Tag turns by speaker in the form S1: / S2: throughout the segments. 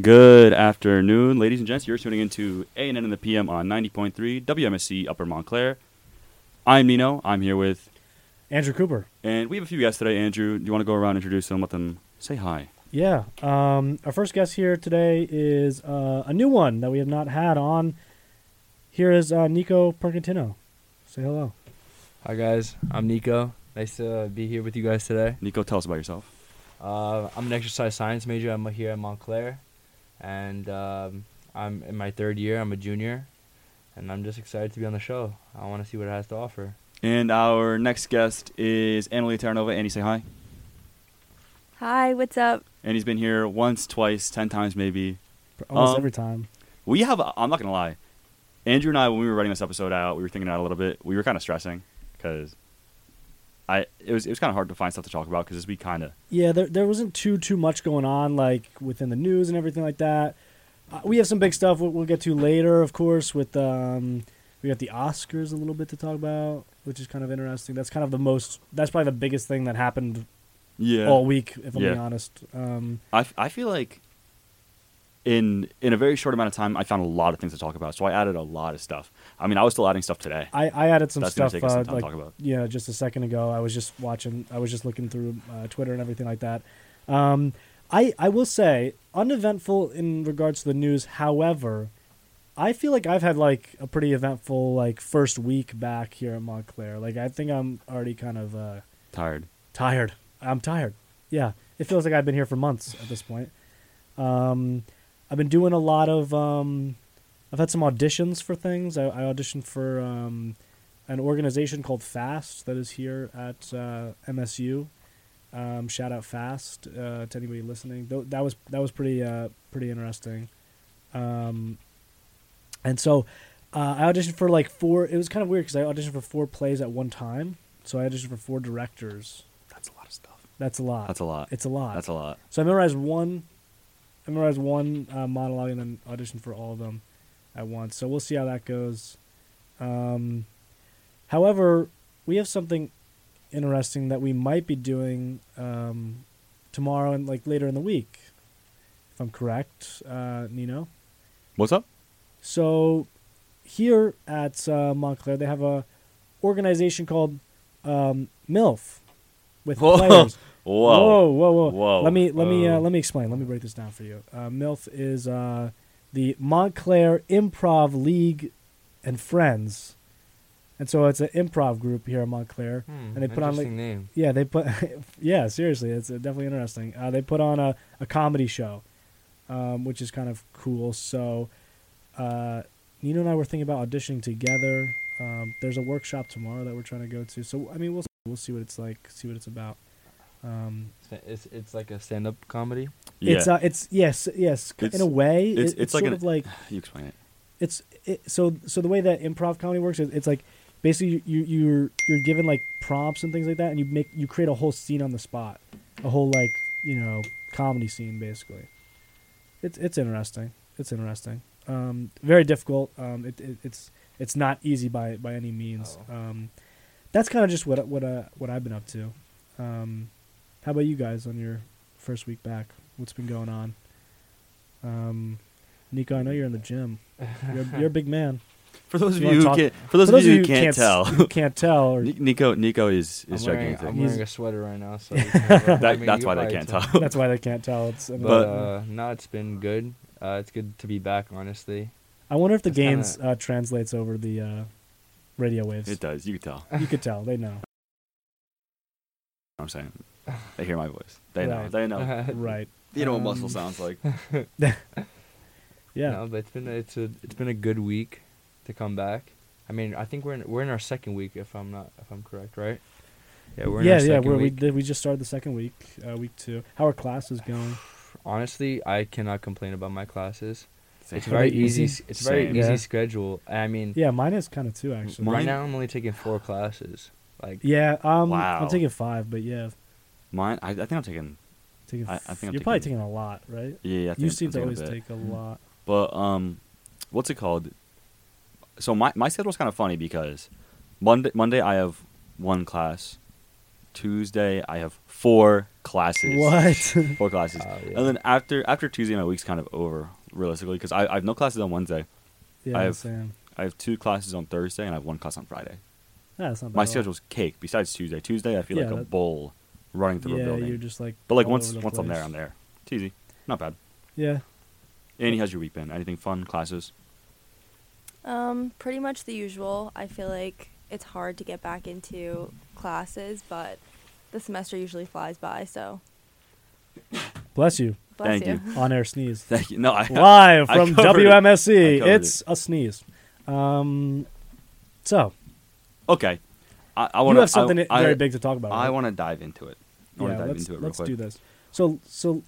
S1: Good afternoon, ladies and gents. You're tuning into A&N in the PM on 90.3 WMSC Upper Montclair. I'm Nino. I'm here with,
S2: Andrew Cooper.
S1: and we have a few guests today. Andrew, do you want to go around and introduce them, let them say hi?
S2: Yeah. Um, our first guest here today is uh, a new one that we have not had on. Here is uh, Nico Percantino. Say hello.
S3: Hi guys, I'm Nico. Nice to be here with you guys today.
S1: Nico, tell us about yourself.
S3: Uh, I'm an exercise science major. I'm here at Montclair, and um, I'm in my third year. I'm a junior, and I'm just excited to be on the show. I want to see what it has to offer.
S1: And our next guest is Annalie Terranova. Annie, say hi.
S4: Hi, what's up?
S1: And he's been here once, twice, ten times maybe.
S2: Almost
S1: Um,
S2: every time.
S1: We have, i I'm not going to lie, Andrew and I, when we were writing this episode out, we were thinking out a little bit. We were kind of stressing because I it was, it was kind of hard to find stuff to talk about because we kind of,
S2: Yeah, there, there wasn't too too much going on like within the news and everything like that. Uh, we have some big stuff we'll, we'll get to later, of course. With um, we got the Oscars a little bit to talk about, which is kind of interesting. That's kind of the most. That's probably the biggest thing that happened
S1: yeah.
S2: all week, if I'm
S1: Yeah.
S2: being honest. Um,
S1: I, f- I feel like in in a very short amount of time, I found a lot of things to talk about. So I added a lot of stuff. I mean, I was still adding stuff today.
S2: I, I added some
S1: That's gonna
S2: stuff.
S1: take us some time
S2: uh,
S1: to
S2: like,
S1: talk about.
S2: Yeah, just a second ago, I was just watching. I was just looking through uh, Twitter and everything like that. Um, I I will say uneventful in regards to the news. However, I feel like I've had like a pretty eventful like first week back here at Montclair. Like I think I'm already kind of uh,
S1: Tired.
S2: tired. I'm tired. Yeah, it feels like I've been here for months at this point. Um, I've been doing a lot of. Um, I've had some auditions for things. I, I auditioned for um, an organization called Fast that is here at uh, MSU. Um, shout out Fast uh, to anybody listening. Tho- that was that was pretty uh, pretty interesting. Um, and so uh, I auditioned for like four. It was kind of weird because I auditioned for four plays at one time. So I auditioned for four directors.
S1: That's a lot of stuff.
S2: That's a lot.
S1: That's a lot.
S2: It's a lot.
S1: That's a lot.
S2: So I memorized one, I memorized one uh, monologue and then auditioned for all of them at once. So we'll see how that goes. Um, however, we have something interesting that we might be doing um, tomorrow and like later in the week, if I'm correct, uh, Nino.
S1: What's up?
S2: So here at uh, Montclair, they have a organization called um, MILF with
S1: Whoa.
S2: players.
S1: Whoa.
S2: Whoa, whoa, whoa.
S1: Whoa.
S2: Let me let me uh,
S3: Oh.
S2: let me explain. Let me break this down for you. Uh, MILF is uh, the Montclair Improv League and Friends, and so it's an improv group here in Montclair. and they put on like
S3: Hmm, interesting name.
S2: yeah they put yeah seriously it's uh, definitely interesting. Uh, they put on a a comedy show, um, which is kind of cool. So uh, Nino and I were thinking about auditioning together. Um, there's a workshop tomorrow that we're trying to go to. So I mean we'll we'll see what it's like, see what it's about. Um,
S3: It's, it's, it's like a stand-up comedy.
S1: Yeah.
S2: it's uh, it's yes, yes. c-
S1: It's-
S2: in a way,
S1: it's-
S2: it's,
S1: it's
S2: it's,
S1: like
S2: sort
S1: an-
S2: of like
S1: you explain it.
S2: it's it, so so the way that improv comedy works is it's like basically you you- you're you're given like prompts and things like that, and you make you create a whole scene on the spot, a whole like you know comedy scene basically. It's it's interesting. It's interesting. Um, very difficult. Um, it, it, it's it's not easy by by any means.
S3: Oh.
S2: Um, that's kind of just what I- what uh, what I've been up to. Um, how about you guys on your first week back? What's been going on? Um, Nico, I know you're in the gym. You're, you're a big man.
S1: For those of
S2: You
S1: you,
S2: wanna
S1: who
S2: talk-
S1: can't, for those
S2: For
S1: of you who can't,
S2: s-
S1: tell,
S2: who can't tell, or,
S1: Ni- Nico Nico is is
S3: I'm wearing,
S1: gigantic.
S3: I'm
S2: He's-
S3: wearing a sweater right now, so you can't- I
S1: That,
S3: mean,
S1: that's
S3: you
S1: why they
S3: probably
S1: can't tell.
S2: that's why they can't tell. It's, I mean,
S3: But
S2: uh,
S3: uh, no, it's been good. Uh, it's good to be back, honestly.
S2: I wonder if the
S3: it's kinda-
S2: gains uh, translates over the uh, radio waves.
S1: It does. You can tell.
S2: you could tell. They know.
S1: I'm saying. They hear my voice. They know.
S2: Right.
S1: They know.
S2: Right.
S1: They know what muscle
S2: Um,
S1: sounds like.
S2: Yeah.
S3: No, but it's been a, it's a it's been a good week to come back. I mean, I think we're in we're in our second week if I'm not if I'm correct, right? Yeah, we're in
S2: yeah,
S3: our
S2: yeah.
S3: second
S2: We're, we
S3: week.
S2: did, we just started the second week, uh, week two. How are classes going?
S3: Honestly, I cannot complain about my classes.
S1: Same.
S3: It's very
S2: they
S3: easy.
S2: easy?
S3: s- It's very
S1: Same.
S3: easy
S2: Yeah.
S3: schedule. I mean,
S2: Yeah, mine is kind of two actually.
S1: Mine-
S3: right now I'm only taking four classes. Like
S2: yeah. Um,
S1: Wow.
S2: I'm taking five, but yeah,
S1: Mine. I, I think I'm taking.
S2: taking.
S1: I- I
S2: f-
S1: think I'm
S2: you're probably
S1: taking-
S2: taking a lot, right?
S1: Yeah, yeah, I think
S2: You
S1: I'm
S2: seem to
S1: taking a
S2: always
S1: bit. Mm.
S2: take a lot.
S1: But um, what's it called? So my my schedule's kind of funny because Monday Monday I have one class, Tuesday, I have four classes.
S2: What?
S1: Four classes.
S3: Oh, yeah.
S1: And then after after Tuesday, my week's kind of over realistically because I, I have no classes on Wednesday.
S2: yeah,
S1: I've-
S2: Sam.
S1: I have two classes on Thursday and I have one class on Friday.
S2: Yeah, that's not bad
S1: My
S2: at all.
S1: schedule's cake. Besides Tuesday, Tuesday I feel
S2: Yeah,
S1: like a
S2: that-
S1: bull running through
S2: Yeah,
S1: a building.
S2: you're just like.
S1: but like
S2: all
S1: once
S2: over the
S1: once I'm there,
S2: place.
S1: I'm there. It's easy. Not bad.
S2: Yeah.
S1: Annie, how's your week been? Anything fun? Classes?
S4: Um, pretty much the usual. I feel like it's hard to get back into classes, but the semester usually flies by. So
S2: Bless you.
S4: bless
S1: Thank
S4: you.
S1: you.
S2: On air sneeze.
S1: Thank you. No, I
S2: Live
S1: I
S2: from
S1: covered it. I
S2: WMSC.
S1: covered
S2: E. It's a sneeze. Um, so
S1: okay. I, I want
S2: you have something
S1: I,
S2: very
S1: I,
S2: big to talk about.
S1: I
S2: right?
S1: want to dive into it. I want to
S2: Yeah,
S1: dive
S2: let's,
S1: into it real
S2: let's
S1: quick.
S2: do this. So so, do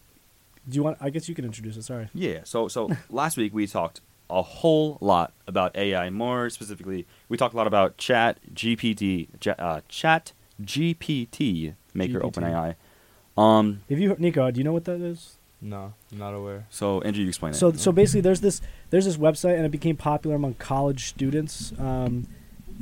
S2: you want? I guess you can introduce it. Sorry.
S1: Yeah. So so last week we talked a whole lot about AI. More specifically, we talked a lot about Chat GPT, Ch- uh, Chat GPT maker
S2: GPT.
S1: OpenAI. Um.
S2: Have you, Nico? Do you know what that is?
S3: No, I'm not aware.
S1: So Andrew, you explain
S2: So
S1: it.
S2: so basically, there's this there's this website, and it became popular among college students. Um,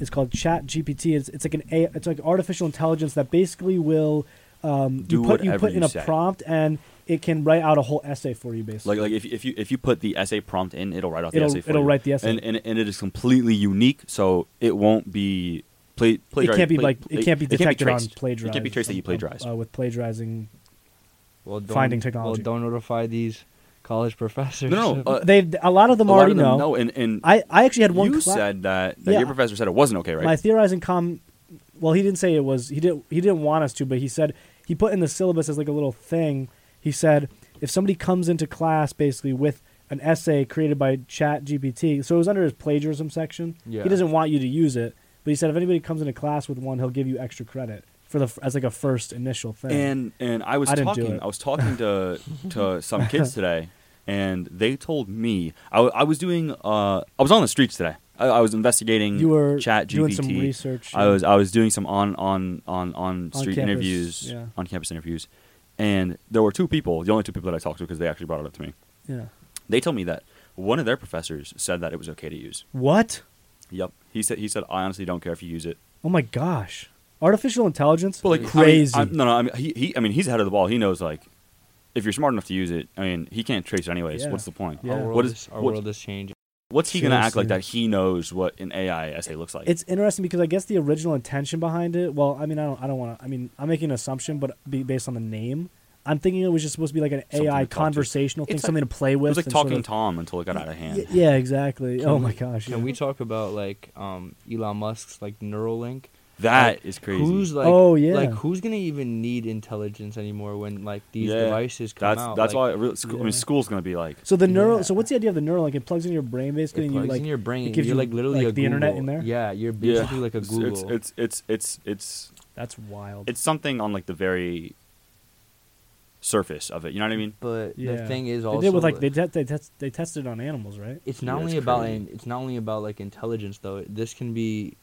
S2: it's called Chat GPT. It's, it's like an A, it's like artificial intelligence that basically will um,
S1: Do
S2: you put you
S1: whatever
S2: put in
S1: you
S2: a
S1: say.
S2: prompt, and it can write out a whole essay for you, basically.
S1: Like like if if you if you put the essay prompt in, it'll write out the
S2: It'll-
S1: essay for
S2: it'll
S1: you.
S2: write the essay.
S1: And, and and it is completely unique, so it won't be. Play, plagiarized-
S2: can't be
S1: pla-
S2: like- it can't be detected on
S1: traced. It can't be
S2: plagiarized,
S1: traced that you
S2: um,
S1: plagiarized.
S2: uh, with plagiarizing,
S3: Well, don't,
S2: Finding technology.
S3: Well, don't notify these college professors.
S1: no, no. Uh,
S2: they a lot of them
S1: a lot
S2: already
S1: of them
S2: know.
S1: and and
S2: I I actually had one.
S1: you
S2: cla-
S1: said that, that
S2: Yeah.
S1: your professor said it wasn't okay, right?
S2: My theorizing com, well, he didn't say it was. He didn't. He didn't want us to, but he said he put in the syllabus as like a little thing. He said if somebody comes into class basically with an essay created by Chat GPT, so it was under his plagiarism section.
S3: Yeah.
S2: He doesn't want you to use it, but he said if anybody comes into class with one, he'll give you extra credit for the f- as like a first initial thing.
S1: And and I was
S2: I didn't do
S1: talking,
S2: it.
S1: I was talking to to some kids today, and they told me I, w- I was doing uh I was on the streets today. I, I was investigating
S2: you were
S1: Mm, Chat GPT.
S2: doing some research.
S1: I was I was doing some on on on on
S2: On
S1: street
S2: campus,
S1: interviews,
S2: yeah.
S1: on campus interviews, and there were two people, the only two people that I talked to because they actually brought it up to me.
S2: yeah.
S1: They told me that one of their professors said that it was okay to use.
S2: What?
S1: Yep, he said he said I honestly don't care if you use it.
S2: Oh my gosh! Artificial intelligence.
S1: But like
S2: crazy.
S1: I mean, I'm- no, no. I mean, he, he. I mean, he's ahead of the ball. He knows like, if you're smart enough to use it, I mean, he can't trace it anyways.
S2: Yeah.
S1: What's the point?
S2: Yeah.
S3: Our, world
S1: What
S3: is,
S1: is-
S3: our
S1: what-
S3: world is changing.
S1: What's he gonna act like that?
S2: Seriously.
S1: He knows what an AI essay looks like.
S2: it's interesting because I guess the original intention behind it. Well, I mean, I don't, I don't want to. I mean, I'm making an assumption, but be based on the name, I'm thinking it was just supposed to be like an
S1: Something
S2: AI
S1: to talk to.
S2: conversational thing,
S1: It's like-
S2: something to play
S1: it
S2: with.
S1: was like
S2: and sort
S1: talking
S2: of-
S1: Tom until it got out of hand.
S2: Y- Yeah, exactly. oh
S3: we-
S2: my gosh.
S3: Can
S2: yeah.
S3: we talk about like um, Elon Musk's like Neuralink?
S1: That
S3: Like,
S1: is crazy.
S3: Who's like?
S2: Oh, yeah.
S3: Like who's gonna even need intelligence anymore when like these
S1: Yeah.
S3: devices come
S1: that's
S3: out?
S1: that's
S3: like,
S1: why. I, really, sc- I
S2: Yeah.
S1: mean, school's gonna be like.
S2: So the neural.
S3: Yeah.
S2: So what's the idea of the neural? Like it plugs into your brain basically,
S3: it
S2: and you
S3: plugs
S2: like
S3: in your brain.
S2: it gives
S3: you're
S2: you,
S3: like literally
S2: like,
S3: a
S2: the internet
S3: Google.
S2: in there?
S3: Yeah, you're
S1: Yeah.
S3: basically like a
S1: It's- it's-
S3: Google.
S1: It's it's it's it's
S2: that's wild.
S1: it's something on like the very surface of it. You know what I mean?
S3: but
S2: Yeah.
S3: the thing is
S2: they
S3: also
S2: did with like they te- they test they tested it on animals, right?
S3: it's
S1: Yeah,
S3: not
S1: it's
S3: only about
S1: crazy.
S3: in, it's not only about like intelligence though. This can be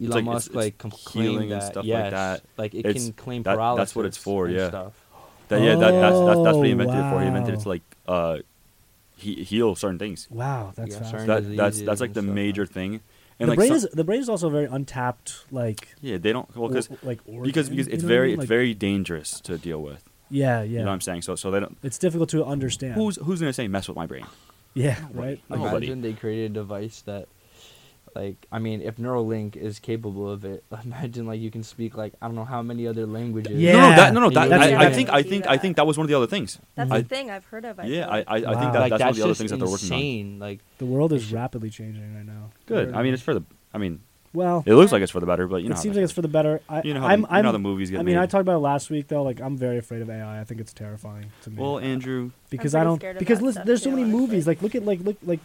S3: Elon
S1: like- it's-
S3: Musk
S1: it's
S3: like com-
S1: healing
S3: claim
S1: and
S3: that,
S1: stuff like
S3: yes,
S1: that.
S3: Like it
S1: It's-
S3: can claim
S1: that-
S3: paralysis.
S1: that's what it's for,
S3: and
S1: yeah.
S3: Stuff.
S1: That, yeah, that, that's, that's that's what he
S2: Oh,
S1: invented it for. He invented it
S2: wow.
S1: to like uh, he, heal certain things.
S2: Wow, that's
S3: Yeah,
S2: fast.
S3: sorry.
S1: That, that's that's
S3: diseases
S1: like
S3: and
S1: the
S3: stuff.
S1: major thing.
S2: The
S1: And like
S2: brain
S1: some-
S2: is the brain is also very untapped. Like
S1: yeah, they don't well because
S2: or- like
S1: because
S2: organ,
S1: because
S2: you
S1: it's
S2: know what I
S1: very
S2: mean?
S1: it's
S2: Like-
S1: very dangerous to deal with.
S2: yeah yeah.
S1: You know what I'm saying? So so they don't.
S2: it's difficult to understand.
S1: Who's who's gonna say mess with my brain?
S2: yeah
S1: Nobody.
S2: right?
S1: Nobody.
S2: Like,
S3: Imagine they created a device that, like, I mean, if Neuralink is capable of it, imagine like you can speak like I don't know how many other languages.
S2: Yeah.
S1: No, no, that, no, no. That,
S3: That's
S1: I, I
S3: right.
S1: think I think I think that was one of the other things.
S4: That's
S1: I-
S4: the thing I've heard of. I
S1: Yeah,
S4: feel
S1: I I,
S4: like.
S1: I
S2: Wow.
S1: think that,
S3: like,
S1: that's, one of the other
S3: just
S1: things that they're working on.
S3: insane. Like,
S2: The world is rapidly changing right now.
S1: Good.
S2: Very
S1: I mean,
S2: rapidly.
S1: it's for the. I mean,
S2: well.
S1: it looks like it's for the better, but you know.
S2: it
S1: how
S2: seems
S1: that
S2: like it's
S1: goes.
S2: for the better. I,
S1: You know how the-
S2: I'm,
S1: you know
S2: I'm,
S1: how the movies get
S2: I mean, I
S1: made.
S2: talked about it last week though. Like, I'm very afraid of AI. I think it's terrifying to me.
S1: Well, Andrew,
S2: because
S4: I'm
S2: I
S4: pretty
S2: don't
S4: scared of
S2: because
S4: that
S2: listen,
S4: stuff,
S2: there's so
S4: too,
S2: many movies.
S4: honestly.
S2: Like, look at like look like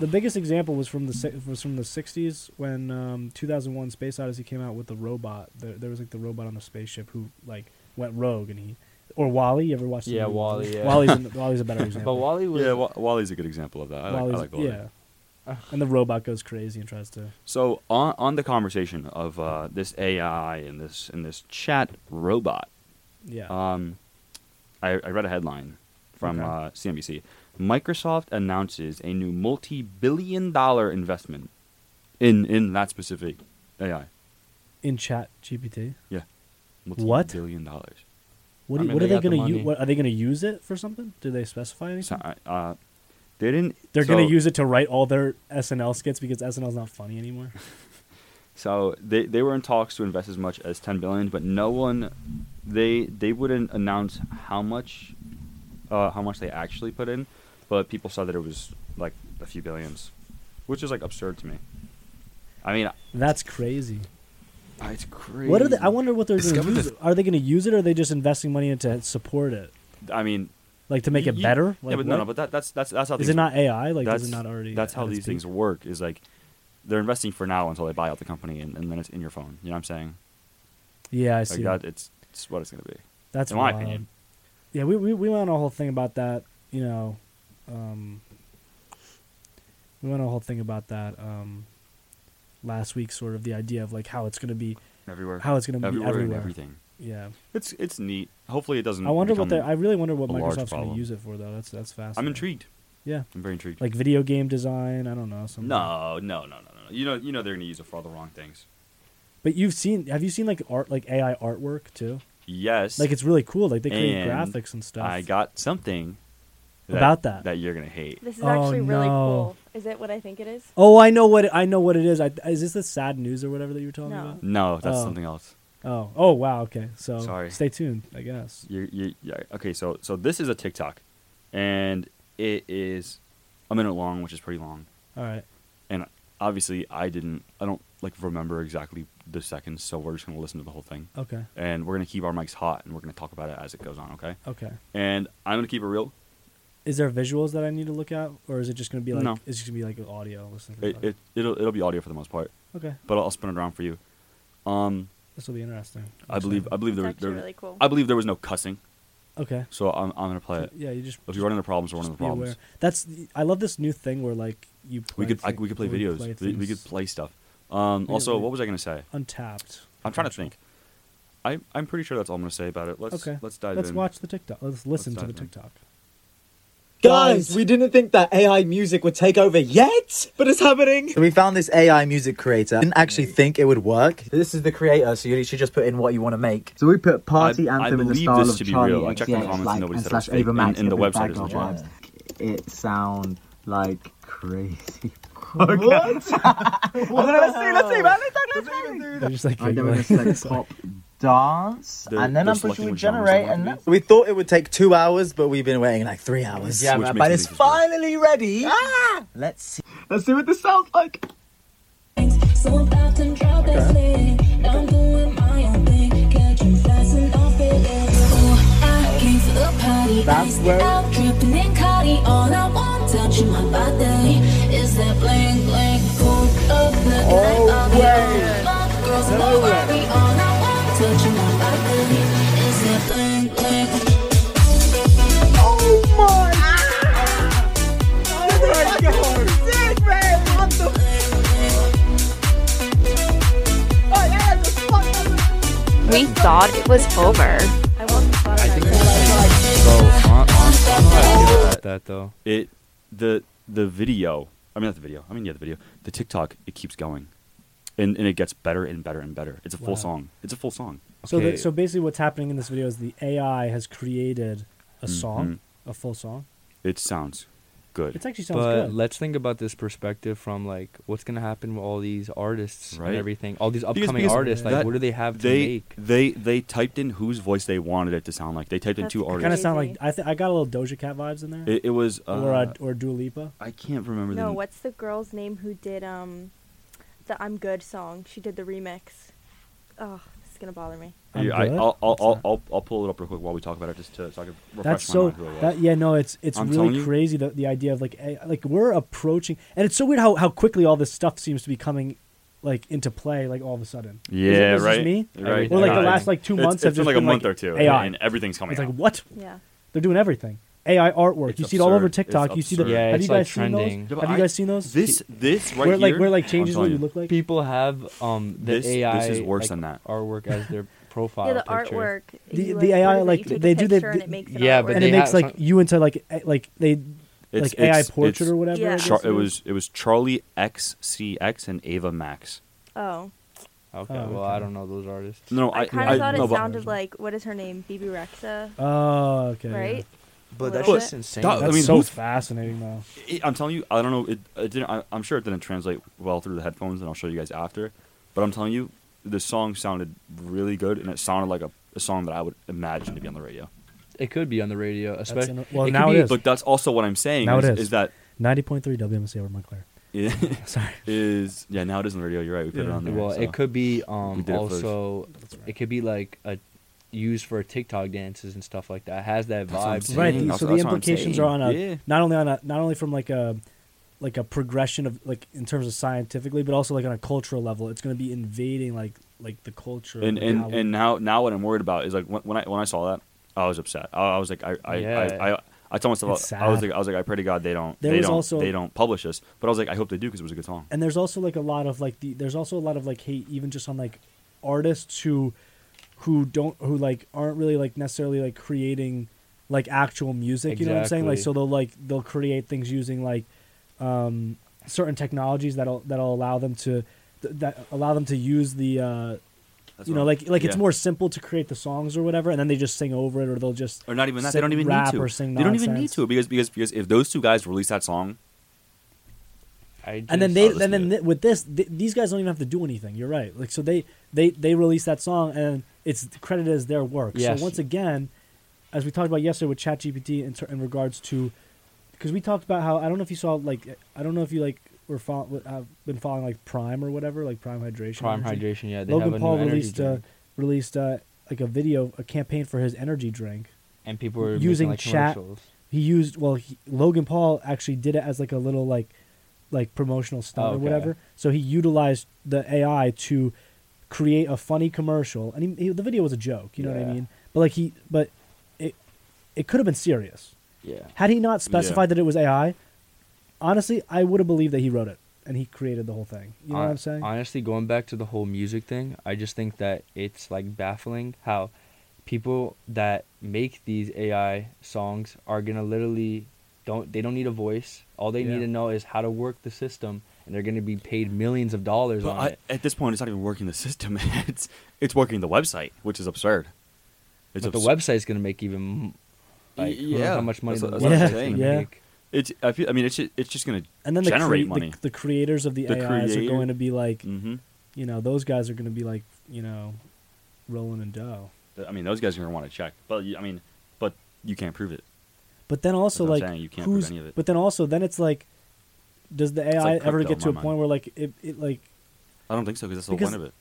S2: the biggest example was from the si- was from the 60s when um, 2001: Space Odyssey came out with the robot. There, there was like the robot on the spaceship who like went rogue and he or Wally. You ever watched? the
S3: Yeah,
S2: movie?
S3: Wall-E, yeah.
S2: Wally's an, Wally's a better example.
S3: but Wally was
S1: yeah, Wa- Wally's a good example of that. I like, I
S2: Wally's-
S1: like Wally.
S2: yeah. And the robot goes crazy and tries to.
S1: So on on the conversation of uh, this AI and this and this chat robot,
S2: Yeah.
S1: um, I, I read a headline from
S2: Okay.
S1: uh, CNBC. Microsoft announces a new multi-billion-dollar investment in in that specific AI.
S2: in chat GPT.
S1: Yeah,
S2: What?
S1: Billion dollars.
S2: What,
S3: I
S2: do,
S3: mean,
S2: what
S3: they
S2: are they
S3: got the
S2: going to
S3: money.
S2: use? What are they going to use it for something? Do they specify anything?
S1: So, I- uh, they didn't.
S2: They're
S1: so-
S2: going to use it to write all their SNL skits because SNL's not funny anymore.
S1: So they they were in talks to invest as much as ten billion, but no one, they they wouldn't announce how much, uh, how much they actually put in, but people saw that it was like a few billions, which is like absurd to me. I mean,
S2: That's crazy.
S1: I- it's crazy.
S2: What are they? I wonder what they're going to
S1: Discover
S2: use.
S1: this-
S2: it- Are they going to use it? or Are they just investing money into support it,
S1: I mean,
S2: like to make it
S1: Ye-
S2: better?
S1: yeah,
S2: Like,
S1: but no, no, but
S2: what?
S1: that, that's that's that's how
S2: is
S1: things
S2: it not AI? Like,
S1: that's,
S2: is it not already?
S1: that's how
S2: at its
S1: these things
S2: peak?
S1: work. Is like they're investing for now until they buy out the company, and, and then it's in your phone. You know what I'm saying?
S2: Yeah, I
S1: Like
S2: see.
S1: that, it's it's what it's gonna be.
S2: That's
S1: in my
S2: wild.
S1: opinion.
S2: Yeah, we, we we went on a whole thing about that. You know, um, we went on a whole thing about that um, last week. Sort of the idea of like how it's going to be,
S1: Everywhere,
S2: how it's going to be
S1: everywhere,
S2: everywhere.
S1: and everything.
S2: Yeah,
S1: It's it's neat. Hopefully, it doesn't.
S2: I wonder what
S1: become-
S2: they. I really wonder what
S1: a large
S2: Microsoft's going to
S1: problem.
S2: use it for though. That's that's fascinating.
S1: I'm intrigued.
S2: Yeah,
S1: I'm very intrigued.
S2: like video game design. I don't know. Something.
S1: no, no, no, no, no. no. You know, you know, they're gonna use it for all the wrong things.
S2: But you've seen? Have you seen like art, like AI artwork too?
S1: Yes,
S2: Like it's really cool. Like they create
S1: And
S2: graphics and stuff.
S1: I got something that,
S2: About that.
S1: that you're gonna hate.
S4: This is
S2: Oh,
S4: actually really
S2: no.
S4: cool. Is it what I think it is?
S2: Oh, I know what it, I know what it is. I, is this the sad news or whatever that you were talking
S4: No.
S2: about?
S1: No, that's
S2: Oh.
S1: something else.
S2: Oh, oh wow. Okay, so
S1: Sorry.
S2: stay tuned. I guess.
S1: You, you, yeah. Okay, so so this is a TikTok, and it is a minute long, which is pretty long.
S2: All right.
S1: And obviously, I didn't. I don't like remember exactly the seconds, so we're just gonna listen to the whole thing.
S2: Okay.
S1: And we're gonna keep our mics hot, and we're gonna talk about it as it goes on. Okay.
S2: Okay.
S1: And I'm gonna keep it real.
S2: Is there visuals that I need to look at, or is it just gonna be like?
S1: No.
S2: It's just gonna be like audio. Listening. to
S1: It,
S2: audio?
S1: it it'll it'll be audio for the most part,
S2: okay.
S1: but I'll spin it around for you. Um,
S2: This will be interesting.
S1: I believe I believe
S4: It's
S1: Oh, there, was-
S4: actually
S1: there
S4: really cool.
S1: I believe there was no cussing,
S2: Okay.
S1: so I'm I'm gonna play it.
S2: Yeah, you just.
S1: If you run into problems, we're
S2: just
S1: running into
S2: be
S1: problems.
S2: aware. That's the- I love this new thing where like you. Play
S1: We could I,
S2: thi-
S1: we could play
S2: where
S1: videos. we, we
S2: things
S1: could play stuff. Um,
S2: could
S1: also,
S2: play-
S1: what was I gonna say?
S2: Untapped.
S1: I'm trying to
S2: potential.
S1: think. I I'm pretty sure that's all I'm gonna say about it. Let's
S2: Okay.
S1: let's dive
S2: Let's
S1: in.
S2: watch the TikTok. Let's listen
S1: Let's
S2: to the
S1: dive in.
S2: TikTok.
S5: Guys, we didn't think that AI music would take over yet, but it's happening.
S6: So we found this AI music creator. Didn't actually think it would work. This is the creator, so you should just put in what you want to make.
S7: So we put party
S1: I- I
S7: anthem in the
S1: believe
S7: style
S1: this
S7: of
S1: to be
S7: Charlie
S1: real. I checked the
S7: XCX,
S1: comments and
S7: like,
S1: nobody
S7: and
S1: said it was
S7: slash
S1: fake,
S7: Ava
S1: and-
S7: Max
S1: and the
S7: with
S1: website is
S7: Bagdad
S1: legit.
S7: vibes. It sound like crazy. Okay.
S6: Let's see, let's see, man. Let's
S2: They're just like,
S7: And then we're
S2: like-
S7: gonna select pop dance,
S1: They're-
S7: and then
S1: they're
S7: I'm pretty
S1: selecting
S7: sure we
S1: which genres they
S7: generate,
S1: want
S7: and
S1: to
S7: that-
S1: be.
S6: We thought it would take two hours, but we've been waiting like three hours.
S1: Yeah, Which man, makes
S6: but
S1: it
S6: it's
S1: easier.
S6: finally ready. Ah! Let's see.
S7: let's see what this sounds like.
S8: So I'm out and drop that lid. I'm doing my own thing, catching flies and off it. Oh, I came for the party,
S6: That's
S8: iced
S6: where-
S8: out, dripping in Cardi. All I want, touching my body, is that bling bling. Pulled up the
S6: Oh,
S8: night of
S6: way.
S8: it. Fuck girls, no worry. All I want, touching my body, is that bling bling.
S6: Oh my! Oh my god! Sick, man. What the? Oh, yeah, the fuck that was-
S9: We thought it was over.
S4: I want the photo. I
S1: So on, uh, on, on,
S3: That though.
S1: it the the video i mean not the video i mean yeah the video the tiktok it keeps going and and it gets better and better and better it's a full
S2: Wow.
S1: song it's a full song
S2: So,
S3: Okay.
S2: the, so basically, what's happening in this video is the AI has created a
S1: Mm-hmm.
S2: song, a full song.
S1: it sounds good
S2: It actually sounds
S3: But
S2: good.
S3: let's think about this perspective from like what's gonna happen with all these artists
S1: Right.
S3: and everything. All these upcoming
S1: because
S3: artists, like
S1: that-
S3: what do they have to
S1: they
S3: make?
S1: they they typed in whose voice they wanted it to sound like they typed in
S4: That's
S1: two
S4: crazy.
S2: kind of
S1: artists
S2: sound like
S4: Crazy.
S2: I th- I got a little Doja Cat vibes in there,
S1: it, it was uh,
S2: or uh, or Dua Lipa.
S1: i can't remember the
S4: No, what's the girl's name who did um the I'm Good song? She did the remix. Oh, it's gonna bother me.
S2: I'm
S1: Yeah, I,
S2: good?
S1: I'll, I'll,
S2: What's
S1: I'll,
S2: that?
S1: I'll, I'll pull it up real quick while we talk about it just to so I can refresh
S2: That's
S1: my
S2: so
S1: mind who it was.
S2: that yeah no it's it's
S1: I'm telling
S2: really
S1: you.
S2: crazy the the idea of like eh, like we're approaching and it's so weird how how quickly all this stuff seems to be coming like into play like all of a sudden. Is it-
S1: yeah
S2: is this
S1: right
S2: me?
S1: right
S3: Or,
S2: Or like the
S3: AI.
S2: last like two
S1: It's-
S2: months
S1: it's
S2: have
S1: been
S2: just
S1: like
S2: been
S1: a month
S2: like
S1: or two
S2: AI.
S1: and everything's coming
S2: it's
S1: out.
S2: like what
S4: Yeah.
S2: they're doing everything. AI artwork.
S1: It's
S2: you see it all over
S1: absurd. It's
S2: TikTok. You see the
S1: absurd.
S3: Yeah,
S2: have
S3: it's,
S2: you guys
S3: like,
S2: seen
S3: trending.
S1: Yeah,
S2: those?
S1: but
S2: Have you
S1: I-
S2: guys seen those?
S1: This this right
S2: where like
S1: here.
S2: where like
S1: I'm
S2: changes what
S1: telling
S2: you
S1: you.
S2: look like.
S3: People have um the
S1: This- this
S3: AI
S1: is worse
S3: like,
S1: than that.
S3: artwork as their profile.
S4: yeah, the
S3: picture.
S4: artwork.
S2: The-
S4: you,
S2: the
S4: what is
S2: AI,
S4: it? You
S2: like,
S4: take a
S2: they do the-
S4: picture and it makes an
S3: Yeah, but
S4: artwork.
S2: and
S3: they
S2: it makes
S3: have
S2: like
S3: some-
S2: you into like eh, like they
S1: It's-
S2: like AI
S1: it's-
S2: portrait
S1: it's-
S2: or whatever. I
S4: Yeah.
S2: guess
S1: Char-
S2: it
S1: it
S2: is.
S1: was it was Charlie XCX and Ava Max.
S4: oh,
S3: Okay,
S2: Oh,
S3: well,
S2: okay.
S3: I don't know those artists.
S1: No,
S4: I
S1: I
S4: kind of thought
S1: no,
S4: it
S1: but-
S4: sounded like what is her name? BB Rexa,
S2: Oh, okay. yeah.
S4: right?
S3: But
S4: that's
S3: that's
S4: Well,
S3: just
S4: just
S3: insane.
S1: that-
S2: That's
S1: I mean,
S2: so
S1: who's-
S2: fascinating, though.
S1: it, I'm telling you, I don't know. It, it didn't. I, I'm sure it didn't translate well through the headphones, and I'll show you guys after. But I'm telling you, the song sounded really good, and it sounded like a, a song that I would imagine to be on the radio.
S3: it could be on the radio,
S2: That's
S3: especially.
S2: in, well,
S3: could
S2: now
S3: be-
S2: it is
S1: Look, that's also what I'm saying.
S2: Now it
S1: is,
S2: is.
S1: that
S2: ninety point three WMC over Montclair.
S1: it
S2: Sorry.
S1: is yeah. Now it is on the radio. You're right. We put it
S2: Yeah.
S1: on there.
S3: well,
S1: so.
S3: it could be
S1: We
S3: um,
S1: did it first.
S3: also. It could be like a used for TikTok dances and stuff like that. It has that
S1: That's what I'm
S3: vibe.
S1: saying.
S2: Right.
S1: Dang, that's-
S2: so the
S1: that's what I'm
S2: implications are
S1: saying.
S2: on a
S1: Yeah.
S2: not only on a not only from like a like a progression of like in terms of scientifically, but also like on a cultural level. It's going to be invading like like the culture
S1: and
S2: like
S1: and,
S2: how we-
S1: and now now what I'm worried about is like when, when I when I saw that I was upset. I, I was like I I,
S3: Yeah.
S1: I, I I told myself
S2: It's
S1: I was
S2: sad.
S1: like I was like I pray to God they don't
S2: There
S1: they
S2: was
S1: don't
S2: also-
S1: they don't publish this. But I was like I hope they do because it was a good song.
S2: and there's also like a lot of like the there's also a lot of like hate even just on like artists who who don't who like aren't really like necessarily like creating like actual music you know what i'm saying like
S3: Exactly.
S2: so they'll like they'll create things using like um certain technologies that'll that'll allow them to th- that allow them to use the uh
S1: That's
S2: you
S1: what I'm-
S2: know like like it's
S1: yeah.
S2: more simple to create the songs or whatever and then they just sing over it or they'll just
S1: or not even that
S2: sing
S1: they don't even
S2: rap
S1: need to
S2: or sing
S1: they don't even need
S2: nonsense.
S1: to because because because if those two guys release that song
S3: I just,
S2: and then they
S1: I'll listen
S2: and then
S1: to
S2: th- with this th- these guys don't even have to do anything you're right like so they they they release that song and it's credited as their work
S3: Yes.
S2: so once again as we talked about yesterday with ChatGPT in, ter- in regards to because we talked about how I don't know if you saw like I don't know if you like were fol- have been following like Prime or whatever like Prime Hydration
S3: Prime
S2: energy.
S3: hydration. Yeah, they
S2: Logan
S3: have a
S2: Paul
S3: new energy
S2: released uh,
S3: drink.
S2: released uh, like a video a campaign for his energy drink
S3: and people were
S2: using
S3: making, like,
S2: chat-
S3: commercials.
S2: he used well he, Logan Paul actually did it as like a little like like promotional stunt or
S3: Okay.
S2: whatever. So he utilized the AI to create a funny commercial, and he, he, the video was a joke. You know what I
S3: Yeah.
S2: mean? But like he, but it it could have been serious
S3: Yeah.
S2: had he not specified that it was AI. Honestly, I would have believed that he wrote it and he created the whole thing. You know what
S3: Hon-
S2: I'm saying?
S3: Honestly, going back to the whole music thing, I just think that it's like baffling how people that make these AI songs are gonna literally don't they don't need a voice. All they
S2: Yeah.
S3: need to know is how to work the system, and they're gonna be paid millions of dollars
S1: but
S3: on
S1: I,
S3: it.
S1: at this point it's not even working the system it's it's working the website which is absurd. It's
S3: But the
S1: abs-
S3: website's gonna make even like who knows
S1: yeah
S3: how much money
S1: that's,
S3: the
S1: what- that's what
S2: Yeah.
S1: I'm
S3: website's
S1: saying.
S3: gonna
S2: Yeah.
S3: make.
S1: It's I, feel, I mean it's just, it's just gonna
S2: and then the,
S1: generate
S2: crea-
S1: money.
S2: the the creators of the,
S1: The
S2: AIs
S1: creator-
S2: are going to be like,
S1: hmm
S2: you know, those guys are going to be like, you know, rolling in dough.
S1: I mean those guys are gonna want to check but you- I mean but you can't prove it.
S2: But then also
S1: That's what
S2: like
S1: I'm saying, you can't prove
S2: who's?
S1: any of it.
S2: But then also then it's like, does the AI
S1: like
S2: ever
S1: crypto
S2: get
S1: in
S2: to a
S1: my
S2: point where like it, it like
S1: I don't think so because that's the
S2: Because-
S1: one of it.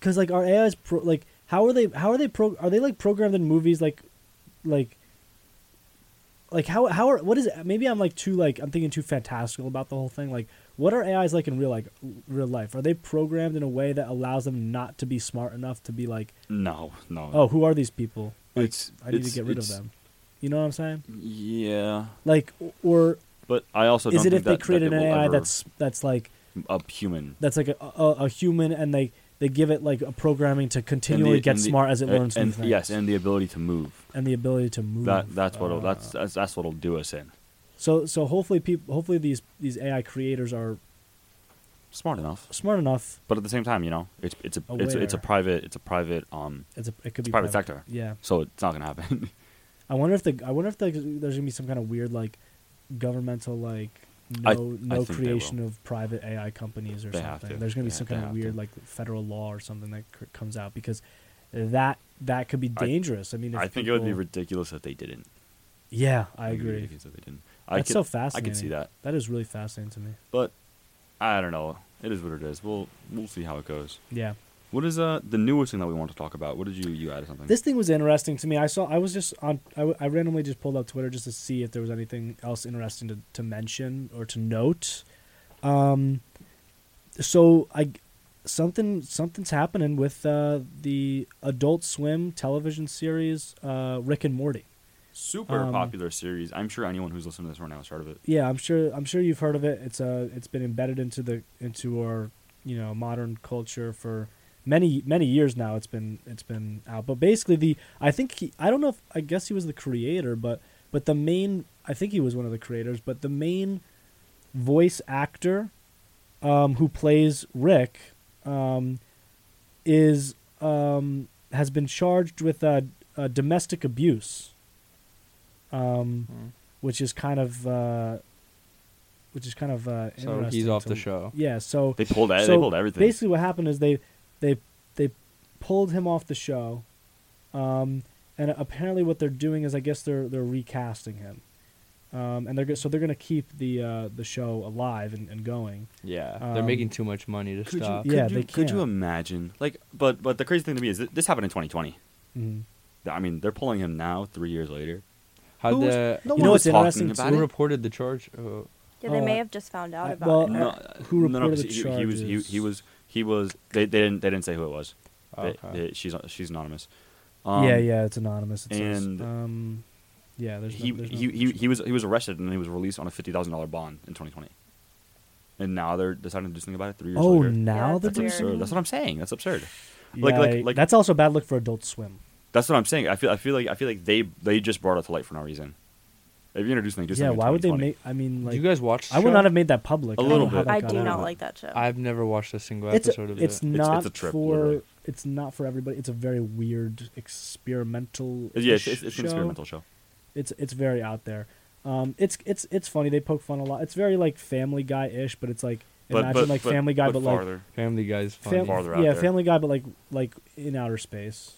S2: because like our AIs pro, like how are they how are they pro are they like programmed in movies like like like how how are what is it? maybe I'm like too like I'm thinking too fantastical about the whole thing like what are AIs like in real like real life are they programmed in a way that allows them not to be smart enough to be like
S1: No, no.
S2: oh who are these people Like,
S1: It's-
S2: I need to
S1: it's-
S2: get rid of
S1: it's-
S2: them you know what I'm saying
S1: Yeah,
S2: like or
S1: but I also
S2: is
S1: don't
S2: it
S1: think
S2: if they
S1: that- that
S2: created
S1: it
S2: an
S1: will
S2: AI
S1: ever-
S2: that's that's like
S1: a human.
S2: that's like a, a, a human and they they give it like a programming to continually
S1: and the-
S2: get
S1: and the-
S2: smart as it
S1: uh,
S2: learns
S1: and,
S2: new things.
S1: Yes, and the ability to move.
S2: and the ability to move.
S1: That that's what'll
S2: Uh,
S1: that's, that's that's what'll do us in.
S2: so so hopefully people hopefully these these AI creators are
S1: Smart enough,
S2: smart enough.
S1: but at the same time, you know, it's it's a it's, a- it's a
S2: Aware.
S1: private it's a private um,
S2: It's a, it could be
S1: private sector.
S2: Yeah,
S1: so it's not gonna happen.
S2: I wonder if the I wonder if the, there's gonna be some kind of weird like governmental like no
S1: I- I
S2: no
S1: think they
S2: creation
S1: will.
S2: of private AI companies or
S1: They have
S2: something.
S1: to.
S2: There's gonna be
S1: They
S2: some
S1: have- they
S2: kind of
S1: have to.
S2: weird like federal law or something that c- comes out because that that could be
S1: I-
S2: dangerous. I, mean, if
S1: I think it would be
S2: people-
S1: ridiculous if they didn't.
S2: Yeah, I
S1: think it'd be
S2: agree.
S1: ridiculous if they didn't. I
S2: That's
S1: could,
S2: so fascinating.
S1: I could see that,
S2: That is really fascinating to me.
S1: but I don't know. It is what it is. We'll we'll see how it goes.
S2: Yeah.
S1: What is uh the newest thing that we want to talk about? What did you you added something?
S2: This thing was interesting to me. I saw I was just on I, w- I randomly just pulled up Twitter just to see if there was anything else interesting to, to mention or to note. Um so I something something's happening with uh, the Adult Swim television series uh, Rick and Morty.
S1: super
S2: um,
S1: popular series. I'm sure anyone who's listening to this right now has heard of it.
S2: Yeah, I'm sure I'm sure you've heard of it. It's uh it's been embedded into the into our, you know, modern culture for many many years now. It's been it's been out. But basically the I think he I don't know if I guess he was the creator, but but the main I think he was one of the creators, but the main voice actor um who plays Rick um is um, has been charged with uh, uh, domestic abuse, um,
S3: Hmm.
S2: which is kind of uh, which is kind of uh,
S3: So he's
S2: interesting
S3: off
S2: to-
S3: the show.
S2: Yeah, so
S1: They pulled that.
S2: so
S1: they pulled everything.
S2: Basically, what happened is they they they pulled him off the show, um, and apparently what they're doing is I guess they're they're recasting him, um, and they're go- so they're gonna keep the uh, the show alive and, and going.
S3: Yeah, they're
S2: Um,
S3: making too much money to
S1: could
S3: stop.
S1: you, could
S2: Yeah,
S1: you,
S2: they
S1: could you
S2: can't.
S1: imagine? Like, but but the crazy thing to me is that this happened in 2020.
S3: Hmm.
S2: Mhm.
S1: I mean, they're pulling him now, three years later.
S3: How
S1: Who's-
S3: the
S1: no
S2: You
S1: one
S2: know
S1: was
S2: what's interesting
S1: talking
S2: too-
S1: about
S3: who
S1: it.
S3: reported the charge? Oh,
S4: Yeah, they
S2: Oh,
S4: may
S2: I-
S4: have just found out
S2: I-
S4: about
S2: well,
S4: it.
S1: No,
S2: uh, who
S1: no, no,
S2: reported
S1: 'cause
S2: the
S1: he, he was he,
S2: charges?
S1: he was he was they, they didn't they didn't say who it was. They-
S3: okay.
S1: they- she's she's anonymous. Um,
S2: yeah, yeah, it's anonymous. It says.
S1: and
S2: um, yeah, there's
S1: He,
S2: no, there's no
S1: he, he,
S2: picture.
S1: he was he was arrested and he was released on a fifty thousand dollar bond in 2020. And now they're deciding to do something about it three years
S2: Oh,
S1: later.
S2: now
S4: Yeah,
S2: the
S1: that's
S4: that's
S1: absurd.
S4: weird.
S1: That's what I'm saying. That's absurd.
S2: yeah,
S1: Like- like- like-
S2: that's also a bad look for Adult Swim.
S1: That's what I'm saying. I feel I feel like I feel like they they just brought it to light for no reason. If you introduce something, do
S2: yeah,
S1: something in
S2: why would they
S1: 2020.
S2: make? I mean, like,
S3: Did you guys watch? The
S2: I would
S3: show?
S2: not have made that public.
S1: A
S2: I don't
S1: little
S2: know how
S1: bit.
S2: that
S4: I
S2: got
S4: do
S2: out.
S4: not like that show.
S3: I've never watched a single
S2: it's
S3: episode of
S2: it's
S3: it.
S2: not
S1: it's a trip,
S2: for
S1: literally.
S2: it's not for everybody. It's a very weird experimental.
S1: Yeah, it's, it's, it's an
S2: show.
S1: experimental show.
S2: It's it's very out there. Um, it's it's it's funny. They poke fun a lot. It's very like Family Guy ish, but it's like imagine like Family Guy, but, like
S1: farther.
S3: Family Guy's funny.
S2: fam-
S1: Farther out
S2: yeah,
S1: there.
S2: Family Guy, but like like in outer space,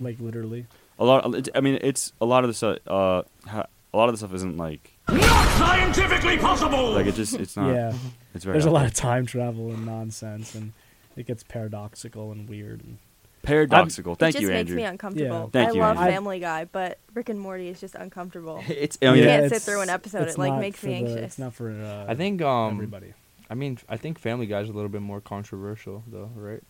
S2: like literally.
S1: a lot. it's- I mean, it's a lot of the stuff. Uh, ha- a lot of the stuff isn't like
S8: Scientifically possible!
S1: like it just it's not.
S2: yeah,
S1: it's very
S2: there's a
S1: out
S2: lot
S1: there.
S2: of time travel and nonsense, and it gets paradoxical and weird. And
S1: paradoxical.
S4: it
S1: Thank
S4: just
S1: you,
S4: makes
S1: Andrew.
S4: me uncomfortable.
S1: Thank
S4: I
S1: you,
S4: love
S1: Andrew.
S4: Family Guy, but Rick and Morty is just uncomfortable.
S1: it's oh,
S3: Oh,
S1: I mean,
S4: You
S1: it-
S4: can't
S2: it's-
S4: sit through an episode.
S2: it's
S4: It, like,
S2: not
S4: makes
S2: for
S4: me
S2: the-
S4: anxious.
S2: It's not for. Uh,
S3: I think um
S2: everybody.
S3: I mean I think Family Guy's a little bit more controversial though, right?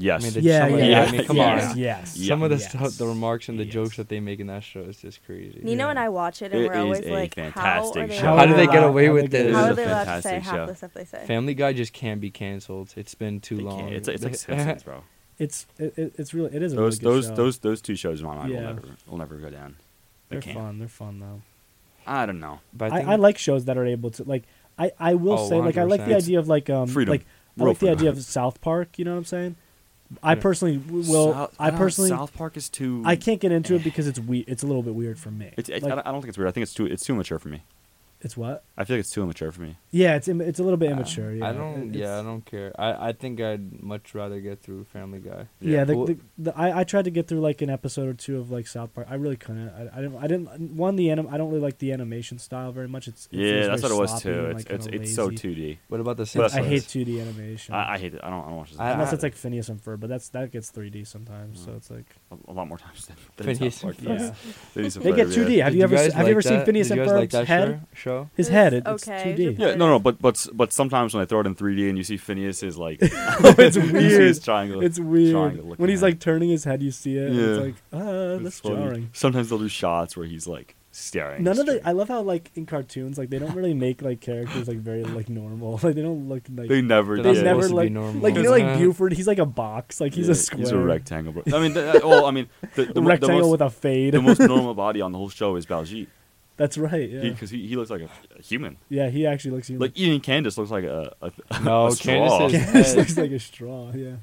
S1: yes.
S3: I mean, the-
S2: Yeah,
S3: some of
S2: yeah,
S3: the-
S1: yeah.
S3: I mean, come
S2: yes,
S3: on.
S2: yes.
S1: Yeah.
S3: Some of the
S2: yes.
S3: stuff, the remarks and the
S2: Yes.
S3: jokes that they make in that show is just crazy.
S4: Nino and I watch it, and
S1: It
S4: we're
S1: is
S4: always
S1: a
S4: like, how
S1: fantastic
S4: are they?
S1: show.
S3: How do they get
S4: allowed-
S3: away
S2: How
S3: with
S2: they get
S3: this?
S4: How
S1: It is
S4: are
S1: a
S4: they allowed to say
S1: fantastic show.
S4: half the stuff they say?
S3: Family Guy just can't be canceled. It's been too
S1: They can't-
S3: long.
S1: It's, it's like Simpsons, bro.
S2: It's it, it- it's really it is a
S1: Those
S2: really good
S1: those
S2: show.
S1: those those two shows in my mind will
S2: Yeah.
S1: never will never go down. They
S2: they're
S1: can't.
S2: fun. They're fun though.
S1: I don't know.
S3: But
S2: I,
S3: think
S2: I, like shows that are able to like. I I will
S3: Oh,
S2: say like I like the
S3: 100%.
S2: idea of like um
S1: Freedom.
S2: like I
S1: Real
S2: like the
S1: freedom.
S2: idea of South Park. You know what I'm saying? I
S3: Yeah.
S2: personally w- will.
S1: South,
S2: I
S1: don't-
S2: personally
S1: South Park is too.
S2: I can't get into it because it's we it's a little bit weird for me.
S1: It's, it's,
S2: Like,
S1: I don't- I don't think it's weird. I think it's too it's too immature for me.
S2: it's what?
S1: I feel like it's too immature for me.
S2: Yeah, it's im- it's a little bit immature. yeah,
S3: I don't.
S2: It's-
S3: Yeah, I don't care. I, I think I'd much rather get through Family Guy.
S2: Yeah, the,
S3: Well-
S2: the, the, I, I tried to get through like an episode or two of like South Park. I really couldn't. I, I didn't. I didn't. One, the anim, I don't really like the animation style very much. It's it
S1: Yeah,
S2: feels
S1: that's what
S2: very
S1: it was
S2: sloppy
S1: too.
S2: and,
S1: It's
S2: like,
S1: it's,
S2: kinda
S1: it's so
S2: lazy.
S1: 2D.
S3: What about the
S1: But
S3: Simpsons?
S2: I hate 2D animation.
S1: I, I hate it. I don't I don't watch this.
S3: I-
S2: unless it's
S3: I-
S2: like Phineas and Ferb, but that's that gets 3D sometimes.
S1: Mm.
S2: So it's like
S1: a, a lot more times than, than
S3: Phineas
S1: South Park.
S3: and Ferb.
S1: does.
S2: yeah,
S1: Phineas and
S2: they get
S1: Ferb,
S2: 2D.
S1: Yeah.
S2: Have
S3: Did
S2: you ever
S3: guys
S2: se- have you ever
S3: like
S2: seen
S3: that?
S2: Phineas
S3: Did
S2: and
S3: you guys like
S2: Ferb's
S3: that
S2: head?
S3: show? show?
S2: His
S4: It's
S2: head. It, it's
S4: okay,
S2: 2D.
S4: just-
S1: Yeah, no, no, but but but sometimes when I throw it in 3D and you see Phineas is like,
S2: Oh, it's
S1: you see his
S2: weird.
S1: triangle.
S2: It's weird.
S1: triangle looking
S2: When he's
S1: at
S2: like turning his head, you see it. and It's
S1: Yeah.
S2: like ah,
S1: it.
S2: that's
S1: It's funny.
S2: jarring.
S1: Sometimes they'll do shots where he's like staring.
S2: None of the I
S1: straight.
S2: love how like in cartoons like they don't really make like characters like very like normal like they don't look like
S1: they never
S3: They're
S1: did.
S2: they
S3: not
S2: never
S3: supposed to be
S2: like
S3: normal.
S2: like you know like
S3: Yeah.
S2: Buford he's like a box like he's
S1: Yeah,
S2: a square
S1: He's a rectangle. Bro. I mean, the, uh, well, I mean, the, the,
S2: a
S1: mo- the
S2: rectangle
S1: most,
S2: with a fade
S1: the most normal body on the whole show is Baljeet
S2: that's right yeah
S1: because he, he looks like a, a human.
S2: yeah he actually looks human.
S1: Like even Candace looks like a, a a
S3: No,
S1: straw.
S2: This
S3: Candace is-
S2: looks like a straw yeah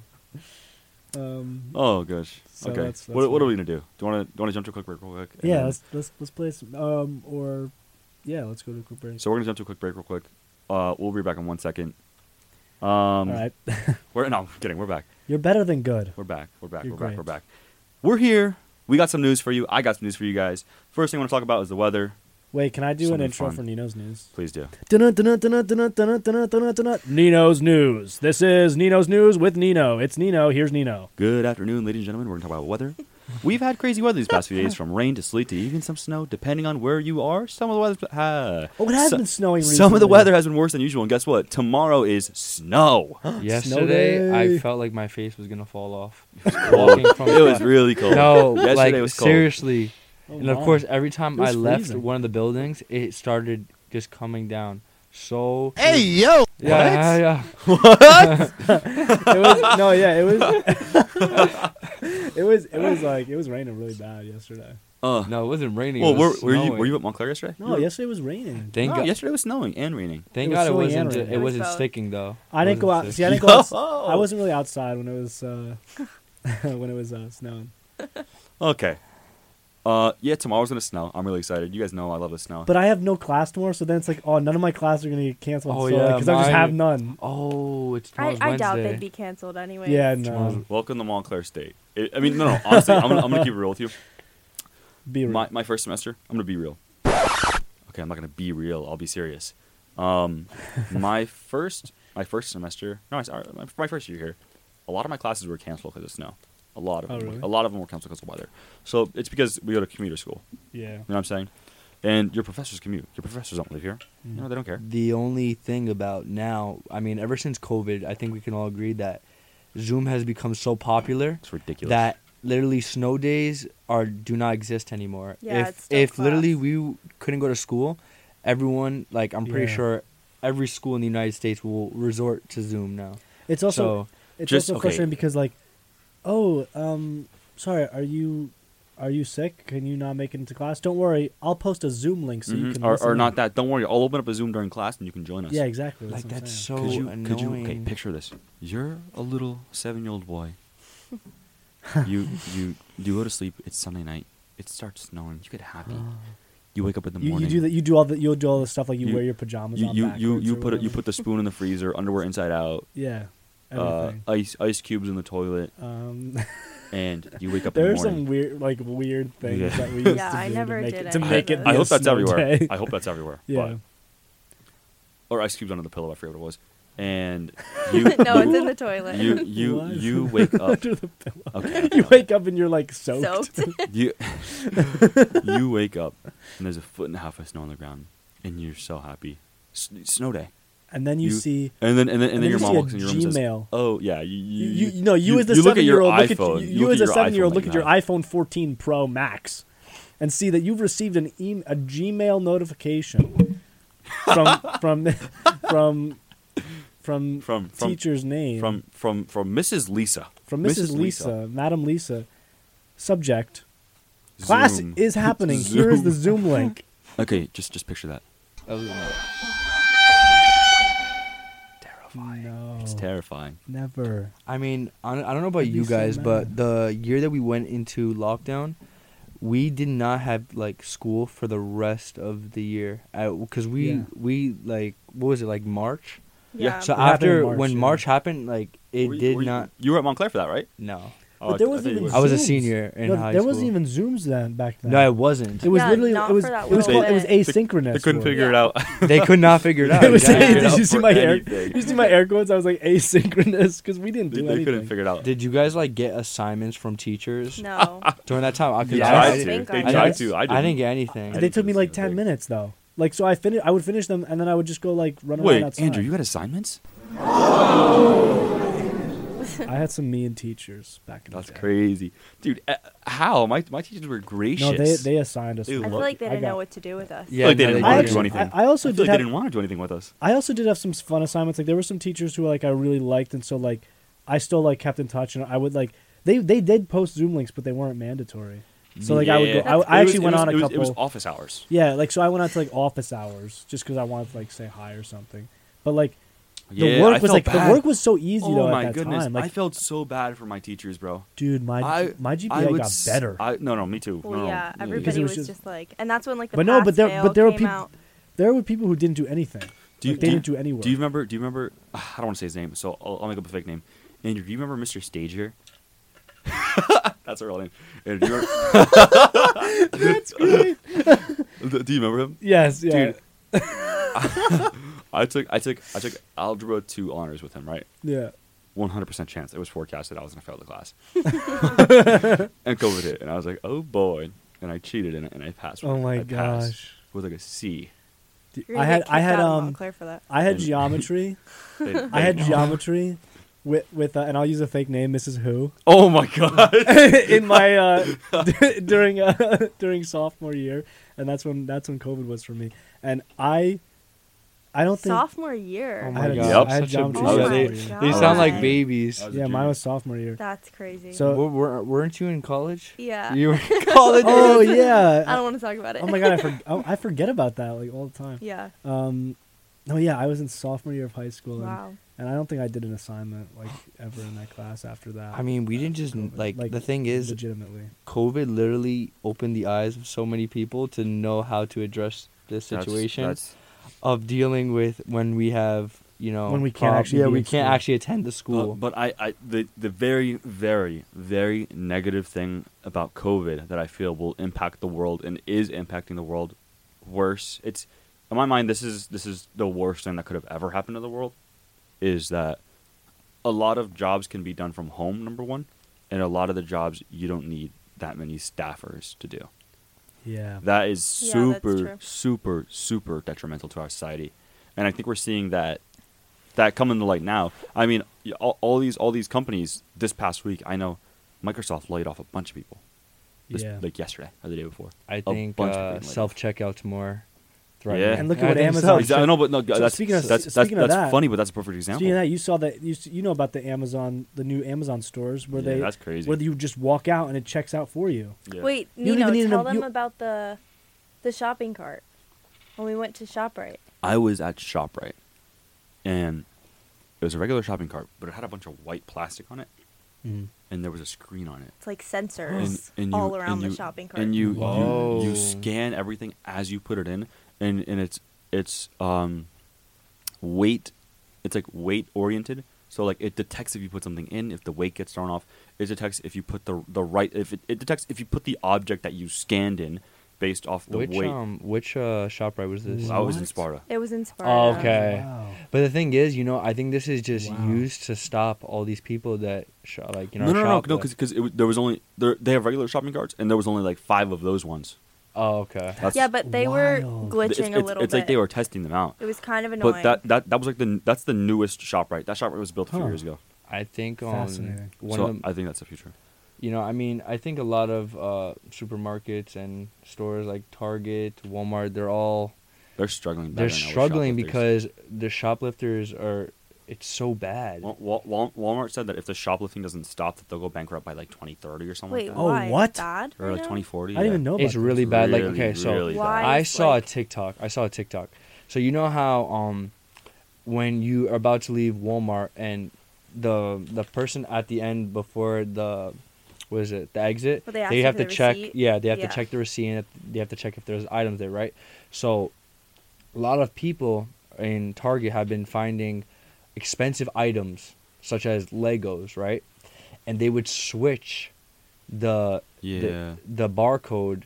S2: um
S1: Oh gosh.
S2: So
S1: okay.
S2: that's- that's
S1: what, what are
S2: fine.
S1: we gonna do? Do you want to do you want to jump to a quick break real quick? And
S2: yeah
S1: then-
S2: let's let's let's play some um or yeah let's go to a quick break
S1: So we're gonna jump to a quick break real quick. Uh, we'll be back in one second. Um,
S2: all right
S1: we're no, I'm kidding. We're back.
S2: you're better than good
S1: We're back. We're back.
S2: You're
S1: we're
S2: great.
S1: back. We're back. We're here. We got some news for you. I got some news for you guys. First thing I want to talk about is the weather.
S2: wait can I do an
S1: Something
S2: intro
S1: fun.
S2: for Nino's news.
S1: Please do.
S2: Nino's News. This is Nino's News with Nino. It's Nino. Here's Nino.
S1: Good afternoon, ladies and gentlemen. We're gonna talk about weather. We've had crazy weather these past few days, from rain to sleet to even some snow, depending on where you are. Some of the weather. Ah.
S2: Oh, it has
S1: So-
S2: been snowing recently.
S1: Some of the weather has been worse than usual, and guess what? Tomorrow is snow.
S3: Oh, Yesterday, I
S2: day.
S3: felt like my face was gonna fall off.
S1: cold.
S3: Walking from
S1: it was really cold.
S3: no, like
S1: yesterday was cold.
S3: seriously.
S2: Oh,
S3: and of
S2: my.
S3: course, every time
S2: It
S3: I
S2: was
S3: left
S2: freezing.
S3: one of the buildings, it started just coming down. So
S8: Hey, yo!
S3: yeah, yeah, yeah.
S2: It was- no, yeah, it was. it was. It was like it was raining really bad yesterday.
S1: Uh,
S3: No, it wasn't raining.
S1: Well,
S3: it was
S1: were, were you were
S3: snowing.
S1: you at Montclair yesterday?
S2: No, yesterday it was raining.
S3: Thank
S1: No,
S3: God,
S1: yesterday was snowing and raining.
S3: thank
S2: It was
S3: God it
S2: snowing and
S3: wasn't.
S2: raining.
S3: It
S4: It was
S3: wasn't
S4: both.
S3: sticking though.
S2: I didn't go out.
S3: Wasn't sick.
S2: See, I didn't go out. I wasn't really outside when it was. Uh, when it was uh, snowing.
S1: Okay. Uh, yeah, tomorrow's gonna snow. I'm really excited. You guys know I love the snow.
S2: But I have no class tomorrow, so then it's like, oh, none of my classes are gonna get canceled.
S3: Oh,
S2: so,
S3: yeah,
S2: because I just
S3: mine-
S2: have none.
S3: Oh, it's
S4: I,
S3: tomorrow's
S4: I doubt
S3: Wednesday.
S4: they'd be canceled anyway.
S2: Yeah, um, no.
S1: Welcome to Montclair State. I I mean, no, no. Honestly, I'm gonna, I'm gonna keep it real with you.
S2: Be real.
S1: My, my first semester, I'm gonna be real. Okay, I'm not gonna be real. I'll be serious. Um, my first, my first semester. No, I sorry, my, my first year here. A lot of my classes were canceled because of snow. A lot of
S2: Oh,
S1: them,
S2: really?
S1: a lot of them were canceled because of weather. So it's because we go to commuter school.
S2: yeah.
S1: You know what I'm saying? And your professors commute. Your professors don't live here. You know they don't care.
S3: The only thing about now, I mean, ever since COVID, I think we can all agree that Zoom has become so popular
S1: It's ridiculous.
S3: that literally snow days are do not exist anymore.
S4: Yeah,
S3: if
S4: it's still
S3: if
S4: class.
S3: literally we couldn't go to school, everyone like I'm pretty
S2: Yeah.
S3: sure every school in the United States will resort to Zoom now.
S2: It's also
S3: so
S2: it's
S1: just-
S2: also
S1: okay.
S2: frustrating because like, oh, um, sorry, are you are you sick? Can you not make it into class? Don't worry, I'll post a Zoom link so you
S1: Mhm.
S2: can.
S1: or,
S2: listen
S1: or
S2: in.
S1: not that. Don't worry. I'll open up a Zoom during class and you can join us.
S2: Yeah, exactly.
S3: like
S2: That's
S3: that's
S2: so.
S3: so
S1: could you,
S3: annoying.
S1: could you, okay, picture this. You're a little seven year old boy. you, you, you go to sleep. It's Sunday night. It starts snowing. You get happy. You wake up in the
S2: You, you
S1: morning.
S2: do that. You do all the. You'll do all the stuff like you,
S1: You-
S2: wear your pajamas.
S1: You,
S2: on
S1: you, you,
S2: backwards
S1: you
S2: or
S1: put a, you
S2: whatever.
S1: put the spoon in the freezer, underwear inside out,
S2: Yeah.
S1: uh,
S2: Everything.
S1: ice ice cubes in the toilet,
S2: um,
S1: and you wake up in
S2: there
S1: the
S2: are
S1: morning.
S2: some weird, like weird things
S1: Yeah.
S2: that we used
S4: Yeah,
S2: to
S4: I
S2: do
S4: never
S2: to make
S4: did
S2: it to
S4: any
S2: make
S4: of
S2: it.
S4: those.
S2: be
S1: I
S2: a
S1: hope that's
S2: snow
S1: everywhere.
S2: day.
S1: I hope that's everywhere.
S2: yeah.
S1: but- or ice cubes under the pillow. I forget what it was. And you,
S4: no, it's
S1: you,
S4: in the toilet.
S1: you, you,
S2: What?
S1: you wake up.
S2: Under the pillow.
S1: Okay.
S2: You wake up and you're like soaked.
S4: Soaked.
S1: you you wake up and there's a foot and a half of snow on the ground and you're so happy S- snow day
S2: And then you,
S1: You-
S2: see
S1: and then and then, and
S2: And
S1: then
S2: then
S1: your
S2: you
S1: mom
S2: see a
S1: walks in your room and says
S2: Gmail.
S1: oh yeah you
S2: you,
S1: you,
S2: you no you, as the
S1: look
S2: seven
S1: at
S2: year
S1: your
S2: old look at you,
S1: iPhone
S2: you,
S1: look
S2: as
S1: at
S2: a
S1: your
S2: seven year old
S1: iPhone
S2: look
S1: that
S2: at your
S1: you have.
S2: iPhone 14 Pro Max, and see that you've received an e- a Gmail notification from from from from
S1: From- from-
S2: teacher's name
S1: from from from Mrs Lisa
S2: from Mrs. Lisa, Madam Lisa. Subject: Class
S1: Zoom.
S2: is happening. Here is the Zoom link.
S1: okay just just picture that
S3: That was annoying.
S2: no,
S1: it's terrifying
S2: never.
S3: I mean, I don't, I don't know about
S2: I'd be
S3: you
S2: so
S3: guys, but
S2: mad.
S3: the year that we went into lockdown, we did not have like school for the rest of the year because we
S2: Yeah.
S3: we like what was it like March?
S1: Yeah.
S3: So
S2: It happened in
S3: after
S2: March,
S3: when
S2: yeah.
S3: March happened, like it
S1: Were you-
S3: did
S1: were you-
S3: not.
S1: you, were at Montclair for that right
S3: No,
S1: Oh,
S2: but there
S1: I- I
S2: wasn't
S1: thought you
S2: even.
S1: were.
S3: I was a
S2: Zooms.
S3: senior in
S2: no,
S3: high
S2: there
S3: school.
S2: wasn't even Zooms then back then.
S3: no, it wasn't.
S2: It was
S4: Yeah,
S2: literally
S4: not
S2: it was
S4: for that
S2: it was
S1: little
S2: called, it was
S4: bit.
S2: asynchronous.
S1: they couldn't
S2: for it.
S1: figure it
S4: Yeah.
S1: out
S3: they could not figure it out.
S2: It was-
S1: Yeah,
S3: exactly.
S1: yeah.
S2: did you see my
S1: For
S2: air?
S1: anything.
S2: You see my air quotes? I was like asynchronous because we didn't
S1: they,
S2: do
S1: they
S2: anything.
S1: couldn't figure it out
S3: Did you guys like get assignments from teachers
S4: No.
S3: during that time? I, 'cause
S1: they
S4: Yes.
S3: I,
S1: tried
S4: I
S1: to
S4: think
S1: they
S4: I
S1: tried
S2: did.
S1: to
S3: I,
S1: I
S3: didn't
S1: didn't
S3: get anything.
S2: And
S1: I
S2: they
S1: didn't
S2: took
S1: do
S2: me
S1: the
S2: like
S1: same
S2: ten
S1: thing.
S2: minutes though. Like so, I finish. I would finish them, and then I would just go like run around
S1: wait
S2: outside.
S1: Andrew you had assignments
S2: I had some mean teachers back in
S1: that's
S2: the day.
S1: crazy dude uh, how my my teachers were gracious
S2: No, they they assigned us.
S1: They
S4: I
S2: work.
S4: feel like they
S2: I
S4: didn't
S2: got-
S4: know what to do with us.
S3: Yeah,
S1: like they
S3: no,
S1: didn't
S2: I,
S1: wanna
S3: didn't.
S1: do
S2: actually,
S1: anything.
S2: I, I also
S1: I feel
S2: did
S1: like they
S2: have,
S1: didn't want to do anything with us
S2: I also did have some fun assignments. Like there were some teachers who like I really liked, and so like I still like kept in touch, and I would like they they did post Zoom links, but they weren't mandatory. So like I would go. I,
S4: That's
S2: I
S1: It
S2: actually
S1: was- it
S2: went
S1: was-
S2: on a
S1: it was-
S2: couple.
S1: It was office hours.
S2: Yeah, like so I went out to like office hours just because I wanted to like say hi or something. But like the
S1: Yeah, I
S2: work was
S1: felt
S2: like
S1: bad.
S2: the work was so easy
S1: oh
S2: though
S1: my
S2: at that
S1: goodness!
S2: time.
S1: I
S2: Like,
S1: felt so bad for my teachers, bro.
S2: dude, my
S1: I
S2: my GPA
S1: I would
S2: got
S1: s-
S2: better.
S1: I, no, no, me too.
S4: Well,
S1: no, no,
S4: yeah,
S2: Because
S4: everybody
S2: it was
S4: was just,
S2: just-
S4: like, and that's when like the
S2: But no, but there
S4: pass-fail
S2: but there were
S4: came
S2: people
S4: out.
S2: there were people who didn't do anything.
S1: Do you,
S2: Like, they
S1: do you-
S2: didn't do any work.
S1: Do you remember? Do you remember? I don't want to say his name, so I'll, I'll make up a fake name. Andrew, do you remember Mr. Stager? That's a real name. Andrew, do you remember,
S2: That's great.
S1: do- do you remember him?
S2: yes, yeah,
S1: Dude. I took I took I took algebra two honors with him, right?
S2: yeah.
S1: 100% chance it was forecasted I was going to fail the class. and COVID hit, and I was like, oh boy. And I cheated in it, and I passed.
S2: Oh my
S1: I passed
S2: gosh.
S1: with like a C.
S2: Dude,
S4: You're
S2: I
S4: gonna
S2: had
S4: get
S2: I
S4: kicked
S2: had
S4: out of
S2: um
S4: Montclair for that.
S2: I had
S1: And-
S2: geometry.
S1: They-
S2: I
S1: they-
S2: had geometry with with uh, and I'll use a fake name, Mrs. Who.
S1: Oh my god.
S2: in my uh, d- during uh, during sophomore year, and that's when that's when COVID was for me. And I, I don't think
S4: Sophomore year.
S3: Oh
S2: I
S3: my
S2: had, a,
S3: god!
S1: Yep.
S2: I had
S3: such a
S2: geometry.
S1: Oh
S3: baby.
S1: my
S2: sophomore
S4: God.
S2: year.
S3: They
S4: God.
S3: sound like
S4: Right.
S3: babies.
S1: I was a
S2: Yeah, mine
S1: junior.
S2: was sophomore year.
S4: That's crazy.
S2: So-
S3: Were- were- weren't you in college?
S4: yeah.
S3: You were in college.
S2: Oh
S4: I
S2: yeah.
S4: don't want to talk about it.
S2: Oh my god, I, for- oh, I forget about that like all the time.
S4: yeah.
S2: Um, No, yeah, I was in sophomore year of high school, and,
S4: Wow.
S2: and I don't think I did an assignment like ever in that class after that.
S3: I mean, we didn't just like, the thing is,
S2: legitimately,
S3: COVID literally opened the eyes of so many people to know how to address this
S1: That's-
S3: situation
S1: that's-
S3: of dealing with when we have you know
S2: When we can't actually
S3: yeah
S2: be
S3: we
S2: in
S3: can't
S2: school.
S3: actually attend the school.
S1: Uh, But, but I, I the, the very, very, very negative thing about COVID that I feel will impact the world and is impacting the world worse. It's in my mind this is this is the worst thing that could have ever happened to the world is that a lot of jobs can be done from home, number one, and a lot of the jobs you don't need that many staffers to do.
S2: yeah.
S1: That is
S4: Yeah, that's
S1: super,
S4: true.
S1: super, super detrimental to our society, and I think we're seeing that that come into light now. I mean, y- all, all these all these companies this past week, I know Microsoft laid off a bunch of people, this,
S2: Yeah.
S1: like yesterday or the day before.
S3: I
S1: A
S3: think
S1: bunch of
S3: uh,
S1: people laid
S3: self checkouts more. threatening.
S1: Yeah. And
S2: look at what
S3: I think
S2: Amazon-
S3: so.
S1: Exactly. No, but no. that's
S2: Oh, speaking of-
S1: that's that's,
S2: speaking of
S1: that's
S2: that-
S1: funny, but that's a perfect example.
S2: Speaking of that, you saw that you s- you know about the Amazon, the new Amazon stores where
S1: Yeah,
S2: they
S1: that's crazy.
S2: where you just walk out and it checks out for you.
S1: Yeah.
S4: Wait,
S2: You don't
S4: Nino,
S2: even need to
S4: tell
S2: know-
S4: them
S2: you-
S4: about the the shopping cart when we went to Shoprite.
S1: I was at Shoprite, and it was a regular shopping cart, but it had a bunch of white plastic on it,
S2: Mm-hmm.
S1: and there was a screen on it.
S4: It's like sensors all around the shopping cart.
S1: And you, you
S3: Whoa.
S1: you scan everything as you put it in, and and it's it's um weight, it's like weight oriented. So like it detects if you put something in, if the weight gets thrown off. It detects if you put the the right if it, it detects if you put the object that you scanned in based off the
S3: Which
S1: weight.
S3: um which uh Shoprite was this?
S1: I was in
S2: What?
S1: Sparta.
S4: it was inspired.
S3: Oh, okay.
S2: Wow.
S3: But the thing is, you know, I think this is just
S2: Wow.
S3: used to stop all these people that sh- like you know.
S1: no, no, no,
S3: shop
S1: no,
S3: the-
S1: because there was only there, they have regular shopping carts, and there was only like five of those ones.
S3: Oh, okay.
S1: That's,
S4: yeah, but they
S2: wild.
S4: were glitching
S1: it's,
S4: a
S1: it's-
S4: little
S1: it's
S4: bit.
S1: like they were testing them out.
S4: it was kind of annoying.
S1: But that, that that was like the that's the newest Shoprite. That Shoprite was built a few
S2: Huh.
S1: years ago.
S3: I think um
S2: Fascinating.
S3: one
S1: so
S3: of the,
S1: I think that's the future.
S3: you know, I mean, I think a lot of uh supermarkets and stores like Target, Walmart, they're all
S1: They're struggling. bad
S3: they're
S1: right now with
S3: struggling
S1: shoplifters.
S3: because the shoplifters are it's so bad.
S1: Wa- Wa- Wal- Walmart said that if the shoplifting doesn't stop, that they'll go bankrupt by like 2030 or something.
S4: Wait,
S1: like that.
S2: Oh,
S4: why?
S2: what?
S4: Bad
S1: or
S4: right
S1: like
S4: now?
S1: 2040.
S2: I didn't
S1: yeah.
S2: even know about
S3: It's really
S1: this.
S3: bad. like
S1: Really,
S3: okay, so
S1: really
S4: Why?
S3: I
S4: is,
S3: saw
S4: like-
S3: a TikTok. I saw a TikTok. So you know how um when you are about to leave Walmart and the the person at the end before the what is it the exit
S4: Well, they ask you
S3: have
S4: for
S3: to
S4: the
S3: check
S4: receipt.
S3: yeah they have
S4: Yeah.
S3: to check the receipt and they have to check if there's items there right so a lot of people in Target have been finding expensive items such as Legos right and they would switch the
S1: Yeah.
S3: the, the barcode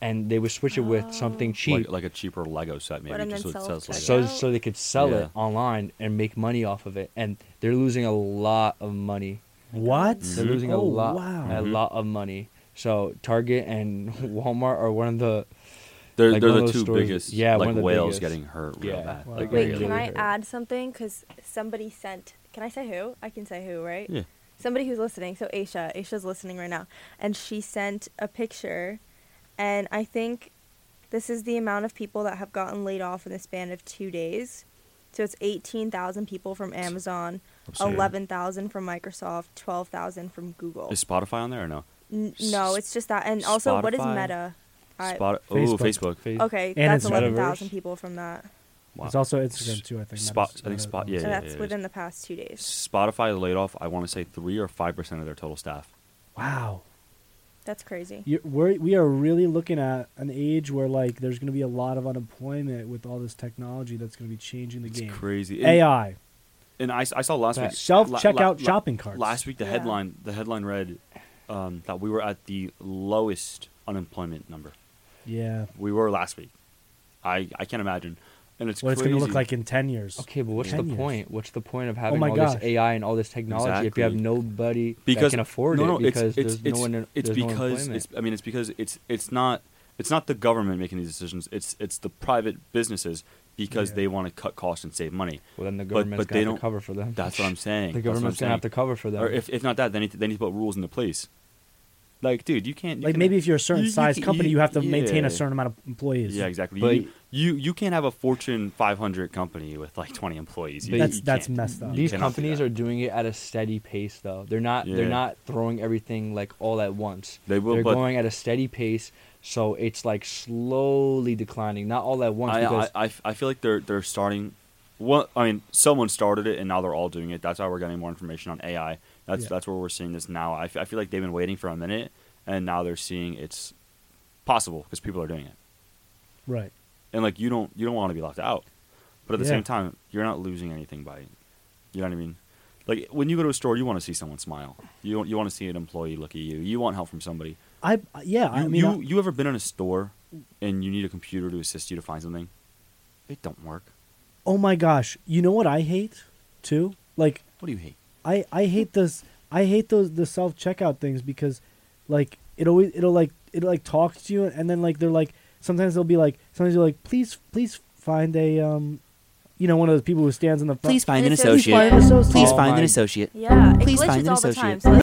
S3: and they would switch it with something cheap
S1: Oh. Like, like a cheaper Lego set, maybe.
S4: and
S1: just
S4: then
S1: so it says
S4: self-checkout?
S1: Lego.
S3: so so they could sell
S1: Yeah.
S3: it online and make money off of it and they're losing a lot of money
S2: What?
S1: Mm-hmm.
S3: they're losing a
S2: Oh,
S3: lot
S2: Wow.
S3: a lot of money so target and walmart are one of the
S1: they're
S3: like
S1: they're
S3: one
S1: the
S3: of those
S1: two
S3: stores-
S1: biggest.
S3: yeah,
S1: like
S3: one of the
S1: whales
S3: biggest.
S1: getting hurt real
S3: Yeah.
S1: bad.
S2: Wow.
S1: Like,
S4: Wait,
S1: really
S4: can I
S1: hurt.
S4: add something? Because somebody sent. Can I say who? I can say who, right?
S1: Yeah.
S4: Somebody who's listening. So Aisha, Aisha's listening right now, and she sent a picture, and I think this is the amount of people that have gotten laid off in the span of two days. So it's eighteen thousand people from Amazon,
S1: Absurd.
S4: eleven thousand from Microsoft, twelve thousand from Google.
S1: Is Spotify on there or no?
S4: N- no, it's just that. And also, what is
S1: Spotify?
S4: Meta? I-
S1: Spot- Oh,
S2: Facebook.
S1: Facebook.
S4: Okay,
S2: And
S4: that's
S2: it's
S4: eleven thousand
S3: Metaverse.
S4: people from that. Oh.
S1: Wow.
S2: It's also Instagram too. I think.
S1: Spot-
S2: Meta's-
S1: I think Spot-
S2: Meta's-
S1: Yeah,
S4: and
S1: yeah,
S4: that's
S1: yeah, it
S4: within the past two days.
S1: Spotify laid off, I want to say three or five percent of their total staff.
S2: Wow.
S4: That's crazy.
S2: You're, we're, we are really looking at an age where like there's going to be a lot of unemployment with all this technology that's going to be changing the
S1: It's
S2: game.
S1: crazy. And-
S2: AI,
S1: And I, I saw last
S3: That-
S1: week
S2: self checkout
S1: la- la-
S2: shopping carts.
S1: Last week the
S4: Yeah.
S1: headline the headline read um, that we were at the lowest unemployment number.
S2: yeah.
S1: We were last week. I, I can't imagine, and it's
S2: What it's going to look
S1: crazy.
S2: like in ten years?
S3: okay but what's
S2: Ten
S3: the
S2: years.
S3: point what's the point of having
S2: Oh my
S3: all
S2: gosh.
S3: this ai and all this technology if you have
S1: Exactly.
S3: nobody that
S1: because
S3: can afford
S1: no, no,
S3: it because
S1: it's,
S3: there's
S1: it's,
S3: no one in-
S1: it's
S3: there's no
S1: because
S3: employment.
S1: it's I mean it's because it's it's not it's not the government making these decisions. It's it's the private businesses because
S2: Yeah.
S1: they want to cut costs and save money.
S3: well then the
S1: But-
S3: government's
S1: but they don't-
S3: gonna have to cover for them
S1: That's what I'm saying. That's what
S3: the
S1: I'm
S3: government's gonna
S1: saying.
S3: have to cover for them
S1: Or if, if not that, they need to, they need to put rules into place. Like, dude, you can't. You
S2: like
S1: can't-
S2: maybe if you're a certain
S1: you- you
S2: size
S1: can-
S2: company,
S1: you-
S2: you have to maintain
S1: yeah.
S2: a certain amount of employees.
S1: Yeah, exactly.
S3: But-
S1: you, you you can't have a Fortune 500 company with like 20 employees. You,
S3: But
S2: That's
S1: you
S2: that's
S1: can't.
S2: messed up.
S1: You
S3: These
S1: cannot do
S3: companies
S1: that.
S3: are doing it at a steady pace, though. They're not.
S1: Yeah.
S3: They're not throwing everything like all at once.
S1: They will,
S3: They're
S1: but-
S3: going at a steady pace, so it's like slowly declining, not all at once.
S1: I,
S3: because
S1: I, I, I feel like they're they're starting one, I mean, someone started it, and now they're all doing it. That's how we're getting more information on AI. That's
S2: Yeah.
S1: that's where we're seeing this now. I, f- I feel like they've been waiting for a minute, and now they're seeing it's possible because people are doing it.
S2: Right.
S1: And like you don't you don't want to be left out, but at the
S2: Yeah.
S1: same time, you're not losing anything by it. You know what I mean? Like when you go to a store, you want to see someone smile. You want you want to see an employee look at you. You want help from somebody.
S2: I yeah. I
S1: You-
S2: mean,
S1: you,
S2: I-
S1: you ever been in a store and you need a computer to assist you to find something? It don't work.
S2: oh my gosh, you know what I hate too? Like
S1: What do you hate?
S2: I I hate this. I hate those the self checkout things because, like, it always it'll like it'll like talk to you and then like they're like sometimes they'll be like sometimes you're like please please find a um, you know one of those people who stands in the front.
S4: find an associate.
S3: Please find an
S6: associate.
S4: Yeah, it
S6: Please
S4: glitches
S6: find an
S4: all the time.
S6: associate.
S4: So like,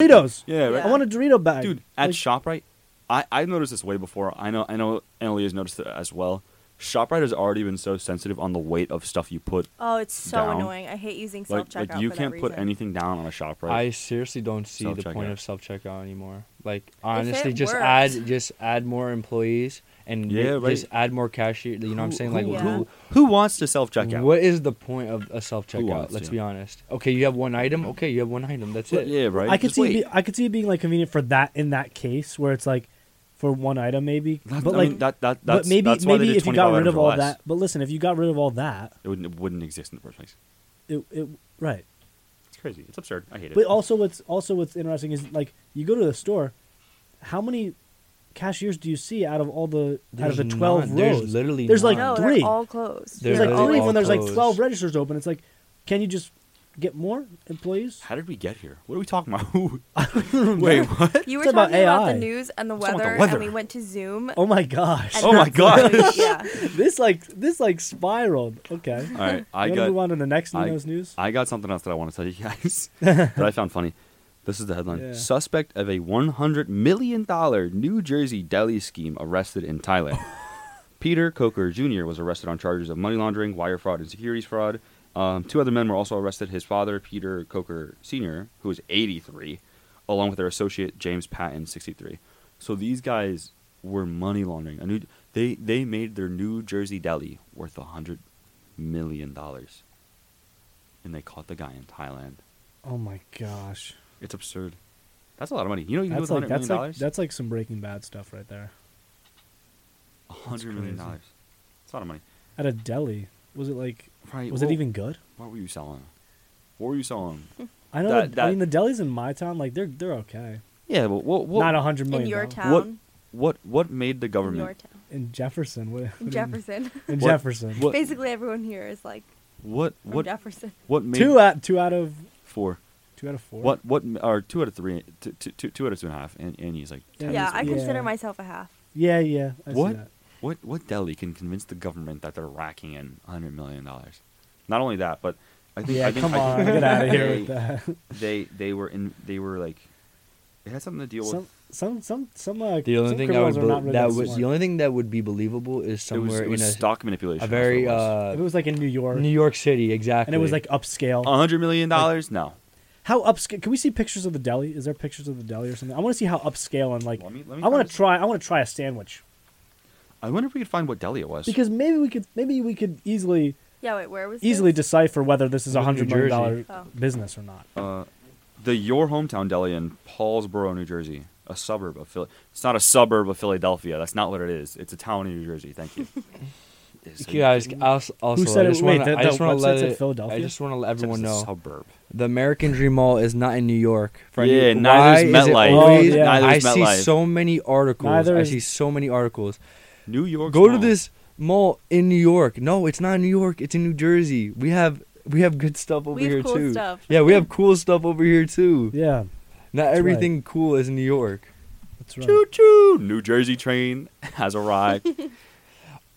S2: Doritos.
S1: Yeah, right.
S4: Yeah.
S2: I want a Dorito bag,
S1: dude at
S2: Like,
S1: shoprite i i noticed this way before i know i know Emily has noticed it as well shoprite has already been so sensitive on the weight of stuff you put
S4: oh, it's so
S1: Down.
S4: annoying. I hate using self
S1: like
S4: checkout.
S1: like you
S4: for
S1: can't
S4: that
S1: put
S4: reason.
S1: anything down on a
S3: I
S1: shoprite
S3: seriously don't see the point
S1: Self-checkout.
S3: of self checkout anymore. Like honestly,
S4: it
S3: just
S4: worked.
S3: add just add more employees and
S1: Yeah,
S3: yeah,
S1: right.
S3: just add more cashier. You know what I'm saying? Like
S4: who- Yeah.
S3: who
S1: who wants to self check out
S3: What is the point of a self
S1: wants
S3: checkout? Let's
S1: to?
S3: be honest. Okay, you have one item. Okay, you have one item. That's it.
S1: yeah right
S2: I could
S1: Just
S2: see it
S1: wait.
S2: be, I could see it being like convenient for that in that case where it's like for one item maybe,
S1: That-
S2: but
S1: I
S2: like
S1: mean, that, that,
S2: but
S1: that's,
S2: maybe
S1: that's why they
S2: maybe
S1: did
S2: if you
S1: 25
S2: got rid
S1: items
S2: of
S1: or
S2: all
S1: less.
S2: that. But listen, if you got rid of all that,
S1: it wouldn't, it wouldn't exist in the first place
S2: it it right.
S1: it's crazy it's absurd i hate it
S2: But also, what's also what's interesting is like you go to the store, how many cashiers do you see out of all the out of the
S3: There's
S2: twelve
S3: none.
S2: rows?
S3: There's literally
S2: there's like
S4: No,
S2: three.
S4: they're all closed.
S3: They're
S2: there's
S4: They're
S2: like
S4: all
S2: three
S3: all
S2: when there's like
S3: closed.
S2: twelve registers open. It's like, can you just get more employees?
S1: how did we get here what are we talking about wait what
S4: You were
S2: It's about
S4: talking about
S2: AI.
S4: the news and the
S1: What's wrong with the
S4: weather,
S1: weather?
S4: and we went to Zoom.
S2: Oh my gosh!
S4: and
S1: Oh my
S4: that's what-
S1: gosh.
S4: yeah.
S2: this like this like spiraled. Okay,
S1: all right i
S2: you wanna
S1: got
S2: move on to the next
S1: I-
S2: Nino's news.
S1: I got something else that I want to tell you guys that I found funny. This is the headline:
S2: Yeah.
S1: Suspect of a 100 million dollar New Jersey deli scheme arrested in Thailand. Peter Coker Jr. was arrested on charges of money laundering, wire fraud, and securities fraud. Um, two other men were also arrested. His father, Peter Coker Sr., who is 83, along with their associate James Patton, 63. So these guys were money laundering. A new, they they made their New Jersey deli worth 100 million dollars and they caught the guy in Thailand.
S2: oh my gosh!
S1: It's absurd. That's a lot of money. You know, what you can
S2: That's
S1: do with
S2: like that's
S1: hundred
S2: like
S1: million dollars.
S2: that's like some Breaking Bad stuff right there.
S1: hundred million dollars. It's a lot of money.
S2: At a deli, was it like
S1: Right?
S2: was
S1: well,
S2: it even good?
S1: What were you selling? What were you selling?
S2: I know.
S1: That-
S2: the,
S1: that-
S2: I mean, the delis in my town, like they're they're okay.
S1: yeah, but what? What?
S2: Not a hundred million.
S4: In your
S2: though.
S4: town.
S1: what? What? What made the
S4: In your
S1: government?
S4: town.
S2: In Jefferson. What,
S4: In Jefferson.
S2: In
S1: What-
S2: Jefferson.
S1: What?
S4: Basically, everyone here is like
S1: What?
S4: from
S1: What?
S4: Jefferson.
S1: What made
S2: Two out. Two out of.
S1: four?
S2: Two out of four.
S1: What? What? Or two out of three? Two, two, two, two out of two and a half. And and he's like,
S2: Yeah,
S4: yeah,
S2: it's-
S4: I
S2: yeah.
S4: consider myself a half.
S2: Yeah, yeah. I see
S1: What?
S2: that.
S1: what? What deli can convince the government that they're racking in hundred million dollars? Not only that, but I think.
S2: Yeah,
S1: I think,
S2: come
S1: I
S2: on,
S1: think
S2: get out of here
S1: they-
S2: with that.
S1: They they were in. They were like. It had something to deal
S2: Some,
S1: with.
S2: some, some, some. Uh,
S3: The only
S2: some
S3: thing I would
S2: criminals
S3: be-
S2: are not really
S3: that
S2: smart.
S3: was the only thing that would be believable is
S1: It was,
S3: somewhere
S1: it was
S3: in a,
S1: stock manipulation.
S3: a
S1: that's what
S3: very
S1: it was.
S2: If
S3: uh,
S2: it was like in New York,
S3: New York City exactly.
S2: and it was like upscale.
S1: A hundred million dollars? No.
S2: how upscale? Can we see pictures of the deli? Is there pictures of the deli or something? I want to see how upscale and like.
S1: Let me- let me
S2: I want
S1: find
S2: to
S1: this.
S2: try. I want to try a sandwich
S1: I wonder if we could find what deli it was.
S2: because maybe we could. Maybe we could easily
S4: Yeah, wait, where was
S2: easily
S4: This?
S2: decipher whether this is
S3: It
S2: a
S3: was New
S2: hundred million dollar
S3: Jersey.
S4: Oh.
S2: business or not.
S1: the your hometown deli in Paulsboro, New Jersey, a suburb of Philly. It's not a suburb of Philadelphia. That's not what it is. It's a town in New Jersey. Thank you. Is it-
S3: guys. Also, also,
S2: said
S3: I
S2: it-
S3: just
S2: wait,
S3: want
S2: the-
S3: to. I
S2: the
S3: just want to let
S2: website said
S3: it-
S2: Philadelphia?
S3: I just want to let
S1: Except
S3: everyone
S1: it's a
S3: know
S1: suburb.
S3: the American Dream Mall is not in New York. Frankie,
S1: Yeah,
S3: why
S1: neither is
S3: it
S1: MetLife.
S3: always-
S2: Oh, yeah.
S1: Neither
S3: I
S1: is
S3: see
S1: MetLife.
S3: so many articles.
S2: Neither
S3: I
S2: is-
S3: see so many articles.
S1: New York.
S3: Go to this mall in New York. No, it's not in New York. It's in New Jersey. We have we have good stuff over
S4: We have
S3: here
S4: cool
S3: too.
S4: stuff.
S3: Yeah, we have cool stuff over here too.
S2: Yeah,
S3: Not
S2: right.
S3: everything cool is in New York.
S2: that's right.
S1: Choo choo. New Jersey train has arrived.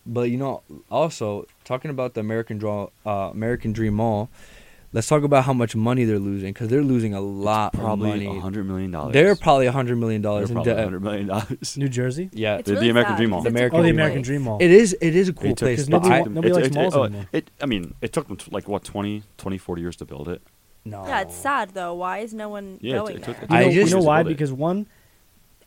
S3: But you know, also talking about the American draw, uh, American Dream Mall. Let's talk about how much money they're losing because they're losing a lot of
S1: Probably a
S3: money.
S1: hundred million dollars.
S3: They're probably a hundred million
S1: They're
S3: dollars in
S1: probably a
S3: debt.
S1: hundred million dollars.
S2: New Jersey.
S3: Yeah,
S4: It's
S1: The- the
S4: really
S1: American
S4: sad
S1: Dream
S4: 'cause
S1: Mall.
S4: it's a
S3: American
S2: Oh, the
S4: cool
S3: Dream
S2: American
S4: place.
S2: Dream Mall.
S3: it is. It is a
S1: They
S3: cool
S1: took-
S3: place.
S2: Because
S3: But
S2: nobody-
S3: I,
S2: nobody
S1: it's-
S2: likes
S1: it-
S2: malls
S1: oh,
S2: anymore.
S1: It, I mean, it took them t- like what 20, 20, 40 years to build it.
S3: no.
S4: Yeah, it's sad though. Why is no one
S1: Yeah, it-
S4: going
S1: it took-
S4: there?
S2: You
S3: I
S2: know, you
S3: just-
S2: know why?
S1: Build it.
S2: Because one,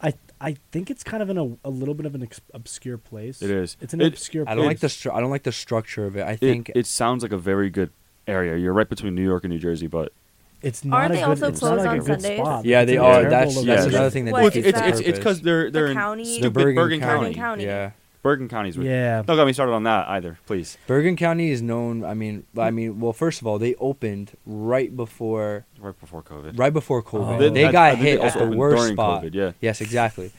S2: I I think it's kind of in a, a little bit of an ex- obscure place.
S1: It is.
S2: It's an
S1: It-
S2: obscure.
S3: I
S2: place.
S3: don't like the stru- I don't like the structure of it. I
S1: It,
S3: think
S1: it sounds like a very good area. You're right between New York and New Jersey, but
S2: It's not
S4: Aren't
S2: a
S4: they
S2: good,
S4: also
S2: it's not
S4: closed
S2: like a
S4: on
S2: good
S4: Sundays?
S2: spot.
S3: Yeah,
S2: It's
S3: they
S2: in a
S3: are.
S2: terrible
S3: That's-
S1: that's
S2: location.
S1: another
S3: thing that
S4: What
S1: Well, it's
S3: defeats
S4: is
S1: it's,
S4: that?
S1: it's, it's cause they're they're
S4: The
S1: in
S4: county? It's
S3: the
S1: stupid
S3: Bergen,
S4: County.
S3: County.
S4: Bergen County.
S3: Yeah,
S1: Bergen County's weird.
S2: Yeah.
S1: Don't get me started on that either, please.
S3: Bergen County is known. I mean, I mean, well, first of all, they opened right before
S1: Right before COVID.
S3: right before COVID.
S2: Oh.
S3: They,
S2: They-
S1: I- I
S3: got
S1: think
S3: hit
S1: they
S3: at
S1: also
S3: the
S1: opened
S3: worst
S1: during
S3: spot.
S1: COVID, yeah.
S3: Yes, exactly.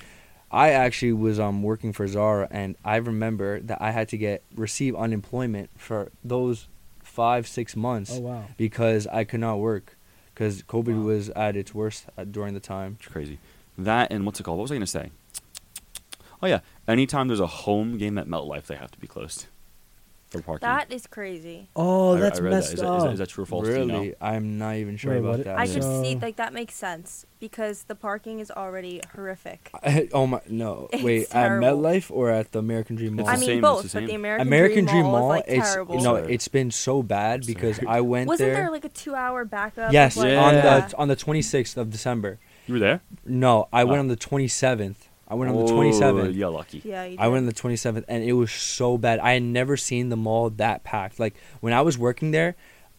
S3: I actually was um working for Zara, and I remember that I had to get receive unemployment for those five six months
S2: Oh wow.
S3: because I could not work because COVID was at its worst uh, during the time.
S1: It's crazy. That and what's it called? What was I gonna say? Oh yeah. Anytime there's a home game at MetLife, they have to be closed for parking.
S4: That is crazy.
S2: Oh,
S1: I-
S2: that's
S1: I read
S2: messed
S1: that. Is, that-
S2: up.
S1: is that- is that true or false? Do you
S3: really,
S1: know?
S3: I'm not even sure
S2: Wait,
S3: about
S2: what-
S3: that.
S4: I could see
S2: So-
S3: uh,
S4: like that makes sense because the parking is already horrific.
S3: oh my no!
S4: It's
S3: Wait, at
S4: terrible.
S3: MetLife or at the American Dream Mall?
S1: It's the
S4: I mean
S1: same, it's
S4: both,
S1: the
S4: but the
S1: same.
S4: American,
S3: American Dream Mall,
S4: is like
S3: it's
S4: terrible.
S3: no,
S1: Sorry.
S3: it's been so bad because I went
S4: Wasn't
S3: there.
S4: there like a two-hour backup?
S3: yes,
S4: of, like,
S1: Yeah.
S3: on
S1: Yeah.
S3: the on the 26th of December.
S1: You were there?
S3: No, I went
S1: Oh.
S3: on the 27th. I went on the
S1: Oh,
S3: 27th.
S1: Yeah, lucky.
S4: yeah, you
S3: I went on
S4: did.
S3: the 27th and it was so bad. I had never seen the mall that packed. Like when I was working there,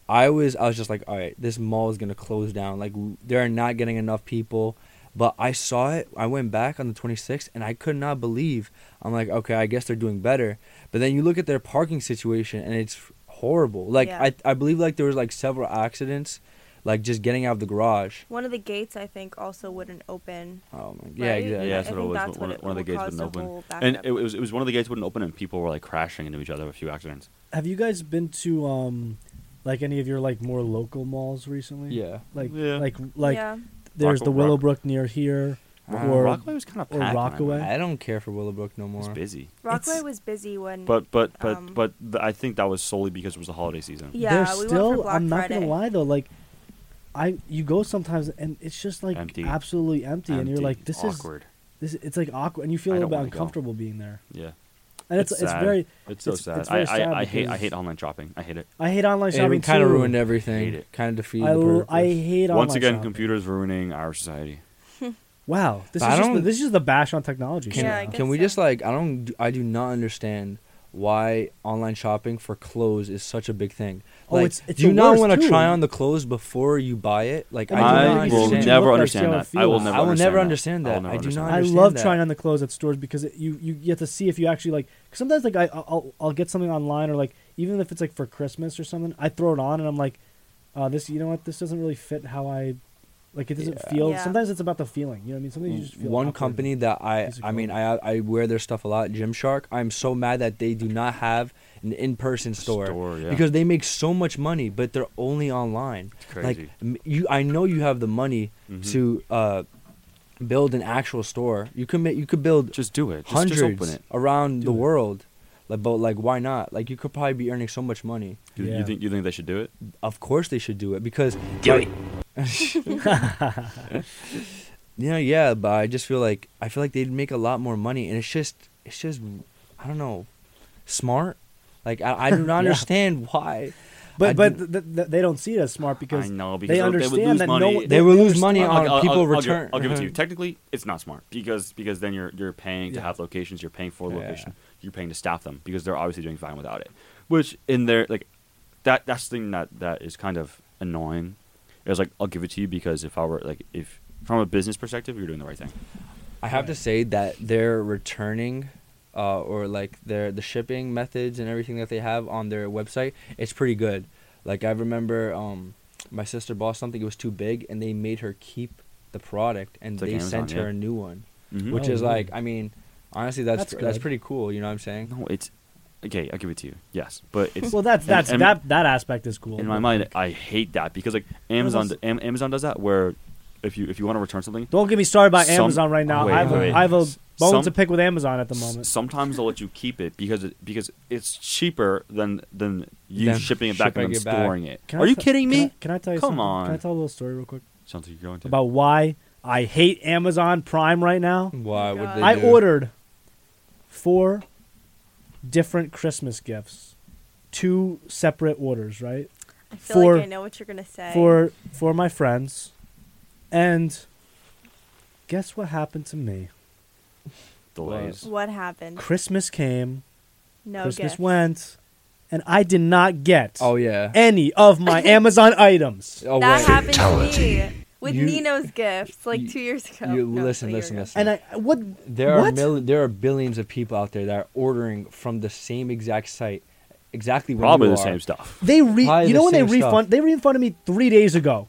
S3: I was I was just like, all right, this mall is gonna close down. Like w- they are not getting enough people. But I saw it. I went back on the 26th and I could not believe. I'm like, okay, I guess they're doing better. But then you look at their parking situation and it's horrible. Like
S4: Yeah.
S3: I I believe like there was like several accidents, like just getting out of the garage.
S4: One of the gates, I think, also wouldn't open.
S3: Oh my, yeah,
S4: Right?
S3: exactly.
S1: Yeah, that's
S4: I
S1: what it
S4: think
S1: was.
S4: that's
S1: one,
S4: what it-
S1: one of the
S4: what
S1: gates
S4: caused
S1: wouldn't
S4: the
S1: open,
S4: whole backup.
S1: and it was it was one of the gates wouldn't open, and people were like crashing into each other. A few accidents.
S2: Have you guys been to um, like any of your like more local malls recently?
S3: Yeah.
S2: Like
S1: Yeah.
S2: like like
S4: yeah.
S2: there's the
S1: Rock- Rock-
S2: Willowbrook near here,
S3: Uh,
S2: or
S1: Rockaway was kind of packed.
S2: or
S1: when I went.
S2: Rockaway.
S3: I don't care for Willowbrook no
S1: It
S3: more.
S1: was busy.
S4: Rockaway
S2: It's-
S4: was busy when.
S1: But but but
S4: Um,
S1: but the, I think that was solely because it was the holiday season.
S4: yeah,
S2: they're
S4: we
S2: still.
S4: went for Black
S2: I'm not
S4: Friday.
S2: gonna lie though, like I you go sometimes and it's just like
S1: Empty.
S2: absolutely empty, and you're like this
S1: awkward.
S2: is this. It's like awkward, and you feel a
S1: I
S2: little
S1: don't
S2: bit
S1: wanna go.
S2: uncomfortable being there.
S1: Yeah,
S2: And it's it's,
S1: sad.
S2: very.
S1: It's so
S2: it's-
S1: sad.
S2: it's very
S1: I, I,
S2: sad
S1: I hate I
S2: because-
S1: hate online shopping. I hate it.
S2: I hate online shopping.
S3: It kind of
S2: too.
S3: ruined everything.
S1: Hate it.
S3: Kind of defeated
S2: I,
S3: the
S2: l-
S3: purpose.
S2: I hate
S1: Once
S2: online
S1: again,
S2: shopping.
S1: computers ruining our society.
S2: Wow, this
S3: But I
S2: is just the,
S3: don't-
S2: this is the bash on technology.
S3: can,
S4: Yeah,
S2: right now.
S4: I
S3: can we
S4: guess
S3: just
S4: so.
S3: like I don't do- I do not understand why online shopping for clothes is such a big thing.
S2: Oh,
S3: Like,
S2: it's- it's
S3: do you
S2: the
S3: not
S2: worst,
S3: wanna
S2: too.
S3: try on the clothes before you buy it? Like
S2: I do
S3: I, do
S2: not
S3: not
S1: I will
S2: understand.
S1: never
S2: Look, I
S1: understand
S2: still
S1: that. I will
S2: feel
S1: never.
S3: I will
S1: understand
S3: never
S1: that.
S3: understand
S1: I will
S3: that.
S1: never
S3: I do
S1: understand
S3: not
S1: that.
S2: I
S3: understand
S2: love
S3: that.
S2: trying on the clothes at stores because it, you you get to see if you actually like. Sometimes like I I'll, I'll get something online or like even if it's like for Christmas or something, I throw it on and I'm like, uh, this you know what this doesn't really fit how I, like it doesn't feel.
S4: Yeah.
S2: Sometimes it's about the feeling, you know what I mean. Sometimes you just feel
S3: Mm, one
S2: awkward.
S3: company that I
S2: Piece of
S3: I mean
S2: clothing.
S3: I I wear their stuff a lot, Gymshark. I'm so mad that they do not have an in-person store,
S1: store, yeah.
S3: because they make so much money, but they're only online. Like
S1: crazy. Mm-hmm.
S3: m- you, I know you have the money to uh, build an actual store. You can make you could build
S1: Just do it. Just,
S3: hundreds
S1: just open it.
S3: around the
S2: it.
S3: world. Like, but like, why not? Like, you could probably be earning so much money.
S1: You, you
S2: Yeah.
S1: think you think they should do it?
S3: Of course, they should do it because
S6: Do
S3: like-
S6: it.
S3: Yeah, yeah, but I just feel like I feel like they'd make a lot more money, and it's just it's just I don't know, smart. Like I, I do not
S2: Yeah.
S3: understand why. I
S2: But but
S3: do-
S2: th- th- th- they don't see it as smart because
S1: know, because
S2: they
S1: they would
S2: understand
S1: lose
S2: that
S1: money.
S2: no
S1: They
S3: they will lose
S2: understand-
S3: money
S1: I'll-
S3: on
S1: I'll- I'll-
S3: people
S1: I'll give-
S3: return.
S1: I'll give it to you. Technically, it's not smart because because then you're you're paying to
S2: Yeah.
S1: have locations, you're paying for a location,
S3: Yeah.
S1: you're paying to staff them because they're obviously doing fine without it. Which in their like that that's the thing that that is kind of annoying. It's like I'll give it to you because if I were like if from a business perspective, you're doing the right thing.
S3: I have to say that they're returning, uh, or like their the shipping methods and everything that they have on their website. It's pretty good. Like I remember, um, my sister bought something. It was too big, and they made her keep the product, and
S1: It's like
S3: they sent
S1: Amazon,
S3: her
S1: yeah.
S3: a new one,
S1: Mhm.
S3: which
S2: Oh,
S3: is
S2: really?
S3: like I mean, honestly, that's
S2: That's
S3: that's, that's
S2: good.
S3: pretty cool. You know what I'm saying?
S1: No, it's okay. I'll give it to you. Yes, but it's
S2: Well, that's
S1: and-
S2: that's
S1: and-
S2: that that aspect is cool.
S1: in my mind, I hate that because like Amazon,
S2: that's-
S1: Am- Amazon does that where if you if you want to return something,
S2: don't get me started about
S1: Some-
S2: Amazon right now.
S1: wait,
S2: I have
S3: wait.
S2: a, I have a bone
S1: Some-
S2: to pick with Amazon at the
S1: S-
S2: moment.
S1: Sometimes they'll let you keep it because it, because it's cheaper than than you
S3: Than
S1: shipping it back
S3: shipping
S1: and them
S3: it back.
S1: storing it.
S2: Can
S1: Are
S2: I
S1: you
S2: t-
S1: kidding
S2: can I-
S1: me?
S2: Can I, tell you?
S1: Come
S2: something?
S1: on.
S2: Can I tell a little story real quick
S1: Sounds like you're going to.
S2: about why I hate Amazon Prime right now?
S3: Why would Mm, they?
S2: I
S3: do?
S2: ordered four different Christmas gifts, two separate orders, right?
S4: I feel
S2: for-
S4: like I know what you're gonna say.
S2: For for my friends, and guess what happened to me?
S1: Delays.
S4: What happened?
S2: Christmas came,
S4: No
S2: Christmas
S4: gift.
S2: went, and I did not get
S3: Oh yeah.
S2: any of my Amazon items.
S3: oh
S4: that
S3: wait.
S4: happened to me with
S3: You-
S4: Nino's gifts like
S3: you-
S4: two years ago.
S3: you
S4: No,
S3: listen,
S4: a year
S3: listen,
S4: ago.
S3: listen.
S2: And I what
S3: There are
S2: What?
S3: mil- there are billions of people out there that are ordering from the same exact site, exactly when
S1: Probably
S3: you
S1: the
S3: are.
S1: same stuff.
S2: they re
S3: Probably
S2: you
S3: the
S2: know when they
S3: same stuff.
S2: refund they refunded me three days ago.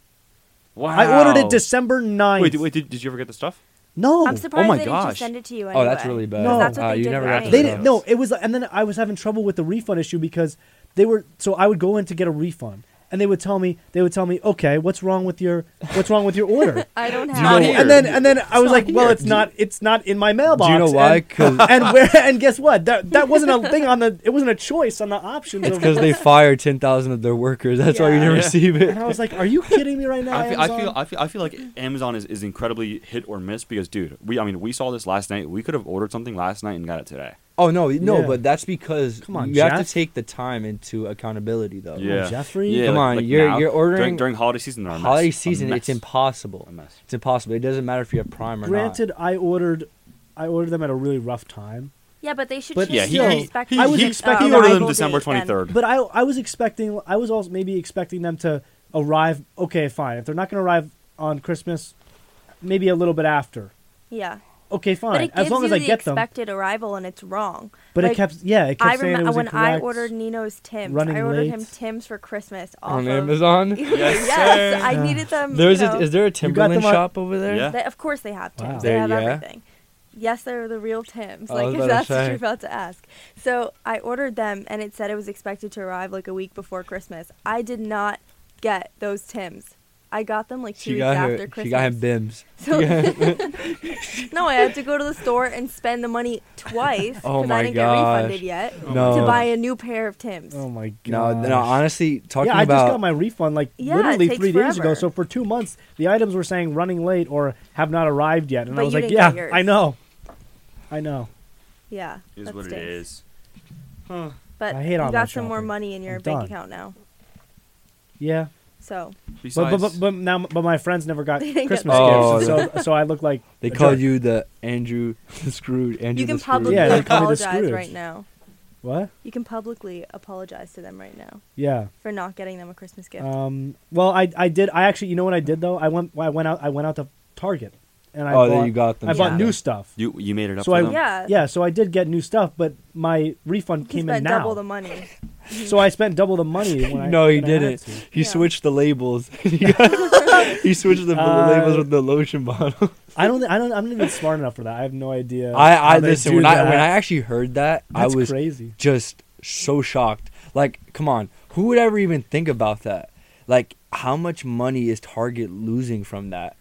S1: Wow.
S2: I ordered it December 9th.
S1: Wait, wait, did, did you ever get the stuff?
S2: No,
S4: I'm surprised
S1: my
S4: they didn't
S1: gosh.
S4: just send it to you. Anyway.
S3: Oh, that's really bad.
S2: No.
S4: that's what
S3: Uh,
S4: they
S3: you
S4: did
S3: never
S4: with
S3: got
S4: me.
S3: to
S2: they
S3: the
S2: didn't.
S3: house.
S2: No, it was, and then I was having trouble with the refund issue because they were. So I would go in to get a refund, and they would tell me, they would tell me, okay, what's wrong with your, what's wrong with your order?
S4: I don't have.
S1: not
S4: it.
S1: here.
S2: And then, and then I was
S4: not
S2: like, well,
S4: here.
S2: it's not, it's not in my mailbox.
S3: Do you know why?
S2: and-
S3: Because
S2: And, where? And guess what? That that wasn't a thing on the. It wasn't a choice on the options.
S3: it's
S2: of-
S3: because they fired ten thousand of their workers. That's why you
S4: Yeah.
S3: didn't
S1: Yeah.
S3: receive it.
S2: And I was like, are you kidding me right now?
S1: I feel, I feel
S2: Amazon?
S1: I feel I feel like Amazon is, is incredibly hit or miss because dude, we I mean we saw this last night. We could have ordered something last night and got it today.
S3: Oh no, no,
S2: Yeah.
S3: but that's because
S2: Come on,
S3: you have
S2: Jeff.
S3: to take the time into accountability though.
S1: Yeah.
S2: Jeffrey.
S1: Yeah,
S3: Come
S1: like-
S3: on,
S1: like
S3: you're-
S1: now,
S3: you're
S1: during,
S3: ordering-
S1: during holiday season. they're a mess.
S3: Holiday
S1: A
S3: season, it's
S1: mess.
S3: impossible.
S1: A mess.
S3: It's impossible. It doesn't matter if you have Prime or
S2: Granted, I ordered, I ordered them at a really rough time.
S4: Yeah, but they should.
S2: But
S4: But
S1: yeah,
S4: yeah,
S1: he-
S2: he-
S4: respect
S1: He,
S2: I was
S1: he,
S2: expecting
S1: he
S2: a
S1: ordered them
S2: rival
S1: December twenty third.
S2: But I I was expecting I was also maybe expecting them to arrive. Okay, fine. If they're not going to arrive on Christmas, maybe a little bit after.
S4: Yeah,
S2: Okay,
S4: but
S2: fine.
S4: it gives
S2: As long
S4: you
S2: as I
S4: the
S2: get them.
S4: expected arrival, and it's wrong.
S2: But it
S4: Like,
S2: kept yeah, it kept
S4: I
S2: saying it
S4: remember
S2: was
S4: when I
S2: incorrect.
S4: ordered Nino's Tim's.
S2: running
S4: I ordered
S2: late.
S4: him Tim's for Christmas off
S3: On
S2: uh-huh.
S4: of-
S3: Amazon,
S4: yes,
S1: sir.
S4: I needed them.
S3: there's
S4: you
S3: a,
S4: know,
S3: is there a
S2: got them
S3: Timberland
S2: on-
S3: shop over there?
S1: Yeah.
S4: they- of course they have Tim's.
S2: Wow.
S4: They
S3: There-
S4: have
S3: yeah.
S4: everything. Yes, they're the real Tim's.
S3: I was about
S4: Like if
S3: to
S4: that's what
S3: say.
S4: you're about to ask. So I ordered them, and it said it was expected to arrive like a week before Christmas. I did not get those Tim's. I got them like
S3: She
S4: two weeks
S3: got
S4: after
S3: her.
S4: Christmas.
S3: She got him bims.
S4: So no, I had to go to the store and spend the money twice because
S3: Oh my
S4: I didn't
S3: gosh.
S4: get refunded yet
S3: no.
S4: to buy a new pair of Tim's.
S2: Oh my god.
S3: no, no. Honestly, talking
S2: yeah, I
S3: about
S2: just got my refund like
S4: Yeah, it
S2: literally
S4: takes
S2: three days ago.
S4: forever.
S2: So for two months, the items were saying running late or have not arrived yet, and I
S4: But
S2: was
S4: you
S2: like,
S4: didn't get
S2: yeah,
S4: yours.
S2: I know, I know.
S4: Yeah,
S1: Is
S4: that
S1: what it
S4: stinks.
S1: is.
S4: But
S2: I hate
S4: you
S2: online
S4: got some more
S2: shopping.
S4: money in your
S2: I'm
S4: bank
S2: done.
S4: account now,
S2: Yeah,
S4: so
S2: but, but
S1: Besides,
S2: but but now but my friends never got
S4: They didn't get
S2: Christmas
S3: them. Oh,
S2: gifts, and so so I look like
S3: they
S2: a
S3: call
S2: jerk.
S3: you the Andrew the Screwed. Andrew
S4: you
S3: the
S4: can
S3: Screwed.
S4: publicly
S2: Yeah, they call me the
S4: apologize
S2: Scrooge.
S4: right now.
S2: what?
S4: You can publicly apologize to them right now
S2: Yeah.
S4: for not getting them a Christmas gift.
S2: Um. Well, I I did. I actually, you know what I did though? I went. I went out. I went out to Target, and I
S3: oh,
S2: bought.
S3: then you got them.
S2: I bought
S4: Yeah.
S2: new stuff.
S1: you you made it up.
S2: So
S1: for
S2: I
S1: them?
S4: yeah,
S2: Yeah. So I did get new stuff, but my refund
S4: He
S2: came
S4: spent
S2: in now.
S4: double the money.
S2: so I spent double the money. When I,
S3: No, he
S2: when I had
S3: didn't.
S2: to.
S3: He
S4: Yeah.
S3: switched the labels. he switched the
S2: Uh,
S3: labels with the lotion bottle.
S2: I don't. I don't. I'm not even smart enough for that. I have no idea.
S3: I, I
S2: how they
S3: listen
S2: do
S3: when I
S2: that.
S3: when I actually heard that
S2: That's
S3: I was
S2: crazy.
S3: just so shocked. Like, come on, who would ever even think about that? Like, how much money is Target losing from that,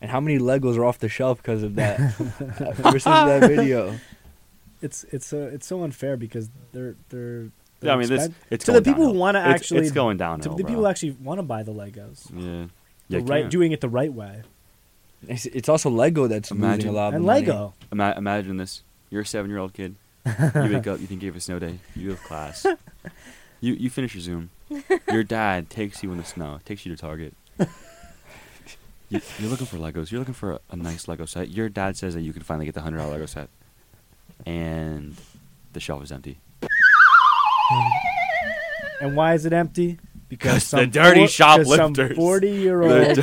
S3: and how many Legos are off the shelf because of that? Ever since that video,
S2: It's it's uh, it's so unfair because they're they're. they're
S1: Yeah, I mean, this
S2: expect-
S1: it's
S2: to the
S1: going
S2: people who
S1: downhill.
S2: want to
S1: It's-
S2: actually
S1: it's going downhill.
S2: to the people
S1: bro.
S2: who actually want to buy the Legos,
S1: yeah,
S2: the
S1: yeah,
S2: right
S1: can.
S2: doing it the right way,
S3: it's, it's also Lego that's losing
S1: Imagine-
S3: a lot of
S2: and
S3: money.
S2: Lego.
S1: Ima- imagine this: you're a seven-year-old kid. You wake up, you think you have a snow day. You have class. You you finish your Zoom. Your dad takes you in the snow, takes you to Target. You, you're looking for Legos. You're looking for a, a nice Lego set. Your dad says that you can finally get the hundred dollar Lego set, and the shelf is empty.
S2: And why is it empty?
S1: 'Cause the dirty shoplifters.
S2: Forty-year-old.
S1: The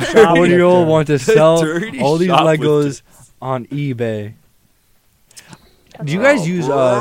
S2: shoplifter.
S3: Forty-year-old want to sell
S1: dirty
S3: all these Legos
S1: shoplifters.
S3: on eBay. Do you guys use uh?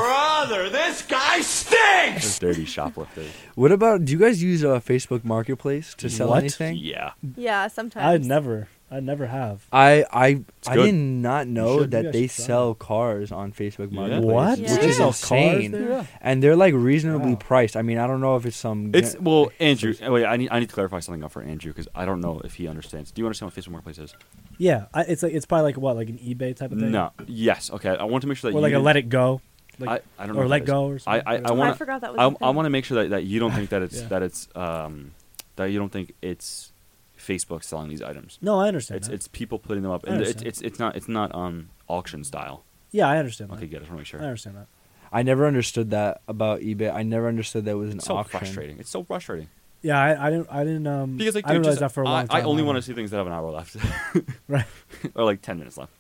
S1: Those dirty shoplifters.
S3: What about do you guys use uh, Facebook Marketplace to sell
S2: What?
S3: anything?
S1: Yeah.
S4: yeah, sometimes.
S2: I never. I never have.
S3: I I I
S1: good.
S3: did not
S2: should-
S3: know
S2: you
S3: that
S2: guys
S3: they
S2: should try
S3: sell cars on Facebook
S1: Yeah.
S3: Marketplace,
S2: What?
S4: Yeah.
S3: which is
S2: Sell cars
S3: insane.
S2: there?
S3: And they're like reasonably
S2: Wow.
S3: priced. I mean, I don't know if it's some.
S1: It's well, Andrew. oh, Wait, I need I need to clarify something up for Andrew because I don't know if he understands. Do you understand what Facebook Marketplace is?
S2: Yeah, I, it's like it's probably like what, like an eBay type of thing.
S1: No. Yes. Okay. I want to make sure that
S2: or
S1: you
S2: like a
S1: didn't-
S2: let it go, like
S1: I, I don't know
S2: or
S1: what
S2: let
S1: that is.
S2: go or something.
S1: I, I, I
S2: whatever.
S4: I
S1: want
S4: forgot that was.
S1: I,
S4: a
S1: I
S4: thing.
S1: want to make sure that, that you don't think that it's
S2: Yeah.
S1: that it's um that you don't think it's Facebook selling these items.
S2: No, I understand.
S1: It's
S2: that.
S1: it's people putting them up,
S2: I
S1: and it's
S2: understand.
S1: it's it's not it's not um auction style.
S2: yeah, I understand.
S1: Okay,
S2: that.
S1: good. I just want to make sure.
S2: I understand that.
S3: I never understood that about eBay. I never understood that it was an
S1: It's so
S3: auction.
S1: frustrating. It's so frustrating
S2: Yeah, I, I didn't. I didn't. Um,
S1: because like
S2: I didn't
S1: dude, just-
S2: realize that for a long
S1: I,
S2: time.
S1: I only want to see things that have an hour left,
S2: Right.
S1: or like ten minutes left.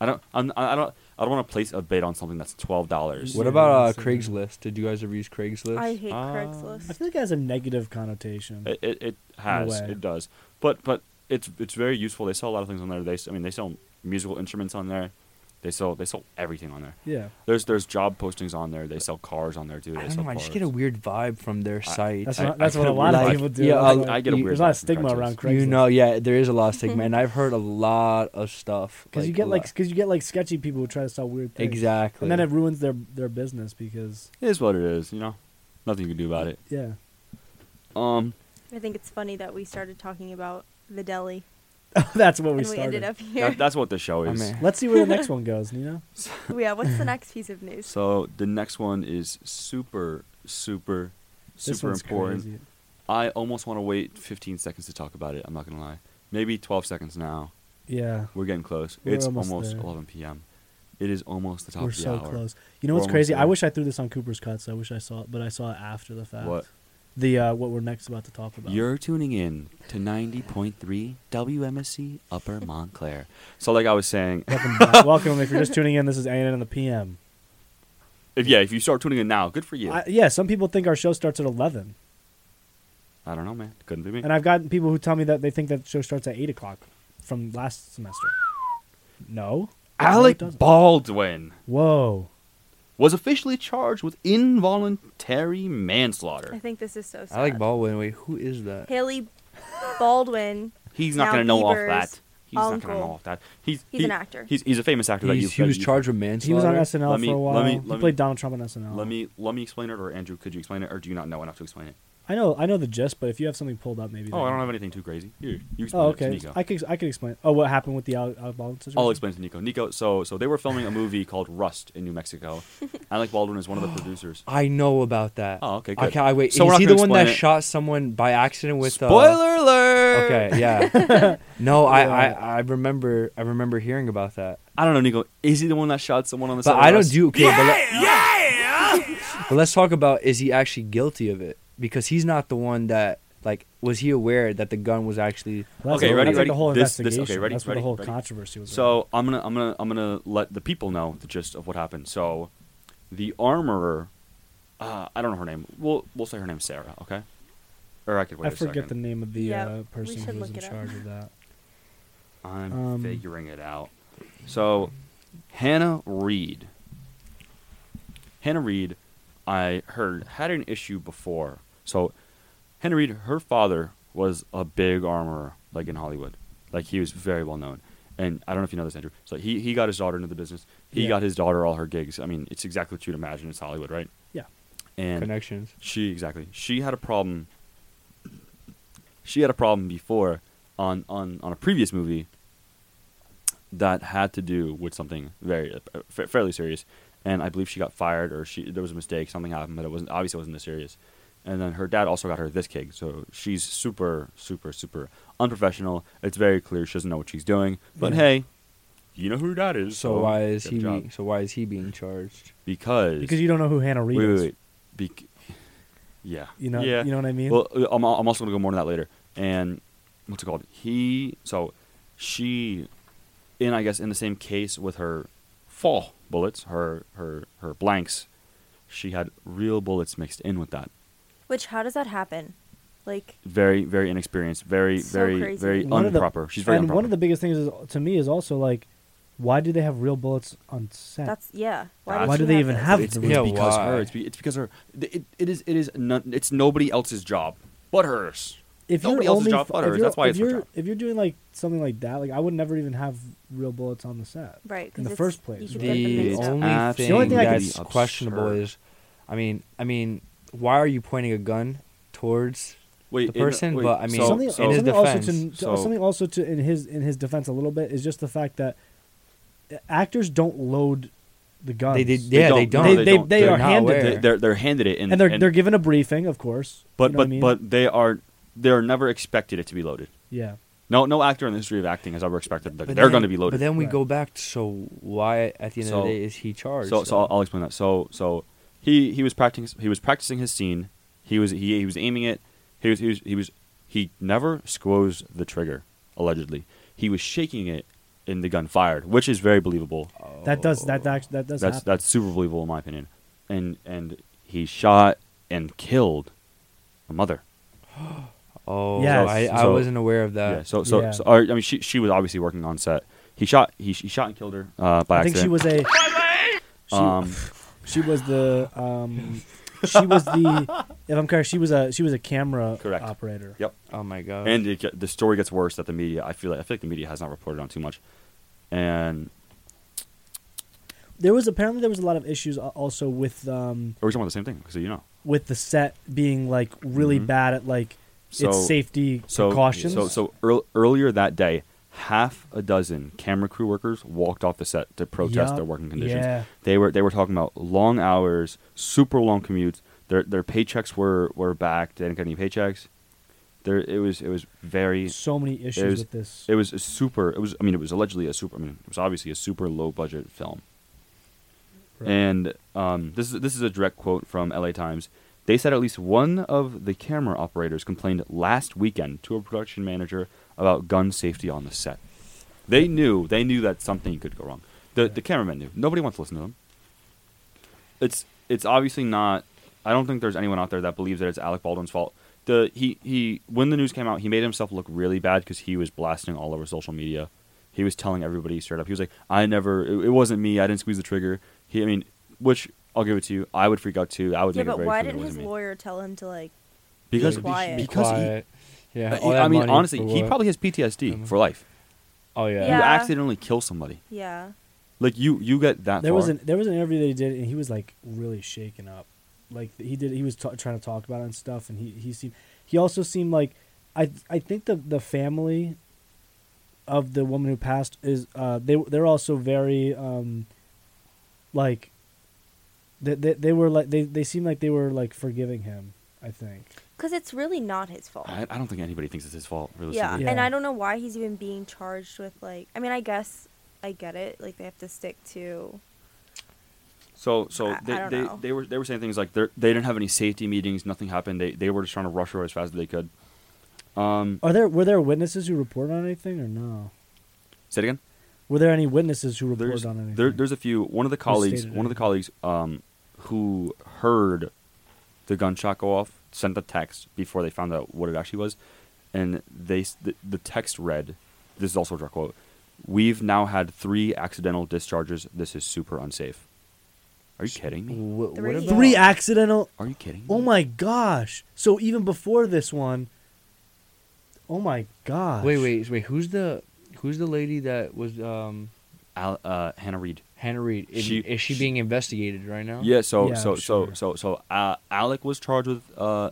S1: I I don't. I'm, I don't. I don't want to place a bid on something that's twelve dollars.
S3: What
S2: Yeah,
S3: about uh,
S2: that's it.
S3: Craigslist? Did you guys ever use Craigslist?
S4: I hate
S1: Ah.
S2: I
S4: Craigslist.
S2: feel like it has a negative connotation.
S1: It, it, it has.
S2: way.
S1: It does. But but it's it's very useful. They sell a lot of things on there. They s- I mean they sell musical instruments on there. They sell they sell everything on there.
S2: yeah,
S1: There's there's job postings on there. They sell cars on there too. They
S3: I don't
S1: sell
S3: know. I just
S1: cars.
S3: get a weird vibe from their site.
S2: that's
S1: I-
S2: what,
S1: I
S2: that's what
S1: get
S2: a
S1: a
S2: lot of
S1: weird-
S2: people do.
S3: yeah,
S2: That's
S3: I'll-
S2: why
S1: I get a weird
S2: There's a lot of
S1: vibe from
S2: stigma
S1: Craigslist.
S2: around Craigslist.
S3: you know, yeah, there is a lot of stigma, and I've heard a lot of stuff.
S2: because
S3: like,
S2: you
S3: a
S2: get like
S3: lot.
S2: because you get like sketchy people who try to sell weird things.
S3: exactly.
S2: And then it ruins their their business because
S1: It is what it is. You know, nothing you can do about it.
S2: yeah,
S1: Um,
S4: I think it's funny that we started talking about the deli
S2: that's what we
S4: and we
S2: started.
S4: ended up here.
S1: that, that's what the show
S3: I
S1: is.
S3: mean,
S2: Let's see where the next one goes. You know,
S4: yeah, what's the next piece of news?
S1: So the next one is super super
S2: this
S1: super
S2: one's
S1: important.
S2: Crazy.
S1: I almost want to wait 15 seconds to talk about it. I'm not gonna lie. Maybe 12 seconds now.
S2: Yeah,
S1: We're getting close.
S2: We're
S1: it's
S2: almost
S1: almost,
S2: there.
S1: 11 p.m. It is almost the top
S2: we're
S1: of the
S2: so
S1: hour.
S2: close. You know
S1: We're
S2: what's
S1: almost
S2: crazy? I
S1: there.
S2: wish I threw this on Cooper's cuts. I wish I saw it, but I saw it after the fact.
S1: What?
S2: The uh, what we're next about to talk about.
S1: You're tuning in to 90.3 WMSC Upper Montclair. So, like I was saying,
S2: welcome, back. welcome. If you're just tuning in, this is ANN and the PM.
S1: if, yeah, if you start tuning in now, good for you.
S2: I,
S1: I,
S2: yeah, some people think our show starts at eleven,
S1: don't know, man. Couldn't be me.
S2: and I've gotten people who tell me that they think that the show starts at eight o'clock from last semester. No,
S1: Alec
S2: doesn't.
S1: Baldwin
S2: whoa,
S1: was officially charged with involuntary
S4: I
S1: manslaughter.
S4: think this is so sad.
S3: I like Baldwin. Wait, who is that?
S4: Haley Baldwin.
S1: He's not
S4: Now
S1: going to know off
S4: Bieber's
S1: that. He's not going to know
S4: uncle.
S1: off that. He's,
S4: He's
S1: he-
S4: an actor.
S1: He's, he's a famous actor. that you,
S3: He's, he
S1: that
S3: was
S1: you-
S3: charged with manslaughter.
S2: he was on SNL
S1: Let me-
S2: for a while.
S1: let me-
S2: he
S1: let me-
S2: played Donald Trump on SNL.
S1: Let me let me explain it, or Andrew, could you explain it, or do you not know enough to explain it?
S2: I know, I know the gist, but if you have something pulled up, maybe.
S1: Oh,
S2: they
S1: I
S2: can-
S1: don't have anything too crazy. Here, you explain
S2: Oh,
S1: it to
S2: okay.
S1: Nico.
S2: I could, I could explain. Oh, what happened with the Alec Alec Baldwin situation?
S1: I'll explain to Nico. Nico, so so they were filming a movie called Rust in New Mexico. Alec Baldwin is one of the producers.
S3: I know about that.
S1: Oh, okay,
S3: I
S1: good.
S3: can't, I wait.
S1: So we're
S3: is
S1: not
S3: he the
S1: gonna
S3: one that
S1: explain it.
S3: shot someone by accident with the
S1: Spoiler alert!
S3: Okay, yeah. no, I, I,
S2: Yeah.
S3: I remember I remember hearing about that.
S1: I don't know, Nico. Is he the one that shot someone on the
S3: But
S1: side? of
S3: I don't
S1: Rust?
S3: do okay, but let, But let's talk about is he actually guilty of it? Because he's not the one that like was he aware that the gun was actually
S2: That's
S1: Okay,
S2: the-
S1: ready,
S2: that's
S1: ready.
S2: Like the whole
S1: This- this-
S2: investigation.
S1: okay, ready,
S2: that's where the
S1: ready,
S2: whole
S1: ready.
S2: controversy was.
S1: So I'm gonna I'm gonna I'm gonna let the people know the gist of what happened. So, the armorer, uh, I don't know her name. We'll we'll say her name's Sarah. Okay. Or I could wait
S2: I
S1: a
S2: forget the
S1: second.
S2: name of the
S4: Yeah,
S2: uh,
S4: we
S2: person
S4: should
S2: who was
S4: look
S2: in
S4: it up.
S2: charge of that.
S1: I'm
S2: um,
S1: figuring it out. So, Hannah Reed. Hannah Reed, I heard had an issue before. So, Hannah Reed, her father was a big armorer, like in Hollywood. Like he was very well known. And I don't know if you know this, Andrew. So he, he got his daughter into the business. He
S2: Yeah.
S1: got his daughter all her gigs. I mean, it's exactly what you'd imagine. It's Hollywood, right?
S2: Yeah.
S1: And
S3: connections?
S1: she exactly. She had a problem. She had a problem before on on on a previous movie that had to do with something very uh, fa- fairly serious, and I believe she got fired or she there was a mistake, something happened, but it wasn't obviously it wasn't this serious. And then her dad also got her this gig, so she's super super super unprofessional. It's very clear she doesn't know what she's doing. But
S2: Yeah.
S1: hey, you know who her dad is.
S3: So why is
S1: get
S3: he
S1: the job.
S3: being, so why is he being charged?
S1: Because
S2: Because you don't know who Hannah Reid
S1: wait,
S2: is.
S1: wait, wait. Bec- yeah.
S2: You know,
S1: Yeah.
S2: you know what I mean.
S1: Well, uh, I'm, I'm also going to go more into that later. And what's it called? He, so she, in I guess in the same case with her fall bullets, her her her blanks, she had real bullets mixed in with that.
S4: Which how does that happen? Like
S1: Very very inexperienced, very
S4: So
S1: very
S4: crazy.
S1: very
S2: One of the-
S1: unproper. She's very
S2: and
S1: unproper.
S2: one of the biggest things is, to me is also like, why do they have real bullets on set?
S4: that's yeah.
S1: Why
S4: did
S2: why
S4: she
S2: do they even
S4: those?
S2: have
S1: it's,
S2: the
S1: it's
S3: Yeah,
S2: real? bullets?
S1: because
S3: why?
S1: her. It's, be, it's because her. It, it is it is none, it's nobody else's job but hers.
S2: If you're
S1: nobody else's
S2: only,
S1: job
S2: f-
S1: but
S2: if
S1: hers,
S2: you're-
S1: that's why
S2: if
S1: it's her
S2: you're-
S1: job.
S2: If you're doing like something like that, like I would never even have real bullets on the set.
S4: Right. 'cause
S2: in the
S4: it's-
S2: first place,
S4: You
S2: You
S4: could
S2: right?
S4: get them
S3: The
S4: mixed up.
S3: only
S1: Absolutely
S3: thing,
S2: The only thing I could-
S3: that's questionable
S1: absurd.
S3: is, I mean, I mean, why are you pointing a gun towards?
S1: Wait,
S3: The
S1: in
S3: person, but I mean- So-
S2: something,
S3: in his
S2: something also to,
S3: defense,
S2: to-
S1: so-
S2: something also to in his in his defense a little bit is just the fact that actors don't load the guns.
S3: They did, yeah, they
S1: don't.
S3: don't.
S1: No, Um, they don't.
S2: They
S1: They're
S2: are
S3: not
S2: handed,
S3: aware.
S1: They- they're they're handed it, and,
S2: and they're they're given a briefing, of course.
S1: but
S2: you know what
S1: but
S2: I mean?
S1: but they are they are never expected it to be loaded.
S2: yeah,
S1: No no actor in the history of acting has ever expected that
S3: But
S1: they're
S3: then-
S1: going to be loaded.
S3: But then we
S2: Right.
S3: go back. To, so why at the end
S1: So-
S3: of the day is he charged?
S1: so so I'll, I'll explain that. So so he he was practicing he was practicing his scene. He was he, he was aiming it. He was he was he was he never squoze the trigger allegedly. He was shaking it and the gun fired, which is very believable.
S2: That does that that, that does
S1: that's
S2: happen.
S1: that's super believable in my opinion. And and he shot and killed a mother.
S3: Oh,
S2: Yes.
S3: I, I
S1: So-
S3: wasn't aware of
S1: yeah.
S3: that.
S1: So so,
S2: yeah.
S1: so or, I mean, she she was obviously working on set. He shot he, he shot and killed her uh, by
S2: I think she
S1: accident.
S2: was a she,
S1: Um,
S2: she was the um she was the if I'm correct she was a she was a camera
S1: Correct.
S2: operator.
S1: Yep.
S3: Oh my god.
S1: and it, get- the story gets worse that the media. I feel like I feel like the media has not reported on too much, and
S2: There was apparently there was a lot of issues al- also with um
S1: or we talking about the same thing. So you know,
S2: with the set being like really
S1: Mhm.
S2: bad at like
S1: So-
S2: its safety
S1: so
S2: precautions.
S1: So so earl- earlier that day, half a dozen camera crew workers walked off the set to protest
S2: Yup.
S1: their working conditions.
S2: Yeah.
S1: They were they were talking about long hours, super long commutes. Their their paychecks were were back. They didn't get any paychecks. There it was it was very
S2: So many issues
S1: was-
S2: with this.
S1: it was a super it was I mean it was allegedly a super I mean it was obviously a super low budget film.
S2: Right.
S1: And um, this is this is a direct quote from LA Times. They said at least one of the camera operators complained last weekend to a production manager about gun safety on the set. They knew they knew that something could go wrong. The the cameramen knew. Nobody wants to listen to them. It's it's obviously not I don't think there's anyone out there that believes that it's Alec Baldwin's fault. The he he when the news came out, he made himself look really bad cuz he was blasting all over social media. He was telling everybody straight up. He was like, "I never it, it wasn't me. I didn't squeeze the trigger." He I mean, which I'll give it to you. I would freak out too. I would
S4: yeah,
S1: make it
S4: but
S1: very
S4: why
S1: clear it
S4: didn't his
S1: wasn't me.
S4: lawyer tell him to like?
S1: because
S4: be quiet?
S3: Be
S1: because he,
S3: quiet. yeah.
S1: uh,
S3: all
S1: he-
S3: that
S1: I mean,
S3: money
S1: honestly,
S3: for
S1: he
S3: what?
S1: probably has PTSD
S3: Mhm.
S1: for life.
S3: Oh yeah.
S1: You
S4: Yeah.
S1: accidentally kill somebody.
S4: Yeah.
S1: Like you you get that
S2: there
S1: far.
S2: was an there was an interview that he did and he was like really shaken up like he did he was t- trying to talk about it and stuff and he he seemed he also seemed like i i think the the family of the woman who passed is uh they they're also very um like they they, they were like they they seemed like they were like forgiving him i think
S4: Because it's really not his fault.
S1: I, I don't think anybody thinks it's his fault
S4: yeah.
S1: realistically.
S2: Yeah.
S4: and I don't know why he's even being charged with like. I mean, I guess I get it. Like they have to stick to.
S1: So so
S4: I-
S1: they,
S4: I don't
S1: they,
S4: know.
S1: they were they were saying things like they they didn't have any safety meetings, nothing happened. They they were just trying to rush her as fast as they could. Um,
S2: are there were there witnesses who reported on anything or no
S1: say it again.
S2: were there any witnesses who reported
S1: There's
S2: on anything
S1: there, there's a few. One of the colleagues
S2: stated
S1: one of the colleagues
S2: anything?
S1: um, who heard the gunshot go off sent a text before they found out what it actually was, and they s- the, the text read, "This is also a direct quote." We've now had three accidental discharges. This is super unsafe. Are you kidding me?
S3: Wh- What,
S4: Three.
S3: about
S2: three accidental
S1: Are you kidding? me?
S2: Oh my gosh! So even before this one, oh my gosh!
S3: Wait, wait, wait. Who's the who's the lady that was um
S1: Al, uh, Hannah Reed.
S3: Hannah Reed? Is
S1: She-
S3: she, is she
S1: she-
S3: being investigated right now?
S1: Yeah, so
S2: Yeah,
S1: so,
S2: I'm
S1: so
S2: sure.
S1: so so uh, Alec was charged with uh,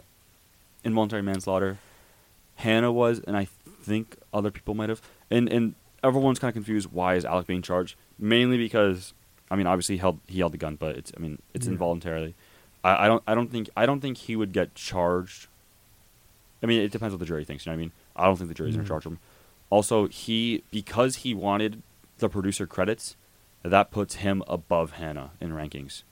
S1: involuntary manslaughter. Hannah was, and I think other people might have. And and everyone's kind of confused. Why is Alec being charged? Mainly because I mean, obviously he held he held the gun, but it's I mean it's
S2: Yeah.
S1: involuntarily. I, I don't I don't think I don't think he would get charged. I mean, it depends what the jury thinks. You know what I mean? I don't think the jury's gonna
S2: Mhm.
S1: charge him. Also, he because he wanted the producer credits, that puts him above Hannah in rankings.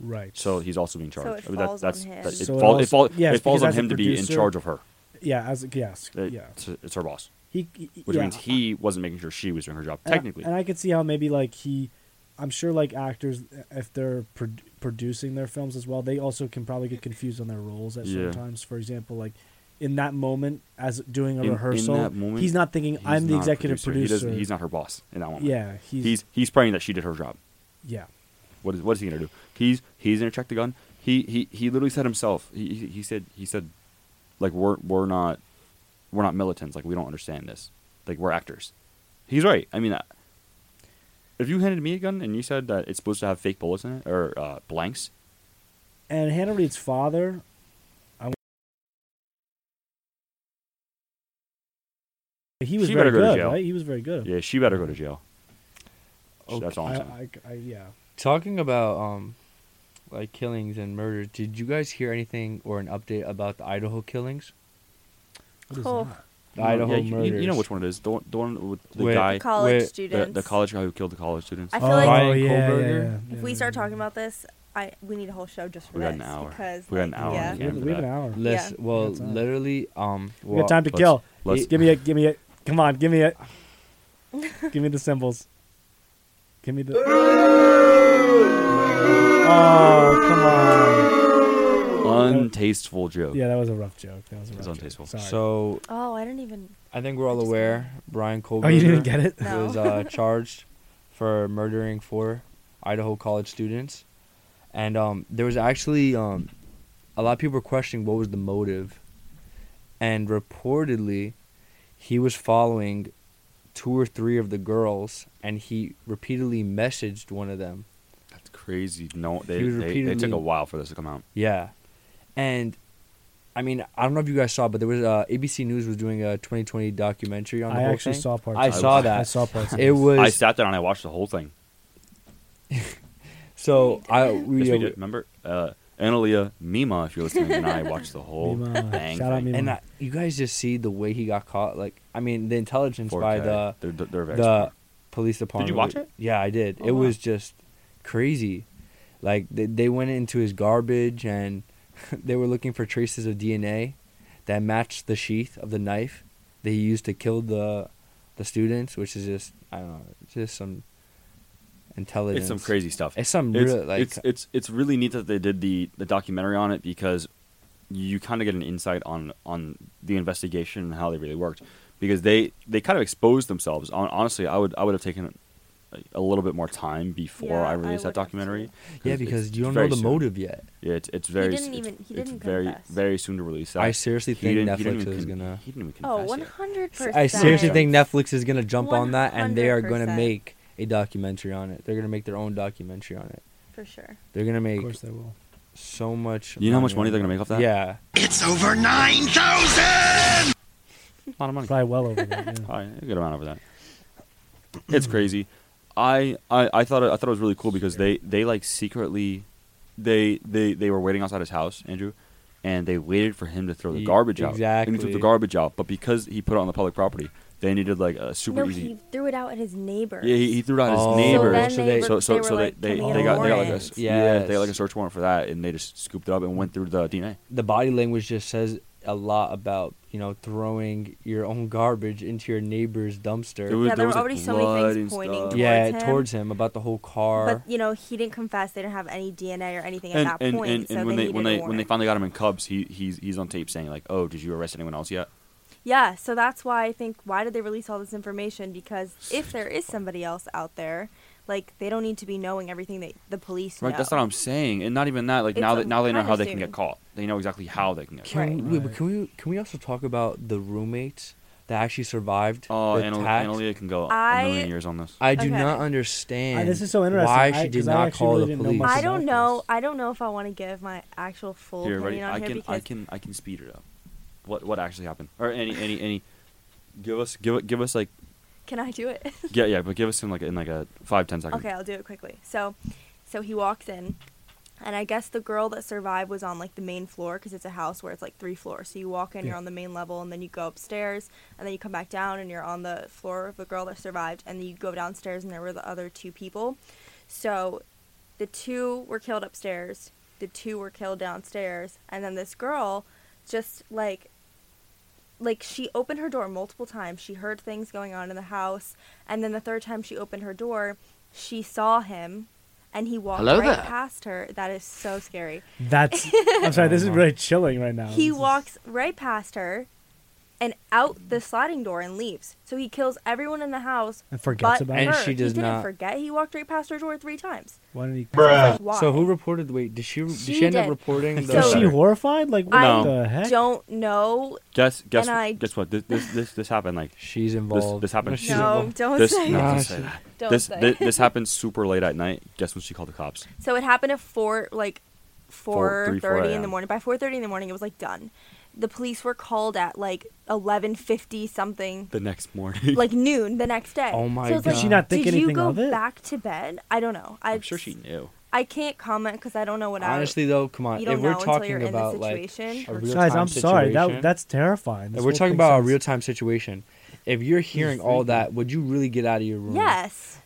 S2: Right.
S1: So he's also being charged.
S4: it
S1: I mean, that-
S4: falls
S1: that's,
S4: on him.
S1: that- it,
S2: So it
S1: fall- it,
S2: also-
S1: fall-
S2: yes,
S1: it falls
S2: because
S1: on
S2: as a
S1: him to be in
S2: producer-
S1: charge of her.
S2: yeah, as yes,
S1: It-
S2: yeah.
S1: it's, it's her boss,
S2: He, he-
S1: Uh, which
S2: yeah.
S1: means he wasn't making sure she was doing her job
S2: And I-
S1: technically.
S2: and I, could see how maybe like he, I'm sure like actors uh, if they're pro- producing their films as well, they also can probably get confused on their roles at
S1: Yeah.
S2: certain times. For example, like in that moment as doing a
S1: In- in
S2: rehersal,
S1: that moment,
S2: he's not thinking
S1: He's
S2: I'm the
S1: not a
S2: executive
S1: He
S2: producer.
S1: doesn't- he's not her boss in that moment.
S2: Yeah, he's,
S1: he's, he's praying that she did her job.
S2: yeah.
S1: What is what is he gonna do? He's he's gonna check the gun. He he, he literally said himself. He, he he said he said, like we're we're not we're not militants. Like we don't understand this. Like we're actors. He's right. I mean, I- if you handed me a gun and you said that it's supposed to have fake bullets in it or uh, blanks,
S2: And Hannah Reed's father, I. He was
S1: She better
S2: very
S1: go to
S2: good,
S1: jail.
S2: right? He was very good.
S1: Yeah, she better go to jail.
S3: Okay.
S1: That's all
S2: I,
S1: I'm saying.
S2: I, I, yeah.
S3: Talking about um like killings and murder, did you guys hear anything or an update about the Idaho killings?
S2: What is
S4: Oh.
S2: that?
S3: The Idaho
S1: Yeah, you- you,
S3: murders.
S1: you know which one it is. The one, the one with the
S3: Wait.
S1: guy,
S4: College
S3: wait,
S1: the,
S4: students.
S1: the college guy who killed the college students.
S4: I feel
S2: Oh,
S4: like
S3: Ryan Kohlberger?
S4: if we start talking about this, I we need a whole show just for
S1: We got
S4: this
S1: an hour.
S4: because
S1: We got an
S4: like,
S1: hour.
S4: Yeah.
S2: We have, we have an hour.
S3: Less,
S4: Yeah.
S3: well,
S2: That's all right.
S3: literally, um,
S2: we
S3: well,
S2: got time to
S1: Let's-
S2: kill.
S1: let's-
S2: give me a, give me a, come on, give me a. Give me the symbols. Give me the. Oh come on!
S3: Oh.
S1: Untasteful joke.
S2: Yeah, that was a rough joke. That was a
S1: It
S2: rough
S1: was
S2: joke.
S1: untasteful.
S2: Sorry.
S3: So
S4: Oh, I didn't even.
S3: I think we're all
S4: just-
S3: aware Brian Kohlberger
S2: oh, you didn't get it?
S4: No.
S3: was uh, charged for murdering four Idaho college students, and um, there was actually um, a lot of people were questioning what was the motive, and reportedly, he was following two or three of the girls, and he repeatedly messaged one of them.
S1: That's crazy. No, they,
S3: He was
S1: they, they took
S3: repeatedly-
S1: a while for this to come out.
S3: Yeah, and. I mean, I don't know if you guys saw, but there was uh, ABC News was doing a 2020 documentary on the
S2: I
S3: whole
S2: actually
S3: thing.
S2: saw parts.
S3: I
S2: of it.
S3: saw that.
S2: I saw parts. of
S3: It was
S1: I sat there and I watched the whole thing.
S3: so I we,
S1: Yes,
S3: uh,
S1: we did. Remember, uh, Analia Mima, if you're listening, and I watched the whole
S2: Mima.
S1: dang
S2: Shout out
S1: thing.
S2: Mima.
S3: and I, you guys just see the way he got caught. Like I mean, the intelligence
S1: 4K.
S3: by the
S1: they're, they're very
S3: the
S1: smart.
S3: police department.
S1: watch
S3: was-
S1: it?
S3: Yeah, I did.
S1: Oh,
S3: it
S1: wow.
S3: was just crazy. Like they they went into his garbage and they were looking for traces of DNA that matched the sheath of the knife that he used to kill the the students, which is just I don't know, it's just some intelligence.
S1: It's some crazy stuff.
S3: It's some
S1: it's,
S3: real like
S1: it's it's it's really neat that they did the the documentary on it because you kind of get an insight on on the investigation and how they really worked because they they kind of exposed themselves. Hon- Honestly, I would I would have taken a, a little bit more time before
S4: Yeah,
S1: I
S4: I
S1: released
S4: would
S1: that
S4: have
S1: documentary.
S4: too.
S3: yeah,
S1: it's-
S3: because
S1: it's
S3: you don't know
S1: very
S3: the
S1: soon.
S3: motive yet.
S1: Yeah, it's it's very
S4: didn't
S1: it's-
S4: even- he
S1: it's
S4: didn't
S1: very
S4: confess.
S1: very soon to release that.
S3: I seriously
S1: He
S3: think
S1: didn't- he didn't
S3: Netflix
S1: even
S3: is
S1: con-
S3: gonna.
S1: He didn't even confess
S4: Oh,
S1: yet.
S4: 100 percent.
S3: I seriously think Netflix is gonna jump on that, and they are gonna
S4: 100%.
S3: make a documentary on it. They're gonna make their own documentary on it.
S4: for sure.
S3: They're gonna make
S2: Of course they will.
S3: so much.
S1: You know how much
S3: on
S1: money they're
S3: it.
S1: gonna make off that?
S3: Yeah,
S1: a lot of money.
S2: Probably well over that. Yeah.
S1: Hi, a good amount over that. It's crazy. I, I I thought it, I thought it was really cool because they they like secretly, they they they were waiting outside his house, Andrew, and they waited for him to throw the
S3: Ye-
S1: garbage out. And he threw
S3: exactly.
S1: the garbage out, but because he put it on the public property, they needed like a super
S4: No,
S1: easy.
S4: he threw it out at his neighbor.
S1: Yeah, he, he threw it out at his
S3: Oh. So
S1: neighbors.
S3: then
S4: So,
S3: they
S4: they,
S3: were-
S1: so so
S4: they were
S1: so
S4: like,
S1: they,
S4: "Can
S1: they,
S4: we
S1: they
S4: get
S1: got they got like a
S4: warrant?"
S1: s- yeah they got like a
S3: Yes.
S1: search warrant for that, and they just scooped it up and went through the DNA.
S3: the body language just says a lot about you know throwing your own garbage into your neighbor's dumpster.
S1: There was-
S4: Yeah, there
S1: was,
S4: were
S1: like,
S4: already so many
S1: blood
S4: things
S1: and
S4: pointing
S1: stuff.
S4: towards
S3: yeah,
S4: him.
S3: towards him about the whole car.
S4: But you know, he didn't confess. They didn't have any DNA or anything
S1: and,
S4: at that
S1: and,
S4: point.
S1: and, and
S4: so
S1: when
S4: they,
S1: they when
S4: needed a
S1: they when they
S4: warrant.
S1: finally got him in Cubs, he he's he's on tape saying like, "Oh, did you arrest anyone else yet?"
S4: Yeah, so that's why I think why did they release all this information? Because if there is somebody else out there, like they don't need to be knowing everything that the police know.
S1: Right, that's what I'm saying, and not even that. Like
S4: It's
S1: now
S4: a-
S1: that now they know
S4: kinda
S1: how they can
S4: soon.
S1: get caught. They know exactly how they can get
S3: can
S1: caught.
S4: Right.
S3: we, wait, but
S2: Right.
S3: can we can we also talk about the roommates that actually survived
S1: Oh,
S3: the
S1: Anal-
S3: attack?
S1: Analia can go a
S4: I-
S1: million years on this.
S3: I do
S4: Okay.
S3: not understand.
S2: Uh, this is so interesting.
S3: Why
S2: I-
S3: she
S2: 'cause
S3: did
S2: I
S3: not
S2: actually
S3: call
S2: really
S3: the
S2: didn't know
S3: police.
S2: much
S4: I
S2: about
S4: don't know.
S2: this.
S4: I don't know if I want to give my actual full
S1: Here, ready?
S4: opinion on
S1: I
S4: here
S1: can
S4: because
S1: I can I can speed it up. What what actually happened? Or any any any. Give us give it give us like
S4: can I do it?
S1: yeah yeah, but give us in like in like a five ten seconds.
S4: Okay, I'll do it quickly. So, so he walks in, and I guess the girl that survived was on like the main floor because it's a house where it's like three floors. So you walk in, you're on the main level, and then you go upstairs, and then you come back down, and you're on the floor of the girl that survived, and then you go downstairs, and there were the other two people. So, the two were killed upstairs, the two were killed downstairs, and then this girl, just like. Like she opened her door multiple times. She heard things going on in the house, and then the third time she opened her door, she saw him and he walked
S8: Hello
S4: right
S8: there.
S4: past her. That is so scary.
S2: That's. I'm sorry. This is really chilling right now.
S4: He
S2: This is-
S4: walks right past her and out the sliding door and leaves. So he kills everyone in the house.
S2: And forgets
S4: but
S2: about
S4: her.
S2: it.
S3: And she does
S4: he didn't
S3: not-
S4: forget. He walked right past her door three times.
S2: Why didn't he?
S4: Bruh. Why?
S3: So who reported? Wait, did she? Did she,
S4: She
S3: end up
S4: did.
S3: reporting? The,
S2: Was
S4: So-
S2: she horrified? Like what
S4: I
S2: the heck?
S4: don't know.
S1: Guess guess
S4: And I-
S1: guess what? This this this, this happened like
S3: She's involved.
S1: this happened.
S3: No, she's
S4: No,
S3: involved.
S4: don't
S1: this
S4: say.
S1: no,
S3: Ah,
S1: don't say
S3: shit.
S1: that.
S4: Don't
S1: this
S4: say.
S1: thi- this happened super late at night. Guess when she called the cops?
S4: So it happened at four, like
S1: Four-
S4: four
S1: three,
S4: thirty
S1: four
S4: in the
S1: a.m..
S4: morning. By four thirty in the morning, it was like done. The police were called at like eleven fifty something,
S1: The next morning.
S4: like noon the next day.
S3: Oh my
S4: so it's
S3: God.
S4: like,
S3: Did she
S2: not think
S4: did
S2: anything
S4: you go
S2: of it?
S4: back to bed? I don't know. I,
S1: I'm sure she knew.
S4: I can't comment because I don't know what
S3: Honestly, though, come on.
S4: You don't
S3: If we're
S4: know until
S3: talking
S4: you're in the
S3: about like
S4: situation.
S3: a real
S2: Guys, I'm sorry. That
S3: situation-
S2: that's terrifying.
S3: if
S2: This
S3: we're
S2: whole
S3: talking
S2: thing
S3: about a
S2: sounds-
S3: real time situation. If you're hearing all that, would you really get out of your
S4: I.
S3: room?
S4: Yes.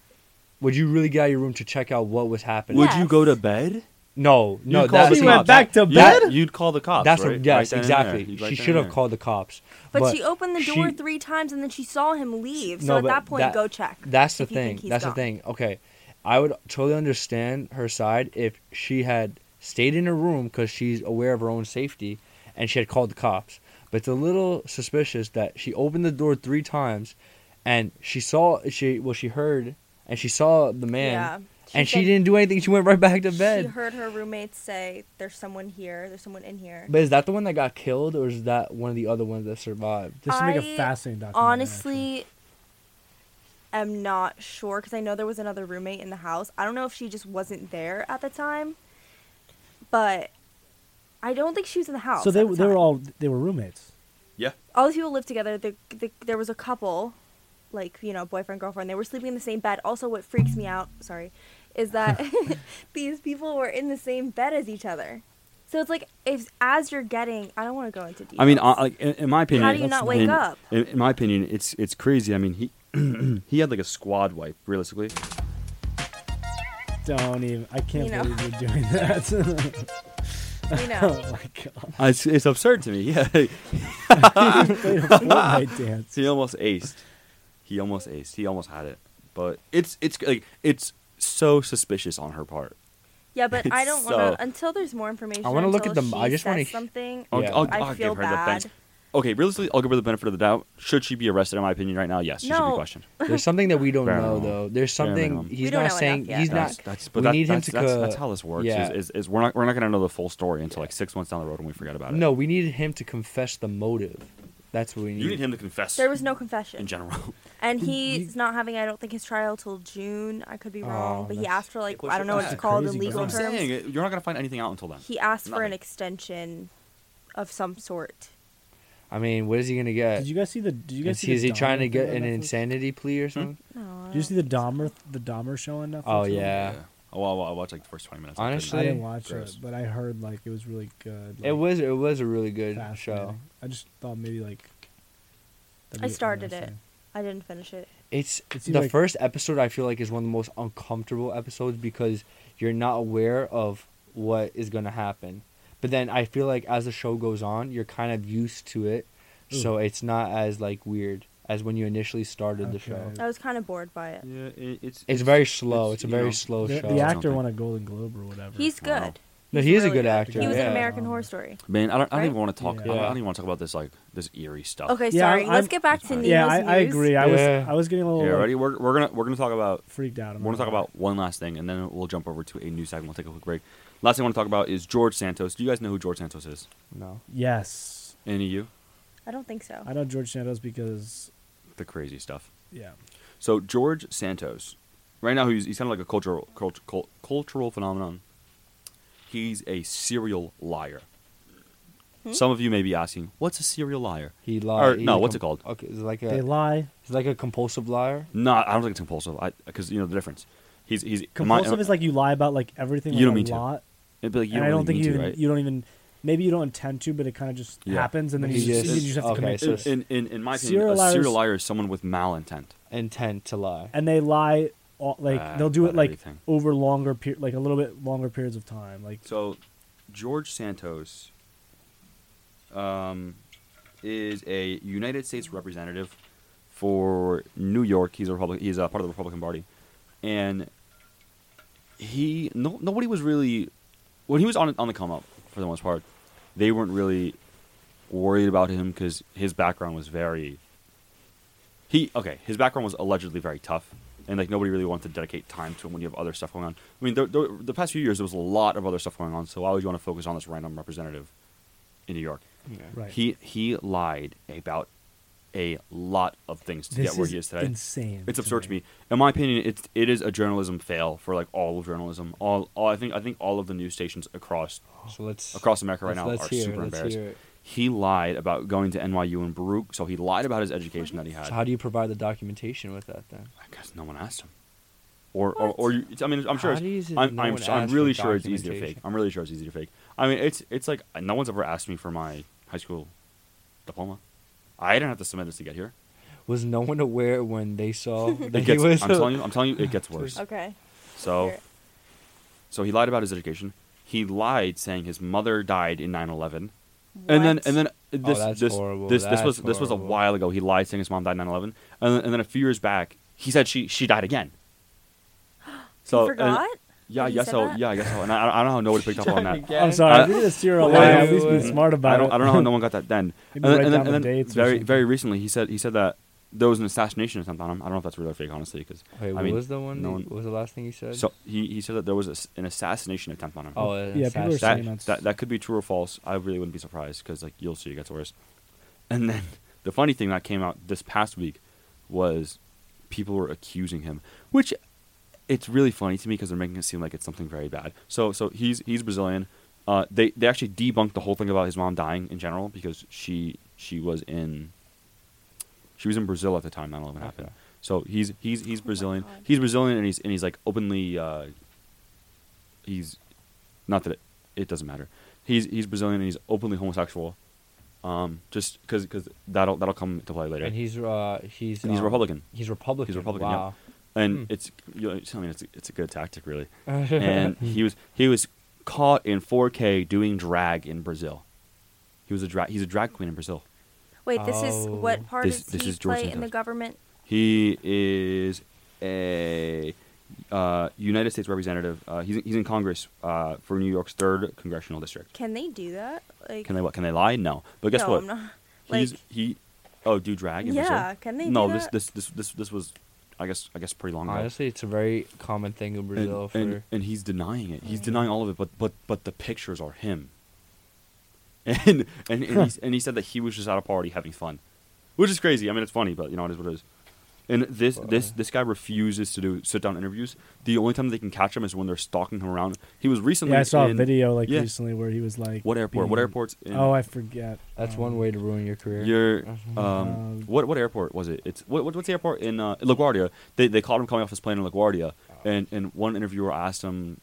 S3: Would you really get out of your room to check out what was happening?
S1: Would
S4: Would you
S1: you
S4: Yes.
S1: go
S4: go
S1: to
S4: to
S1: bed?
S3: No, no,
S1: You'd call
S3: that's
S1: the
S2: She went
S1: cops.
S2: back to
S1: That-
S2: bed?
S1: you'd call the cops.
S3: That's
S1: right?
S3: what, yes,
S1: Right then and there.
S3: exactly.
S1: You'd right
S3: she
S1: then and
S3: should have
S1: there.
S3: called the cops.
S4: But, she opened the door
S3: she-
S4: three times and then she saw him leave. So
S3: No,
S4: at
S3: but
S4: that point,
S3: that-
S4: go check.
S3: That's the
S4: if you think
S3: thing.
S4: he's
S3: That's
S4: gone.
S3: the thing. Okay, I would totally understand her side if she had stayed in her room because she's aware of her own safety, and she had called the cops. But it's a little suspicious that she opened the door three times, and she saw she well she heard and she saw the man,
S4: Yeah.
S3: and she
S4: said-
S3: didn't do anything. She went right back to
S4: She
S3: bed.
S4: heard her roommates say, "There's someone here. There's someone in here."
S3: But is that the one that got killed, or is that one of the other ones that survived?
S2: This would make
S4: I
S2: a fascinating documentary. actually.
S4: Honestly, am not sure because I know there was another roommate in the house. I don't know if she just wasn't there at the time, but I don't think she was in the house.
S2: so they
S4: at the
S2: they were
S4: time.
S2: all they were roommates.
S1: Yeah.
S4: all these people lived together. The, the, there was a couple, like you know, boyfriend girlfriend. They were sleeping in the same bed. Also, what freaks me out, sorry, is that these people were in the same bed as each other. So it's like if as you're getting, I don't want to go into detail.
S1: I mean, uh, like in, in my opinion,
S4: do you not wake
S1: in,
S4: up?
S1: In, in my opinion, it's it's crazy. I mean, he he had like a squad wipe, realistically.
S2: Don't even. I can't
S4: You know.
S2: believe you're doing that.
S4: you know,
S2: oh my god.
S1: Uh, It's, it's absurd to me. Yeah,
S2: Played a Fortnite dance.
S1: he almost aced. He almost aced. He almost had it. But it's it's like it's so suspicious on her part.
S4: yeah, but I don't want
S1: So-
S4: to until there's more information.
S3: I wanna look
S4: until
S3: at the-
S4: she
S3: I just wanna
S4: says
S3: sh-
S4: something.
S1: I'll,
S3: Yeah.
S1: I'll,
S4: I
S1: I'll
S4: feel
S1: give her the
S4: bad.
S1: benefit. Okay, realistically, I'll give her the benefit of the doubt. Should she be arrested? In my opinion, right now, yes, she should be
S4: No.
S1: questioned.
S3: There's something that we don't
S1: Bare
S3: know
S1: minimum.
S3: though. There's
S1: Bare
S3: something
S1: minimum.
S4: We
S3: he's
S4: don't
S3: not
S4: know
S3: saying
S4: enough yet.
S3: he's
S1: That's,
S3: not.
S1: that's but
S3: We
S1: that,
S3: need him
S1: that's,
S3: to.
S1: that's,
S3: co-
S1: that's how this works.
S3: Yeah.
S1: Is, is, is we're not we're not gonna know the full story until like six months down the road when we forget about it.
S3: No, we need him to confess the motive. That's what we need.
S1: you need him to confess.
S4: There was no confession.
S1: in general.
S4: And he's not having, I don't think, his trial till June. I could be wrong,
S3: Oh,
S4: but he
S3: that's-
S4: asked for like
S1: Well,
S4: I don't know what it's
S2: that's
S4: called in
S2: crazy,
S4: legal
S2: bro.
S4: terms.
S2: That's what
S1: You're not gonna find anything out until then.
S4: He asked for an
S1: Nothing.
S4: extension of some sort.
S3: I mean, what is he gonna get?
S2: Did you guys see the? Did you guys
S3: is
S2: see
S3: he,
S2: the
S3: is he
S2: Dahmer
S3: trying to
S2: thing
S3: get
S2: on
S3: an
S2: Netflix?
S3: insanity plea
S1: Hmm?
S3: or something?
S4: No,
S2: Did you see the Dahmer the Dahmer show on Netflix?
S3: Oh
S2: at all?
S3: yeah.
S1: Oh, well, I watched like the first 20 minutes. I couldn't.
S3: Honestly,
S2: I didn't watch
S1: Gross.
S2: it, but I heard like it was really good. Like,
S3: it was it was a really good show.
S2: fascinating. I just thought maybe like. that'd
S4: I
S2: be
S4: started it.
S2: interesting.
S4: I didn't finish it.
S3: It's
S2: It's
S3: the
S2: like-
S3: first episode. I feel like is one of the most uncomfortable episodes because you're not aware of what is gonna happen. But then I feel like as the show goes on, you're kind of used to it, so it's not as like weird as when you initially started the show.
S2: Okay.
S4: I was kind of bored by it.
S1: Yeah, it, it's
S3: It's very slow. It's, a
S1: you
S3: very
S1: know,
S3: slow
S2: The,
S3: show.
S2: the
S1: act-
S2: actor
S1: something.
S2: won a Golden Globe or whatever.
S4: He's good.
S1: Wow.
S3: No, he is a
S4: really
S3: good actor,
S4: He was in
S3: yeah.
S4: American Horror Story.
S1: Man, I don't. I don't
S4: Right?
S1: even want to talk. I,
S3: Yeah.
S1: don't, I don't even want to talk about this like this eerie stuff.
S4: Okay,
S2: Yeah,
S4: sorry.
S2: I'm-
S4: Let's get back to Nino's
S2: yeah, I, I
S4: news.
S2: agree. I
S3: Yeah.
S2: was I was getting a little
S1: Yeah,
S2: like,
S1: ready? We're, we're gonna we're gonna talk about
S2: freaked out.
S1: we're gonna talk about one last thing, and then we'll jump over to a new segment. We'll take a quick break. Last thing I want to talk about is George Santos. Do you guys know who George Santos is?
S3: no.
S2: Yes,
S1: Any of you?
S4: I don't think so.
S2: I know George Santos because
S1: The crazy stuff.
S2: yeah,
S1: So George Santos, right now he's he's kind of like a cultural cult, cult, cultural phenomenon. He's a serial liar. Some of you may be asking, what's a serial liar?
S3: He
S1: Or,
S3: lied.
S1: no, what's it called?
S3: Okay, is it like
S2: they
S3: a
S2: lie.
S3: it's like a compulsive liar?
S1: No, I don't think it's compulsive. I because you know the difference. He's he's
S2: Compulsive is like you lie about like everything.
S1: You
S2: like,
S1: don't
S2: a
S1: mean to.
S2: lot,
S1: It'd be like, you
S2: and
S1: don't
S2: I don't
S1: really
S2: think
S1: need
S2: you
S1: to,
S2: even
S1: right?
S2: you don't even maybe you don't intend to, but it kind of just
S1: Yeah.
S2: happens, and then
S3: He
S2: you just,
S3: just-
S2: you just have to
S3: okay,
S2: commit.
S3: so
S2: to
S1: In,
S2: it.
S1: in, in, in my opinion, a
S2: Serial liars-
S1: serial liar is someone with malintent.
S3: Intent to lie.
S2: and they lie all, like
S1: Uh,
S2: they'll do it
S1: about
S2: like
S1: everything.
S2: over longer per- like a little bit longer periods of time like
S1: So, George Santos um, is a United States representative for New York. He's a Republic. He's a part of the Republican Party, and he no, nobody was really when he was on on the come up for the most part. They weren't really worried about him because his background was very. He okay. His background was allegedly very tough, and like nobody really wanted to dedicate time to him when you have other stuff going on. I mean, the, the, the past few years there was a lot of other stuff going on, so why would you want to focus on this random representative in New York?
S2: right
S1: He he lied about a lot of things to
S2: this
S1: get where
S2: is
S1: he is today.
S2: insane
S1: It's absurd to me. In my opinion, it's it is a journalism fail for like all of journalism. All, all I think I think all of the news stations across
S2: Oh.
S3: So let's
S1: across America right
S3: let's-
S1: now
S3: let's
S1: are
S3: hear it,
S1: super
S3: let's
S1: embarrassed.
S3: hear it.
S1: He lied about going to NYU and Baruch, so he lied about his education that he had.
S3: So how do you provide the documentation with that then?
S1: I guess no one asked him. Or, or, or you, it's- I mean, I'm sure.
S3: How
S1: it's-
S3: does it
S1: I'm,
S3: no
S1: I'm,
S3: one
S1: su- I'm
S3: ask
S1: really
S3: for
S1: sure it's easy to fake.
S3: documentation?
S1: I'm really sure it's easy to fake. I mean, it's it's like no one's ever asked me for my high school diploma. I didn't have to submit this to get here.
S3: Was no one aware when they saw
S1: It
S3: that he
S1: gets, I'm
S3: was
S1: telling you, I'm telling you, it gets worse.
S4: Okay.
S1: So,
S4: Here.
S1: so he lied about his education. he lied saying his mother died in 9/11. And then
S4: What?
S1: and then this
S3: Oh, that's
S1: this,
S3: horrible.
S1: this this
S3: That's
S1: was this was a
S3: horrible.
S1: while ago. He lied saying his mom died 9/11. And then, and then a few years back, he said she she died again. So
S4: you
S1: and-
S4: forgot?
S1: yeah,
S4: that he
S1: yes,
S4: said
S1: so
S4: that?
S1: yeah, I guess so. And I, I don't know how nobody picked up on that.
S2: I'm sorry.
S1: Uh,
S2: if you're gonna steer a
S3: wait,
S2: line,
S1: wait,
S2: at least
S3: wait,
S2: be
S3: wait.
S2: smart about
S1: I don't,
S2: it.
S1: I don't know how no one got that then. and
S2: Maybe
S1: then,
S2: write
S1: and then,
S2: down the
S1: and then
S2: dates or
S1: very
S2: something.
S1: very recently, he said he said that there was an assassination attempt on him. I don't know if that's real or fake, honestly, because
S3: Wait,
S1: I
S3: what
S1: mean,
S3: was the
S1: no
S3: one? that-
S1: one-
S3: what was the last thing you said?
S1: so he, he said that there was a s an assassination attempt on him.
S3: oh, an
S2: Yeah, people are
S3: assassin.
S2: saying
S1: that,
S2: that's-
S1: that that could be true or false. I really wouldn't be surprised because like you'll see it gets worse. And then the funny thing that came out this past week was people were accusing him, which it's really funny to me because they're making it seem like it's something very bad. So so he's he's Brazilian. Uh, they they actually debunked the whole thing about his mom dying in general because she she was in she was in Brazil at the time 9/11 happened.
S3: Okay.
S1: So he's he's he's Brazilian.
S4: God.
S1: he's Brazilian and he's and he's like openly uh, he's not that it, it doesn't matter. He's he's Brazilian and he's openly homosexual. Um, just because because that'll that'll come to play later.
S3: And he's uh he's
S1: And he's
S3: um,
S1: Republican.
S3: He's Republican.
S1: He's Republican, yeah.
S3: Wow.
S1: and
S3: Hmm.
S1: it's you know, it's- I mean, it's a- it's a good tactic really. and he was he was caught in 4K doing drag in Brazil. He was a drag. He's a drag queen in Brazil.
S4: Wait, this is
S3: Oh.
S4: what part
S1: This-
S4: does
S1: this
S4: he
S1: is George
S4: play in
S1: Santos.
S4: the government?
S1: He is a uh, United States representative. Uh, he's he's in Congress uh, for New York's third congressional district.
S4: Can they do that? Like,
S1: Can they what? Can they lie? No. But guess
S4: no,
S1: what?
S4: I'm not.
S1: he's
S4: like-
S1: he. Oh, do drag in Brazil?
S4: Yeah, can they
S1: No.
S4: do
S1: this
S4: that?
S1: this this this this was, I guess I guess pretty long ago.
S3: Honestly, it's a very common thing in
S1: and,
S3: Brazil for
S1: and, and he's denying it. He's
S4: Right.
S1: denying all of it, but but but the pictures are him. And and and, he, and he said that he was just at a party having fun, which is crazy. I mean, it's funny, but you know it is what it is. And this this
S3: Wow.
S1: this guy refuses to do sit down interviews. The only time they can catch him is when they're stalking him around. He was recently.
S2: Yeah, I saw a
S1: in-
S2: video like
S1: yeah.
S2: recently where he was like,
S1: What airport? What
S2: being-
S1: airports? In
S2: Oh, I forget.
S3: that's
S2: Um,
S3: one way to ruin your career.
S1: Your um,
S2: Um,
S1: what what airport was it? It's what, what what's the airport in uh, LaGuardia? They they called him coming off his plane in LaGuardia,
S2: Oh.
S1: and and one interviewer asked him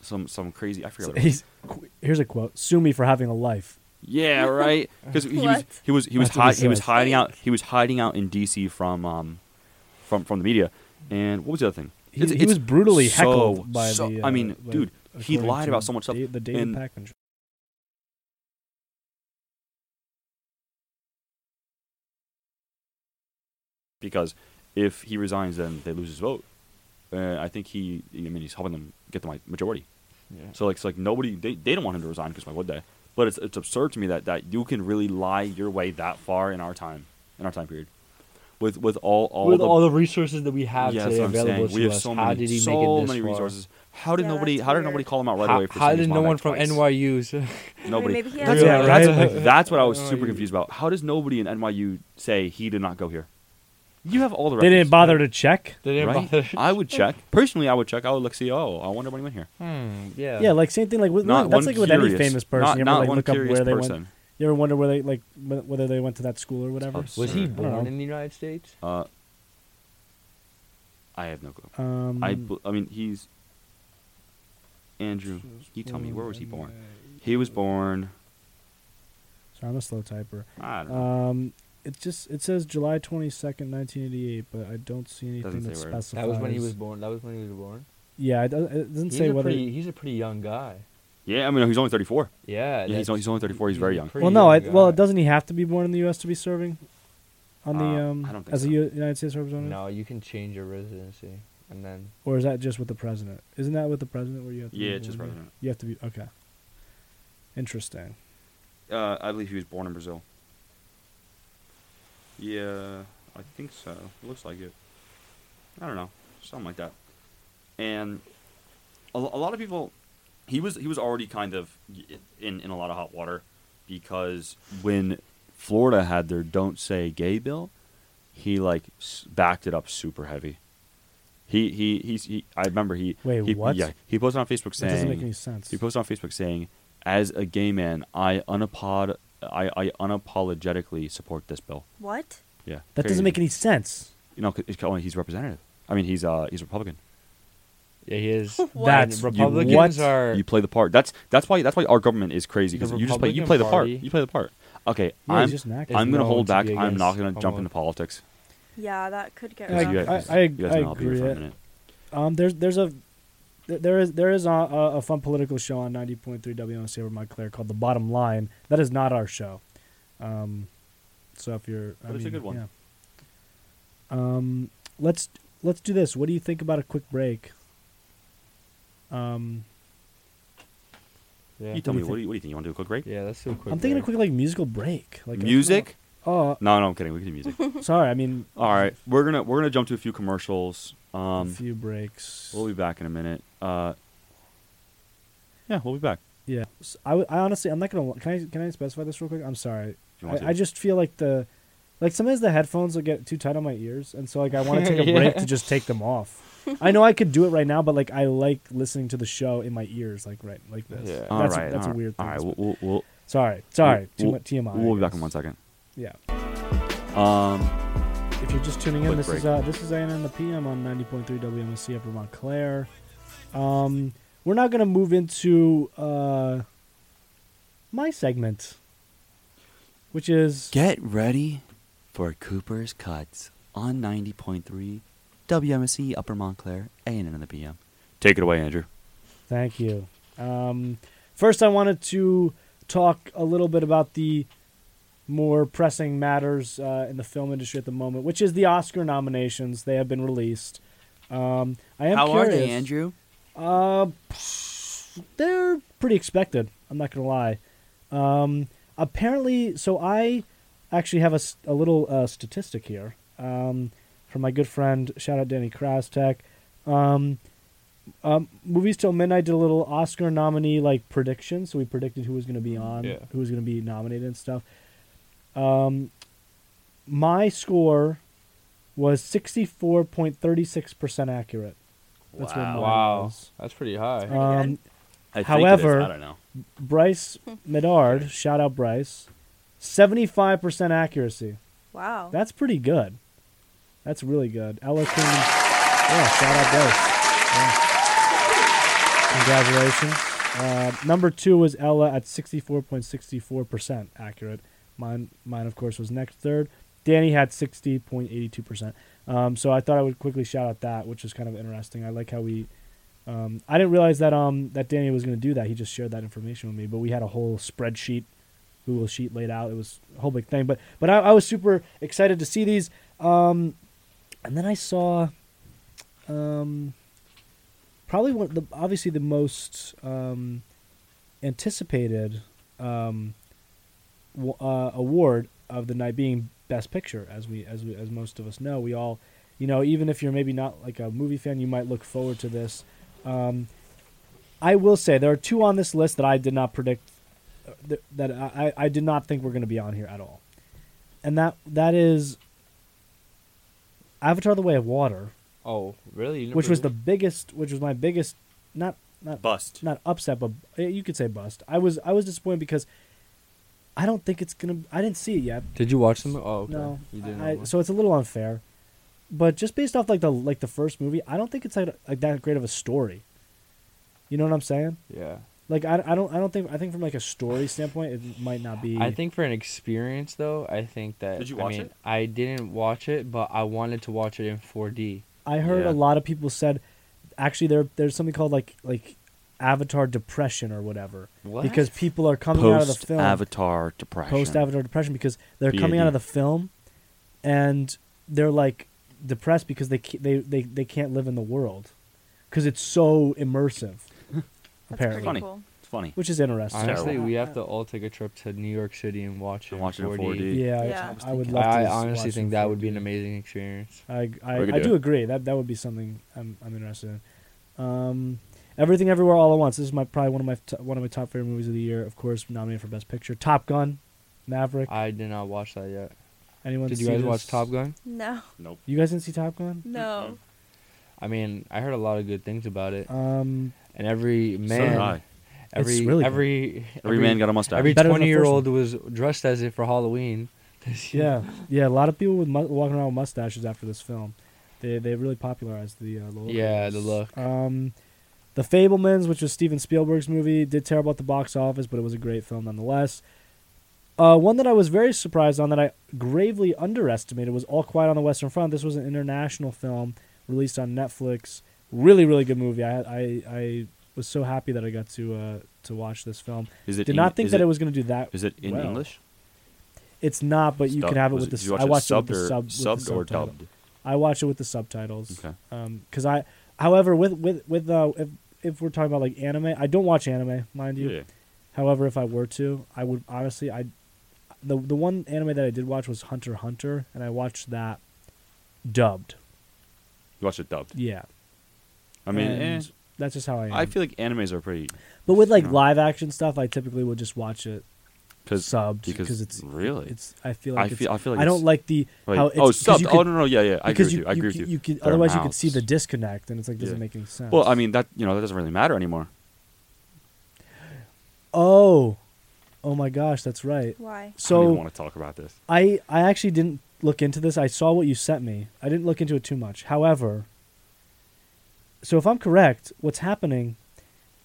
S1: some some crazy I forget. what it was.
S2: He's, qu- here's a quote: "Sue me for having a life."
S1: Yeah, right. Because he was
S4: What?
S1: he was he was
S2: That's what
S1: hi-
S2: he
S1: he was
S2: says.
S1: hiding out he was hiding out in D.C. from um from from the media. And what was the other thing?
S2: He, he was brutally heckled
S1: so-
S2: by
S1: so-
S2: the.
S1: I mean,
S2: uh, by-
S1: dude, he
S2: according
S1: lied
S2: to
S1: about so much stuff,
S2: da- The David
S1: and-
S2: Packman.
S1: because if he resigns, then they lose his vote. And I think he I mean he's helping them get the mi- majority.
S3: Yeah.
S1: So like, so like nobody they, they don't want him to resign because why would they? But it's it's absurd to me that, that you can really lie your way that far in our time in our time period, with with all all
S3: with
S1: the
S3: all the resources that we have
S1: yeah, that's
S3: today
S1: what I'm saying.
S3: available to
S1: we have
S3: us,
S1: so
S3: how
S1: many
S3: did he
S1: so
S3: make it this
S1: many
S3: far?
S1: resources. How did
S4: Yeah,
S1: nobody
S4: that's
S1: how did
S4: weird.
S1: nobody call him out right
S3: how,
S1: away? For
S3: how
S1: saying
S3: did
S1: his
S3: no
S1: mom
S3: one
S1: died
S3: from
S1: twice?
S3: NYU's?
S1: Nobody.
S4: maybe he
S1: that's,
S4: has-
S2: Yeah,
S1: that's,
S2: right?
S1: like, that's what I was super
S3: NYU.
S1: confused about. How does nobody in NYU say he did not go here? You have all the
S2: They
S1: records.
S2: didn't bother to check.
S3: They didn't bother.
S1: Right? Uh, I would check personally. I would check. I would look. See, oh, I wonder when he went here.
S3: Hmm, yeah.
S2: Yeah, like same thing. Like with,
S1: Not one
S2: that's like with any
S1: curious-
S2: famous person.
S1: Not,
S2: you ever
S1: not
S2: like
S1: one
S2: look up
S1: curious
S2: where they
S1: person.
S2: went. You ever wonder where they like wh- whether they went to that school or whatever?
S1: Absurd.
S3: was he
S1: I don't
S3: born
S2: know.
S3: in the United States?
S1: Uh, I have no clue.
S2: Um,
S1: I, bel- I mean, he's Andrew. You tell me, where was he born? He was born.
S2: sorry, I'm a slow typer.
S1: I don't know.
S2: Um, it just it says July 22nd, 1988, but I don't see anything
S1: Doesn't
S2: that
S1: say where. That
S2: specifies.
S3: That was when he was born. That was when he was born.
S2: Yeah, it, do- it doesn't
S3: He's
S2: say
S3: a
S2: whether.
S3: pretty. He's a pretty young guy.
S1: yeah, I mean, he's only thirty-four.
S3: Yeah.
S1: Yeah, he's
S3: that's-
S1: only- he's only 34, he's very
S3: a
S1: young.
S3: pretty
S2: well, no. I,
S3: young
S2: well,
S3: guy.
S2: doesn't he have to be born in the U.S. to be serving? On the
S1: Uh,
S2: um,
S1: I don't think
S2: as
S1: so.
S2: a U- United States representative,
S3: No, you can change your residency, and then
S2: or is that just with the president? Isn't that with the president where you have to?
S1: Yeah,
S2: be
S1: it's just
S2: born?
S1: president.
S2: You have to be okay. Interesting.
S1: Uh, I believe he was born in Brazil. Yeah, I think so. Looks like it. I don't know, something like that. And a, lo- a lot of people, he was he was already kind of y- in in a lot of hot water because when Florida had their "Don't Say Gay" bill, he like s- backed it up super heavy. He he he's, he. I remember he.
S2: Wait,
S1: he,
S2: what?
S1: Yeah, he posted on Facebook
S2: That
S1: saying
S2: doesn't make any sense.
S1: he posted on Facebook saying, "As a gay man, I unapod, I, I unapologetically support this bill."
S4: What?
S1: Yeah,
S2: That doesn't make any sense.
S1: You know, 'cause it's only he's representative. I mean, he's uh he's Republican.
S3: yeah, he is.
S4: What?
S2: That's-
S3: And
S2: you
S3: Republicans
S2: what?
S3: are.
S1: You play the part. That's that's why that's why our government is crazy because
S3: The
S1: you just play you
S3: Republican
S1: play the part.
S3: Party-
S1: You play the part. Okay,
S2: Yeah, he's
S1: I'm
S2: just an actor.
S1: I'm gonna
S3: No,
S1: hold
S3: to
S1: back.
S3: be
S1: I'm not
S3: against
S1: gonna jump
S3: homo-
S1: into politics.
S4: Yeah, that could get.
S2: Yeah,
S1: because
S2: I-
S4: rough.
S1: you guys,
S2: I-
S1: you guys
S2: I
S1: know I'll be here for
S2: agree.
S1: a minute.
S2: Um, there's there's a th- there is there is a, a a fun political show on 90.3 WNC over Montclair called The Bottom Line. That is not our show. Um, so if you're, I
S1: But it's a
S2: mean,
S1: good one.
S2: yeah. Um, let's let's do this. What do you think about a quick break? Um,
S3: Yeah.
S1: You tell me, what
S2: What do you
S1: do you, what do you think? You want to do a quick break?
S3: yeah, that's so quick.
S2: I'm thinking a
S3: break.
S2: quick like musical break, like I don't know.
S1: music?
S2: Oh,
S1: No, no, I'm kidding. We can do music.
S2: sorry. I mean,
S1: All right, we're gonna we're gonna jump to a few commercials.
S2: a
S1: Um,
S2: few breaks.
S1: we'll be back in a minute. Uh, yeah, we'll be back.
S2: Yeah, S- I, w- I honestly, I'm not gonna. li- Can I can I specify this real quick? I'm sorry.
S1: You want
S2: I,
S1: to?
S2: I just feel like the, like sometimes the headphones will get too tight on my ears, and so like I want to take a break to just take them off. I know I could do it right now, but like I like listening to the show in my ears, like right like this.
S3: Yeah.
S1: All
S2: that's
S1: right,
S2: a, that's
S1: all
S2: a
S1: right,
S2: weird thing.
S1: All
S2: to
S1: right,
S2: sp-
S1: we'll, we'll, we'll
S2: sorry, sorry. Too
S1: we'll-
S2: much TMI. I
S1: We'll be back
S2: guess.
S1: in one second.
S2: Yeah.
S1: Um,
S2: If you're just tuning in,
S1: Quick
S2: this
S1: break.
S2: is uh, this is Anna and the PM on 90.3 WMSC Upper Montclair. Um, we're now gonna move into uh, my segment, which is
S1: Get ready for Cooper's Cuts on 90.3 WMSC Upper Montclair A&N and the PM. Take it away, Andrew.
S2: Thank you. Um, first, I wanted to talk a little bit about the more pressing matters uh, in the film industry at the moment, which is the Oscar nominations. They have been released. Um, I am curious.
S1: Andrew?
S2: Uh, they're pretty expected. I'm not gonna lie. Um, apparently, so I actually have a, s- a little uh, statistic here um, from my good friend. Shout out Danny Krastek. Um, um, Movies till midnight did a little Oscar nominee like prediction. So we predicted who was gonna be on,
S3: Yeah.
S2: who was gonna be nominated and stuff. Um, my score was 64.36% accurate. That's what mine
S3: Wow,
S2: was.
S3: that's pretty high.
S4: Pretty
S2: Um,
S1: I
S2: However-
S1: think it is. I don't know.
S2: Bryce Medard, shout out Bryce, seventy-five percent accuracy.
S4: Wow.
S2: That's pretty good. That's really good. Ella King, yeah, shout out Bryce. Yeah. Congratulations. Uh, number two was Ella at sixty-four point sixty-four percent accurate. Mine, mine of course was next third. Danny had sixty point eighty-two percent. Um, so I thought I would quickly shout out that, which is kind of interesting. I like how we um, I didn't realize that um that Danny was going to do that. He just shared that information with me. But we had a whole spreadsheet, Google sheet laid out. It was a whole big thing. But but I, I was super excited to see these. Um, and then I saw, um, probably one of the obviously the most um, anticipated um, w- uh, award of the night being Best Picture, as we as we, as most of us know. We all, you know, even if you're maybe not like a movie fan, you might look forward to this. Um, I will say there are two on this list that I did not predict, uh, th- that I, I I did not think were going to be on here at all, and that that is Avatar: The Way of Water,
S3: oh, really? You never
S2: which was
S3: did?
S2: the biggest, which was my biggest, not not
S1: Bust.
S2: not upset, but uh, you could say bust. I was I was disappointed because I don't think it's gonna. I didn't see it yet.
S3: Did you watch them? Oh, okay.
S2: No,
S3: you didn't.
S2: I,
S3: know.
S2: so it's a little unfair. But just based off like the like the first movie, I don't think it's like, like that great of a story. You know what I'm saying?
S3: yeah.
S2: Like I, I don't I don't think I think from like a story standpoint it might not be.
S3: I think for an experience though, I think that
S1: Did you
S3: I
S1: watch
S3: mean,
S1: it?
S3: I didn't watch it, but I wanted to watch it in 4D.
S2: I heard
S1: Yeah.
S2: a lot of people said, actually there there's something called like like Avatar depression or whatever
S3: What?
S2: because people are coming out of the
S1: Post
S2: film
S1: Avatar depression.
S2: post Avatar depression because they're coming
S1: BAD.
S2: out of the film and they're like depressed because they ca- they they, they can't live in the world because it's so immersive.
S4: That's pretty
S1: Funny.
S2: apparently,
S4: cool.
S1: It's funny.
S2: which is interesting.
S3: Honestly,
S1: terrible.
S3: we have to all take a trip to New York City and watch it.
S1: And watch it in 4D.
S2: Yeah,
S4: Yeah.
S2: I, I would
S3: I,
S2: love. to
S3: I
S2: s-
S3: honestly
S2: watch
S3: think
S2: it
S3: that
S2: for-
S3: would be an amazing experience.
S2: I I,
S1: We could
S2: I
S1: do
S2: do
S1: it.
S2: agree that that would be something I'm I'm interested in. Um, Everything Everywhere All at Once. This is my probably one of my t- one of my top favorite movies of the year. Of course, nominated for Best Picture. Top Gun, Maverick.
S3: I did not watch that yet.
S2: Anyone?
S3: Uh, Did you
S2: see
S3: guys
S2: this?
S3: watch Top Gun?
S4: No.
S1: Nope.
S2: You guys didn't see Top Gun?
S4: No.
S3: I mean, I heard a lot of good things about it,
S2: Um,
S3: and every
S1: so
S3: man,
S1: did I.
S3: every
S2: It's really good.
S3: every,
S1: Every, man got a mustache.
S3: every
S2: Better than the first
S3: twenty year old was dressed as it for Halloween. this year.
S2: Yeah, yeah. A lot of people with mu- walking around with mustaches after this film. They they really popularized the uh, look.
S3: Yeah, the look.
S2: Um, the Fablemans, which was Steven Spielberg's movie, did terrible at the box office, but it was a great film nonetheless. Uh, one that I was very surprised on that I gravely underestimated was All Quiet on the Western Front. This was an international film released on Netflix Really, really good movie. I I, I was so happy that I got to uh, to watch this film.
S1: Is it
S2: Did
S1: in-
S2: not think
S1: is
S2: that
S1: it-
S2: it was going to do that.
S1: Is it in
S2: well.
S1: English?
S2: It's not, but you
S1: Dub-
S2: can have it
S1: was
S2: with the.
S1: did
S2: s-
S1: you watch
S2: I
S1: it
S2: watched it
S1: subbed
S2: with the
S1: or-
S2: sub. with the
S1: subbed or
S2: subtitle.
S1: dubbed.
S2: I watch it with the subtitles.
S1: Okay.
S2: Because I, however, with with with uh, if if we're talking about like anime, I don't watch anime, mind you.
S1: Yeah.
S2: However, if I were to, I would honestly, I, the the one anime that I did watch was Hunter x Hunter, and I watched that, dubbed.
S1: You watch it dubbed.
S2: Yeah.
S1: I mean,
S2: And
S1: eh,
S2: that's just how I am.
S1: I feel like animes are pretty
S2: but with like
S1: no.
S2: live action stuff, I typically will just watch it
S1: because
S2: subbed
S1: because
S2: it's
S1: really
S2: it's. I feel
S1: I
S2: like it's-
S1: feel- I feel like
S2: don't
S1: it's-
S2: like the
S1: Like,
S2: how it's,
S1: oh,
S2: because
S1: subbed.
S2: you
S1: oh
S2: could-
S1: no, no, yeah, yeah. I agree
S2: because
S1: with you. I agree with
S2: could-
S1: you.
S2: you could,
S1: Their
S2: otherwise, you could see the
S1: mouths.
S2: disconnect, and it's like doesn't
S1: Yeah.
S2: make any sense.
S1: Well, I mean that you know that doesn't really matter anymore
S2: oh, oh my gosh, that's right.
S4: Why?
S1: I don't
S2: So
S1: even want to talk about this.
S2: I I actually didn't look into this. I saw what you sent me. I didn't look into it too much. However, so if I'm correct, what's happening?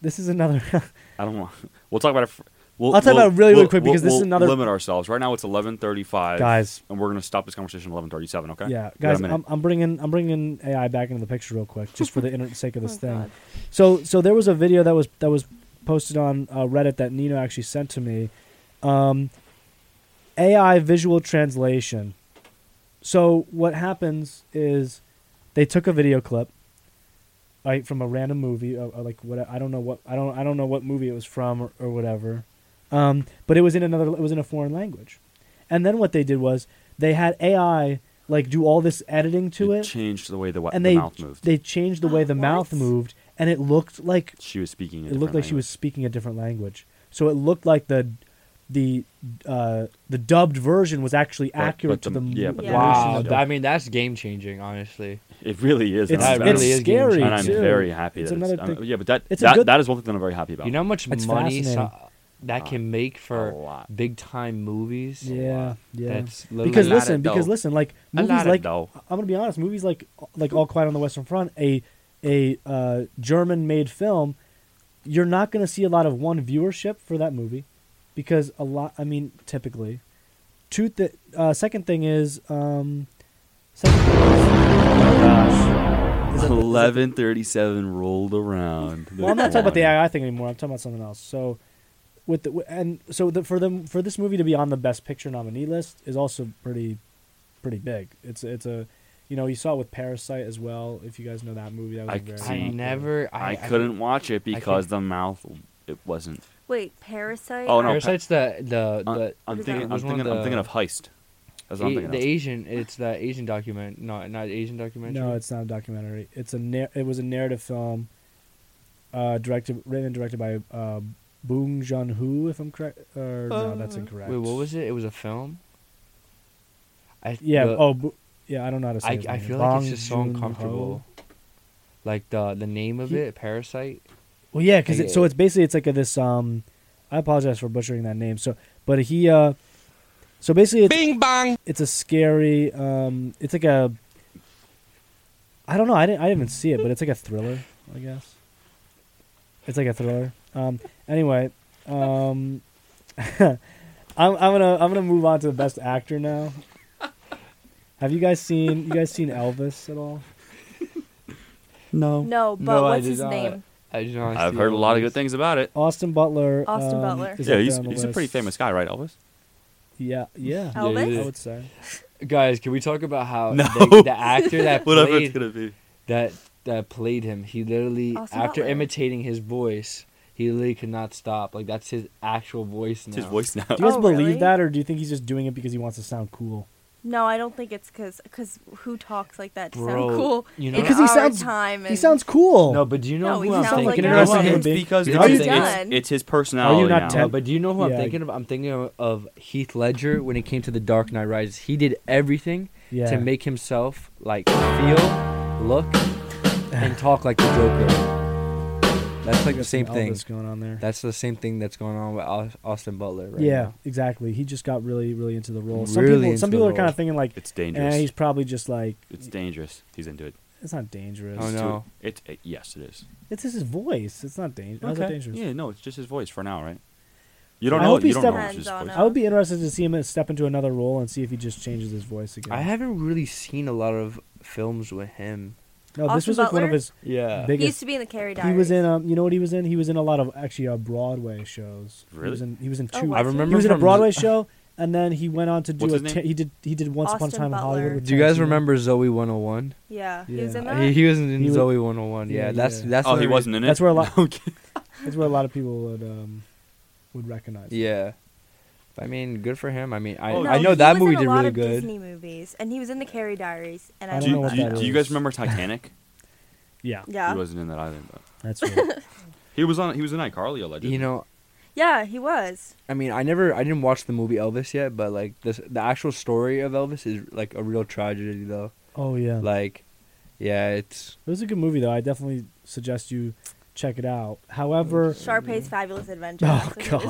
S2: This is another.
S1: I don't want. We'll talk about it. fr- We'll,
S2: I'll talk
S1: we'll-
S2: about it really, really
S1: we'll-
S2: quick because
S1: we'll-
S2: this is
S1: we'll
S2: another-
S1: Limit ourselves. Right now it's eleven thirty-five,
S2: Guys.
S1: and we're gonna stop this conversation at eleven thirty-seven. Okay.
S2: yeah,
S1: We got a
S2: guys,
S1: minute.
S2: I'm, I'm bringing I'm bringing AI back into the picture real quick, just for the inter- sake of this
S4: Oh,
S2: thing.
S4: God.
S2: So so there was a video that was that was posted on uh, Reddit that Nino actually sent to me. Um, AI visual translation. So what happens is they took a video clip right from a random movie or, or like what I don't know what I don't I don't know what movie it was from or, or whatever. Um, but it was in another it was in a foreign language. And then what they did was they had AI like do all this editing to
S1: It
S2: it
S1: changed the way the, wa-
S2: and
S1: the
S2: they
S1: mouth moved.
S2: they changed the way the mouth
S4: What?
S2: moved, and it looked like
S1: she was speaking. A
S2: it looked
S1: different
S2: like she was
S1: language.
S2: speaking a different language. So it looked like the the uh, the dubbed version was actually
S1: but
S2: accurate
S1: the-
S2: to the
S1: yeah,
S2: m-
S1: but
S4: the
S2: version
S3: Wow,
S2: of
S1: Yeah.
S3: th- I mean that's game changing, honestly.
S1: It really is. and
S2: It's,
S1: I'm
S3: That
S1: very-
S2: it's
S3: really is
S2: scary.
S3: game-changing.
S1: and I'm
S2: too.
S1: very happy.
S2: It's
S1: that
S2: another
S1: I'm-
S2: thing.
S1: yeah, but that
S2: It's a
S1: that,
S2: good-
S1: that is one thing that I'm very happy about.
S3: You know how much
S2: That's
S3: money so,
S2: fascinating.
S3: that can make
S1: A
S3: for
S1: lot.
S3: big time movies.
S2: Yeah, yeah.
S3: That's literally-
S2: because
S1: A lot
S2: listen,
S1: of
S2: because
S1: dough.
S2: listen, like
S1: A
S2: movies
S1: lot of
S2: like
S1: dough.
S2: I'm gonna be honest, movies like like All Quiet on the Western Front, a a uh, German made film, you're not gonna see a lot of one viewership for that movie, because a lot. I mean, typically, two. Th- uh, second thing is, um, second thing is, oh my gosh, is that the- is that the-
S1: Eleven thirty-seven rolled around.
S2: well, I'm not talking about the AI thing anymore. I'm talking about something else. So, with the and so the, for them for this movie to be on the Best Picture nominee list is also pretty, pretty big. It's it's a, you know, you saw it with Parasite as well. If you guys know that movie, that was
S1: I
S2: a very
S1: see.
S3: I
S2: popular-
S3: never. I,
S1: I, couldn't watch it
S3: think-
S1: because the mouth. It wasn't.
S4: Wait, Parasite?
S1: Oh,
S3: I,
S1: no,
S3: Parasite's the the
S1: I-
S3: the.
S1: I'm thinking.
S4: is that?
S1: I'm
S3: There's one
S1: thinking.
S3: of
S1: I'm
S3: the-
S1: thinking of heist. Uh, That's what I'm
S3: A-
S1: thinking
S3: the
S1: of.
S3: Asian, it's the Asian document, not not Asian documentary.
S2: No, it's not a documentary. It's a nar- it was a narrative film. Uh, directed written and directed by uh, Bong Joon Ho, if I'm correct. Or no,
S3: Uh,
S2: that's incorrect.
S3: Wait, what was it? It was a film. I,
S2: Yeah.
S3: the-
S2: oh, Bu- yeah. I don't know how to say.
S3: I,
S2: his
S3: I
S2: name.
S3: feel like
S2: Bong
S3: it's just so
S2: Joon-ho?
S3: uncomfortable. Like the the name of
S2: He-
S3: it, Parasite.
S2: Well, yeah, because
S3: Like,
S2: it, so
S3: uh,
S2: it's basically it's like a, this. Um, I apologize for butchering that name. So, but he, uh, so basically, it's,
S3: Bing bang.
S2: it's a scary. Um, it's like a. I don't know. I didn't. I didn't even see it, but it's like a thriller. I guess. It's like a thriller. Um. Anyway, um, I'm I'm gonna I'm gonna move on to the best actor now. Have you guys seen you guys seen Elvis at all?
S1: No.
S4: No, but
S3: I
S4: what's
S3: did
S4: his
S3: not.
S4: name?
S3: I do not
S1: I've
S3: see
S1: heard a
S3: all
S1: lot of
S3: these.
S1: good things about it.
S2: Austin Butler.
S4: Austin
S2: um,
S4: Butler.
S2: is
S1: Yeah,
S2: up
S1: he's
S2: there on the
S1: he's a pretty
S2: list.
S1: famous guy, right, Elvis?
S2: Yeah, yeah.
S4: Elvis?
S2: I
S3: Yeah.
S2: would say.
S3: Guys, can we talk about how
S1: No.
S3: the, the actor that
S1: Whatever it's
S3: played
S1: gonna be.
S3: that that played him, he literally
S4: Austin
S3: after
S4: Butler.
S3: imitating his voice, he literally could not stop. Like that's his actual voice now.
S1: It's his voice now.
S2: Do you guys
S4: Oh,
S2: believe
S4: really?
S2: that, or do you think he's just doing it because he wants to sound cool?
S4: No, I don't think it's because who talks like that to
S3: Bro,
S4: sound cool
S3: you know-
S4: in
S3: Because
S2: he
S4: our
S2: sounds-
S4: time? And
S2: He sounds cool.
S3: No, but do you know
S4: No, he
S3: who I'm
S4: sounds
S3: thinking?
S4: like
S2: Can
S4: that.
S2: I
S1: It's-
S2: ask him
S1: it's
S2: to be-
S1: because
S2: Are
S1: it's,
S2: you
S1: it's,
S4: done?
S1: it's his personality
S2: not
S1: now.
S2: ten-
S3: No, but do you know who
S2: Yeah.
S3: I'm thinking of? I'm thinking of, of Heath Ledger when it came to The Dark Knight Rises. He did everything
S2: yeah.
S3: to make himself like feel, look, and talk like the Joker. That's like the
S2: Got some
S3: same thing.
S2: Elvis going on there.
S3: That's the same thing that's going on with Aus- Austin Butler right
S2: yeah,
S3: now.
S2: exactly. He just got really, really into the role. Some
S3: Really
S2: people,
S3: into
S2: some
S3: the
S2: people are
S3: role.
S2: kind of thinking like,
S1: It's
S2: eh, he's
S1: dangerous.
S2: probably just like,
S1: It's dangerous. He's into it.
S2: it's not dangerous.
S3: Oh,
S1: It's
S3: no.
S1: too- It, it yes, it is.
S2: It's just his voice. It's not dangerous. How's it dangerous?
S1: Yeah, no, it's just his voice for now, right? You don't
S2: I
S1: know.
S2: hope
S1: You
S2: he
S1: don't know.
S4: steps-
S1: It's just
S4: Hands
S1: his
S4: on
S1: voice.
S2: I would be interested to see him step into another role and see if he just changes his voice again.
S3: I haven't really seen a lot of films with him.
S2: No, this
S4: Austin
S2: was like one of
S4: Butler?
S2: his
S3: Yeah.
S4: He used
S2: biggest.
S4: to be in the Carrie
S2: He
S4: Diaries.
S2: was in um, you know what he was in? He was in a lot of actually uh, Broadway shows. He was
S1: Really?
S2: in he was in
S4: Oh,
S2: two.
S4: wow.
S3: I
S4: He
S3: remember
S2: he was in a
S3: from-
S2: Broadway show, and then he went on to do
S1: What's
S2: a
S1: his
S2: ta-
S1: name?
S2: he did he did Once Upon a
S4: Austin
S2: Time in Hollywood.
S4: Butler.
S2: With
S3: Do you guys
S2: Tarantino.
S3: remember Zoe 101?
S4: Yeah, he was
S2: Yeah.
S4: in that.
S3: He, he was in
S2: He was-
S3: Zoe 101. Yeah,
S2: Yeah,
S3: that's
S2: yeah.
S3: that's.
S1: oh,
S3: the
S1: he
S3: reason-
S1: wasn't in it.
S2: That's where a lot.
S1: Okay.
S2: That's where a lot of people would um would recognize. him.
S3: Yeah. I mean, good for him. I mean, I,
S1: Oh,
S4: No,
S3: I know
S4: he
S3: that
S4: was
S3: movie
S4: in a
S3: did
S4: lot
S3: really
S4: of
S3: good.
S4: Disney movies, and he was in the Carrie Diaries, and I,
S2: I
S1: do,
S2: don't know
S1: you,
S4: love
S2: what
S1: do, you-
S2: that
S1: do you
S2: is.
S1: guys remember Titanic?
S2: Yeah,
S4: Yeah,
S1: He wasn't in that either. But
S2: that's right.
S1: he was on. He was in iCarly allegedly.
S3: You know,
S4: yeah, he was.
S3: I mean, I never, I didn't watch the movie Elvis yet, but like this, the actual story of Elvis is like a real tragedy, though.
S2: oh yeah,
S3: Like, yeah, it's
S2: it was a good movie though. I definitely suggest you check it out. However,
S1: Mm-hmm.
S4: Sharpay's Fabulous Adventure.
S2: Oh,
S4: That's what it is.
S2: God.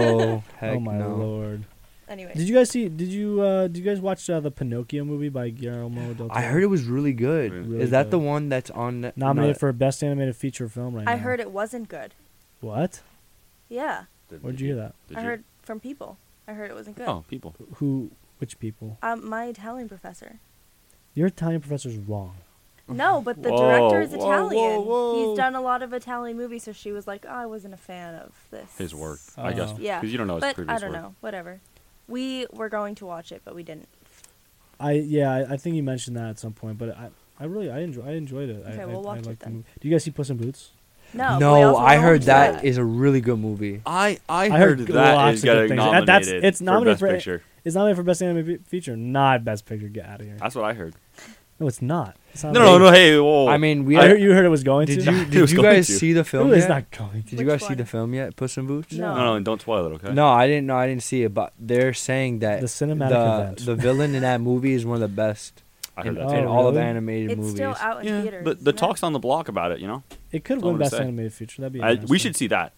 S3: oh heck
S2: oh my
S3: no.
S2: lord,
S4: anyway,
S2: did you guys see? Did you uh did you guys watch uh, the Pinocchio movie by Guillermo del Toro?
S3: I heard it was really good.
S1: Really
S3: is that the
S2: good.
S3: one that's on Net-
S2: nominated
S3: not-
S2: for best animated feature film right now.
S4: I heard it wasn't good.
S2: What?
S4: Yeah,
S1: Did-
S2: Where'd
S1: did
S2: you hear that?
S1: did
S4: I
S1: you-
S4: heard from people. I heard it wasn't good.
S1: Oh, people.
S2: Who? Which people?
S4: Um, my Italian professor.
S2: Your Italian professor's wrong.
S4: No, but the
S1: Mm-hmm. Whoa,
S4: director is
S1: whoa, whoa,
S4: Italian.
S1: whoa.
S4: He's done a lot of Italian movies, so she was like, oh, "I wasn't a fan of this."
S1: His work, I guess.
S2: Oh.
S4: Yeah,
S1: Because you don't know his
S4: but
S1: previous
S4: I don't
S1: work.
S4: know. Whatever. We were going to watch it, but we didn't.
S2: I yeah, I, I think you mentioned that at some point, but I. I really, I enjoy, I enjoyed it.
S4: Okay,
S2: I,
S4: we'll
S2: I,
S4: watch
S2: I
S4: it
S2: liked the
S4: then.
S2: movie. Do you guys see Puss in Boots?
S4: No. but we
S3: no,
S4: also
S3: I
S4: went
S3: heard
S4: to
S3: that
S4: that.
S3: is a really good movie.
S1: I I,
S2: heard
S1: heard, that
S2: lots
S1: is
S2: of good
S1: getting
S2: things. That-
S1: nominated.
S2: that's- it's
S1: for
S2: nominated
S1: Best
S2: for it.
S1: picture.
S2: It's nominated for best animated feature, not best picture. Get out of here.
S1: That's what I heard.
S2: No, it's not. It's not
S1: No, no,
S2: best-
S1: no. Hey, whoa.
S3: I mean, we
S2: Uh, I
S3: are-
S2: heard you heard it was going
S3: did
S2: to.
S3: you
S1: It
S3: did
S1: was
S3: you
S1: going
S3: guys
S1: to.
S3: see the film
S2: Who is
S3: yet?
S2: not going to?
S3: Did you
S4: Which
S3: guys see the
S4: one?
S3: film yet, Puss in Boots?
S1: no, no, and don't spoil it, okay?
S3: No, I didn't. No, I didn't see it. But they're saying that
S2: The cinematic
S3: the,
S2: event.
S3: the villain in that movie is one of the best
S1: I heard
S3: in,
S1: that.
S2: Oh,
S1: too.
S3: in all of
S2: really?
S3: animated
S4: It's
S3: movies.
S4: still out in
S1: yeah,
S4: theaters.
S1: the, the
S4: isn't it?
S1: talks on the block about it. You know,
S2: It could
S1: That's all
S2: win
S1: I'm
S2: best
S1: saying.
S2: animated feature. That'd be.
S1: I, we
S2: interesting.
S1: should see that.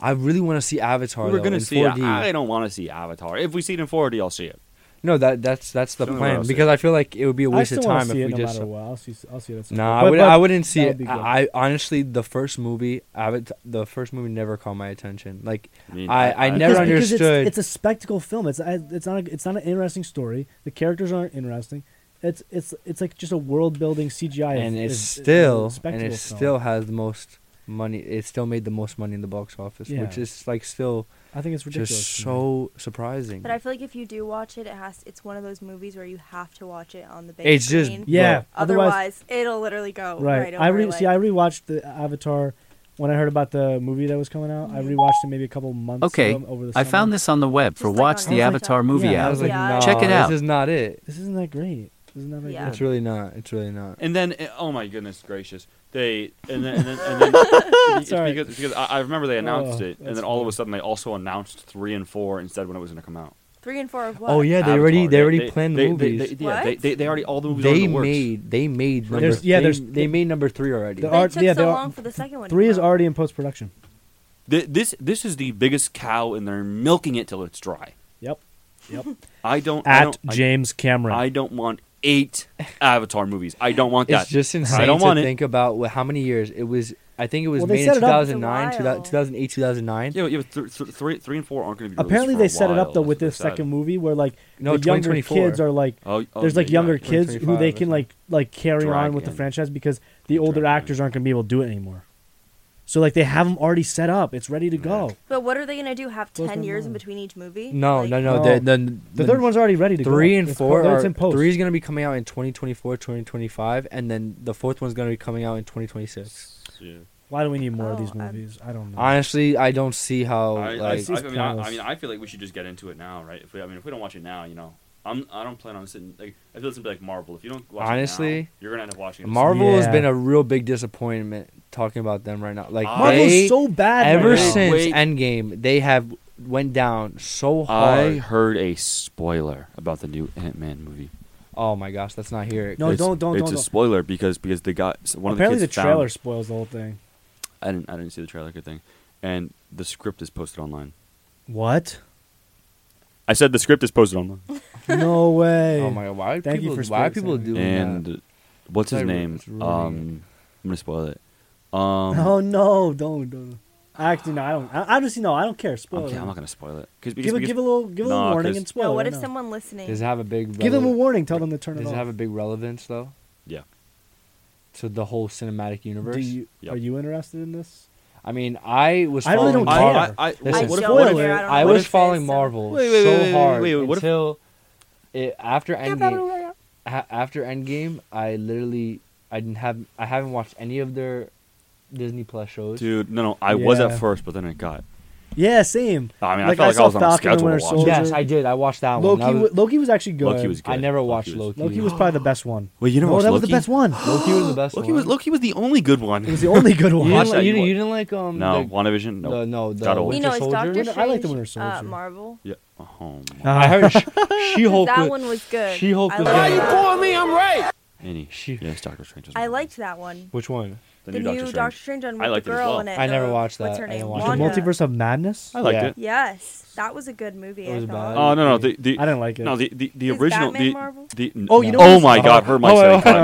S3: I really want to see Avatar.
S1: we were
S3: though,
S1: gonna
S3: in
S1: see
S3: 4D.
S1: it. I don't want to see Avatar. If we see it in 4D, I'll see it.
S3: No, that that's that's the
S1: Somewhere
S3: plan
S1: else,
S3: because I feel like it would be a
S2: I
S3: waste
S2: still
S3: of
S2: wanna
S3: time if
S2: see it
S3: we
S2: no
S3: just.
S2: matter what. I'll see. I'll see it. at some point.
S3: Nah, I
S2: But-
S3: would.
S2: but
S3: I wouldn't see
S2: that
S3: it.
S2: would be good.
S3: I, I honestly, the first movie, Avatar, the first movie never caught my attention. Like
S1: I mean,
S3: I- I never
S2: Because- because it's-
S3: understood-
S2: It's, a spectacle film. It's I- it's not a, it's not an interesting story. The characters aren't interesting. It's it's it's like just a world building CGI.
S3: and
S2: is-
S3: it's
S2: is- is a
S3: still and
S2: spectacle
S3: it
S2: film.
S3: still has the most money. It still made the most money in the box office, which
S2: Yeah.
S3: is like still
S2: I think it's ridiculous.
S3: just
S2: to me.
S3: so surprising.
S4: But I feel like if you do watch it, it has. It's one of those movies where you have to watch it on the big
S3: It's just-
S4: screen.
S2: yeah.
S4: Otherwise,
S2: Otherwise,
S4: it'll literally go right.
S2: right.
S4: over,
S2: I re-
S4: like-
S2: see. I rewatched the Avatar when I heard about the movie that was coming out. I rewatched it maybe a couple months.
S10: Okay,
S2: ago, over the
S10: I
S2: summer.
S10: found this on the web
S4: Just
S10: for
S4: like
S10: Watch
S4: on
S10: the
S4: Amazon.
S10: Avatar Movie
S2: Yeah,
S3: I
S10: app.
S3: was like,
S4: Yeah, I-
S3: nah,
S10: Check it out.
S3: This is not it.
S2: This isn't that great. This isn't that
S4: Yeah.
S2: great.
S3: It's really not. It's really not.
S1: And then, eh, oh my goodness gracious, they and then and then, and then it's
S2: Sorry.
S1: because, it's because I, I remember they announced
S2: Oh,
S1: it, and
S2: that's
S1: then all of
S2: funny.
S1: a sudden they also announced three and four instead when it was going to come out.
S4: Three and four of what?
S3: Oh yeah, they
S1: Avatar.
S3: already they already
S1: they,
S3: planned
S1: they,
S3: the movies.
S1: They, they, yeah,
S4: What?
S1: they, they, they already all the movies. are
S3: They
S1: in the works.
S3: made they made number
S2: There's- yeah,
S3: they-
S2: there's-
S3: they, made number three already.
S2: There
S4: But
S2: are-
S4: it took
S2: yeah,
S4: so
S2: there are-
S4: long for the second one. to
S2: Three
S4: come
S2: is
S4: out.
S2: already in post production.
S1: Th- this this is the biggest cow, and they're milking it till it's dry.
S2: Yep. Yep.
S1: I don't. I
S2: At
S1: don't, I-
S2: James Cameron.
S1: I don't want eight Avatar movies. I don't want that.
S3: It's just insane
S1: I don't want
S3: to
S1: it.
S3: think about what, how many years it was. I think it was
S2: Well, they
S3: made in
S2: set it up.
S3: 2009,
S4: It's a
S3: 2000-
S4: while.
S3: 2008, 2009.
S1: Yeah, but- yeah but th- th- three, three and four aren't going to be.
S2: Apparently, they
S1: released for a
S2: set it up
S1: while,
S2: though
S1: that's
S2: with
S1: what they
S2: this
S1: said.
S2: second movie where like
S3: No,
S2: the younger
S3: 2024.
S2: kids are like
S1: Oh, oh,
S2: there's like
S1: yeah,
S2: younger
S1: yeah.
S2: kids who they
S3: 2025
S2: can
S3: or
S2: like like carry
S1: Drag
S2: on with the
S1: in.
S2: franchise because the
S1: Drag
S2: older
S1: in.
S2: actors aren't going to be able to do it anymore. So like they have them already set up. It's ready to go.
S4: But what are they gonna do? Have
S2: Blows
S4: ten
S2: my
S4: years in
S2: mind.
S4: between each movie?
S3: No,
S4: Like,
S3: no, no,
S2: No.
S3: The, the,
S2: The third one's already ready to go.
S3: three and
S2: It's
S3: four
S2: po-
S3: are
S2: it's in post.
S3: three is gonna be coming out in 2024, 2025, and then the fourth one's gonna be coming out in 2026.
S1: Yeah.
S2: Why do we need more of these
S4: Oh, I'm-
S2: movies? I don't know.
S3: Honestly, I don't see how
S1: I, I,
S3: Oh, like
S1: I,
S2: It's
S1: mean, I,
S2: callous.
S1: I mean, I feel like we should just get into it now, right? If we, I mean, if we don't watch it now, you know, I'm I don't plan on sitting. Like, I feel it's gonna be like Marvel. If you don't watch it now,
S3: Honestly,
S1: you're gonna end up watching it.
S3: Marvel has
S2: Yeah.
S3: been a real big disappointment talking about them right now. Like
S2: Marvel's
S3: they,
S2: so bad. right
S3: ever
S2: now.
S1: now.
S3: since
S1: Wait.
S3: Endgame, they have went down so
S1: I
S3: hard.
S1: heard a spoiler about the new Ant Man movie.
S3: Oh my gosh, let's not hear it.
S2: No,
S1: it's,
S2: don't don't
S1: It's
S2: don't.
S1: a
S2: don't.
S1: spoiler because because they got so one
S2: Apparently,
S1: of
S2: the,
S1: the kids found-
S2: trailer spoils the whole thing.
S1: I didn't I didn't see the trailer good thing, and the script is posted online.
S2: What?
S1: I said the script is posted online.
S2: No way.
S3: Oh my god, why are
S2: Thank you
S3: people,
S2: for
S3: why are people
S2: spacing.
S3: doing
S1: and
S3: that?
S1: what's his
S3: It's like-
S1: name?
S3: it's really
S1: um, I'm gonna spoil it. Um,
S2: Oh no! Don't don't. Actually, no. I don't. I, honestly, no. I don't care. Spoil
S1: okay,
S2: it.
S1: I'm not gonna spoil it 'Cause- because
S2: give, a,
S1: because-
S2: give a little give a little
S1: Nah,
S2: warning
S1: 'cause-
S2: and spoil.
S4: No.
S2: it
S4: What
S2: right
S4: if
S2: now.
S4: someone listening?
S3: Does it have a big?
S2: give them a
S3: rele-
S2: warning? Tell them to turn it
S3: Does it
S2: off.
S3: have a big relevance though?
S1: yeah.
S3: to the whole cinematic universe.
S2: Do you,
S1: Yep.
S2: Are you interested in this?
S3: I mean, I was.
S2: I really
S3: following
S2: don't
S1: I,
S3: Marvel.
S1: I,
S2: care.
S1: I,
S3: Listen,
S4: I
S1: what if,
S4: don't
S1: what if,
S4: care, I don't
S3: I
S4: know
S3: was
S4: what it
S3: following
S4: is, so-
S3: Marvel
S1: Wait, wait,
S3: so
S1: wait, wait, wait,
S3: hard
S1: wait, what if-
S3: until it, after Endgame. a- after Endgame, I literally I didn't have I haven't watched any of their Disney Plus shows.
S1: dude? No, no, I was
S2: Yeah.
S1: at first, but then it got.
S2: Yeah, same.
S1: I mean,
S2: Like,
S1: I
S2: I
S1: felt like I
S2: saw
S1: was on a
S2: Falcon and
S1: schedule
S2: Winter
S1: to watch.
S2: Soldier.
S1: it.
S3: Yes, I did. I watched that
S2: Loki,
S3: one. That
S2: wa-
S3: was,
S2: Loki was actually good.
S1: Loki was good.
S3: I never watched
S1: was-
S3: Loki.
S2: Loki was probably the best one.
S1: Wait, you never
S2: No,
S1: watched
S2: that was
S1: Loki?
S2: the best one.
S3: Loki was the best.
S1: Loki
S3: one.
S1: was Loki was the only good one.
S2: It was the only good
S3: You
S2: one.
S3: didn't,
S1: Watch
S3: li-
S1: that,
S3: you,
S1: you
S3: didn't-
S1: wa-
S3: you didn't like um
S1: no,
S3: the,
S1: WandaVision. No,
S3: the- no the
S1: Got old.
S3: Winter
S4: You know, it's
S3: Soldier.
S4: Doctor Strange.
S2: I like the Winter
S4: Uh,
S2: Soldier.
S4: Marvel.
S1: yeah. Oh, my.
S3: I heard She Hulk.
S4: that one was good.
S3: She-Hulk
S4: I
S3: was
S4: liked
S3: good.
S4: that.
S1: Any?
S3: She-
S1: Yes, Doctor Strange. Was
S4: I
S1: one.
S4: liked that one.
S3: Which one?
S1: the, new Doctor Strange.
S4: on
S1: I
S4: with
S1: liked it
S4: the
S1: as
S4: girl
S1: well.
S4: in it.
S3: I never
S4: uh,
S3: watched
S4: What's
S3: that.
S4: her
S3: I didn't
S4: name?
S3: watch
S2: The
S3: it.
S4: Wanda.
S2: Multiverse of Madness.
S1: I liked
S3: Yeah.
S1: it.
S4: Yes, that was a good movie.
S3: It was
S4: I
S3: bad.
S4: thought.
S1: Oh no, no, the, the
S2: I didn't like it.
S1: No, the the, the
S4: Is
S1: original
S4: Batman
S1: the,
S4: Marvel?
S1: the n-
S2: Oh, you know
S1: oh
S2: what's-
S1: my God, her mic's
S3: oh,
S1: getting
S3: oh,
S1: cut.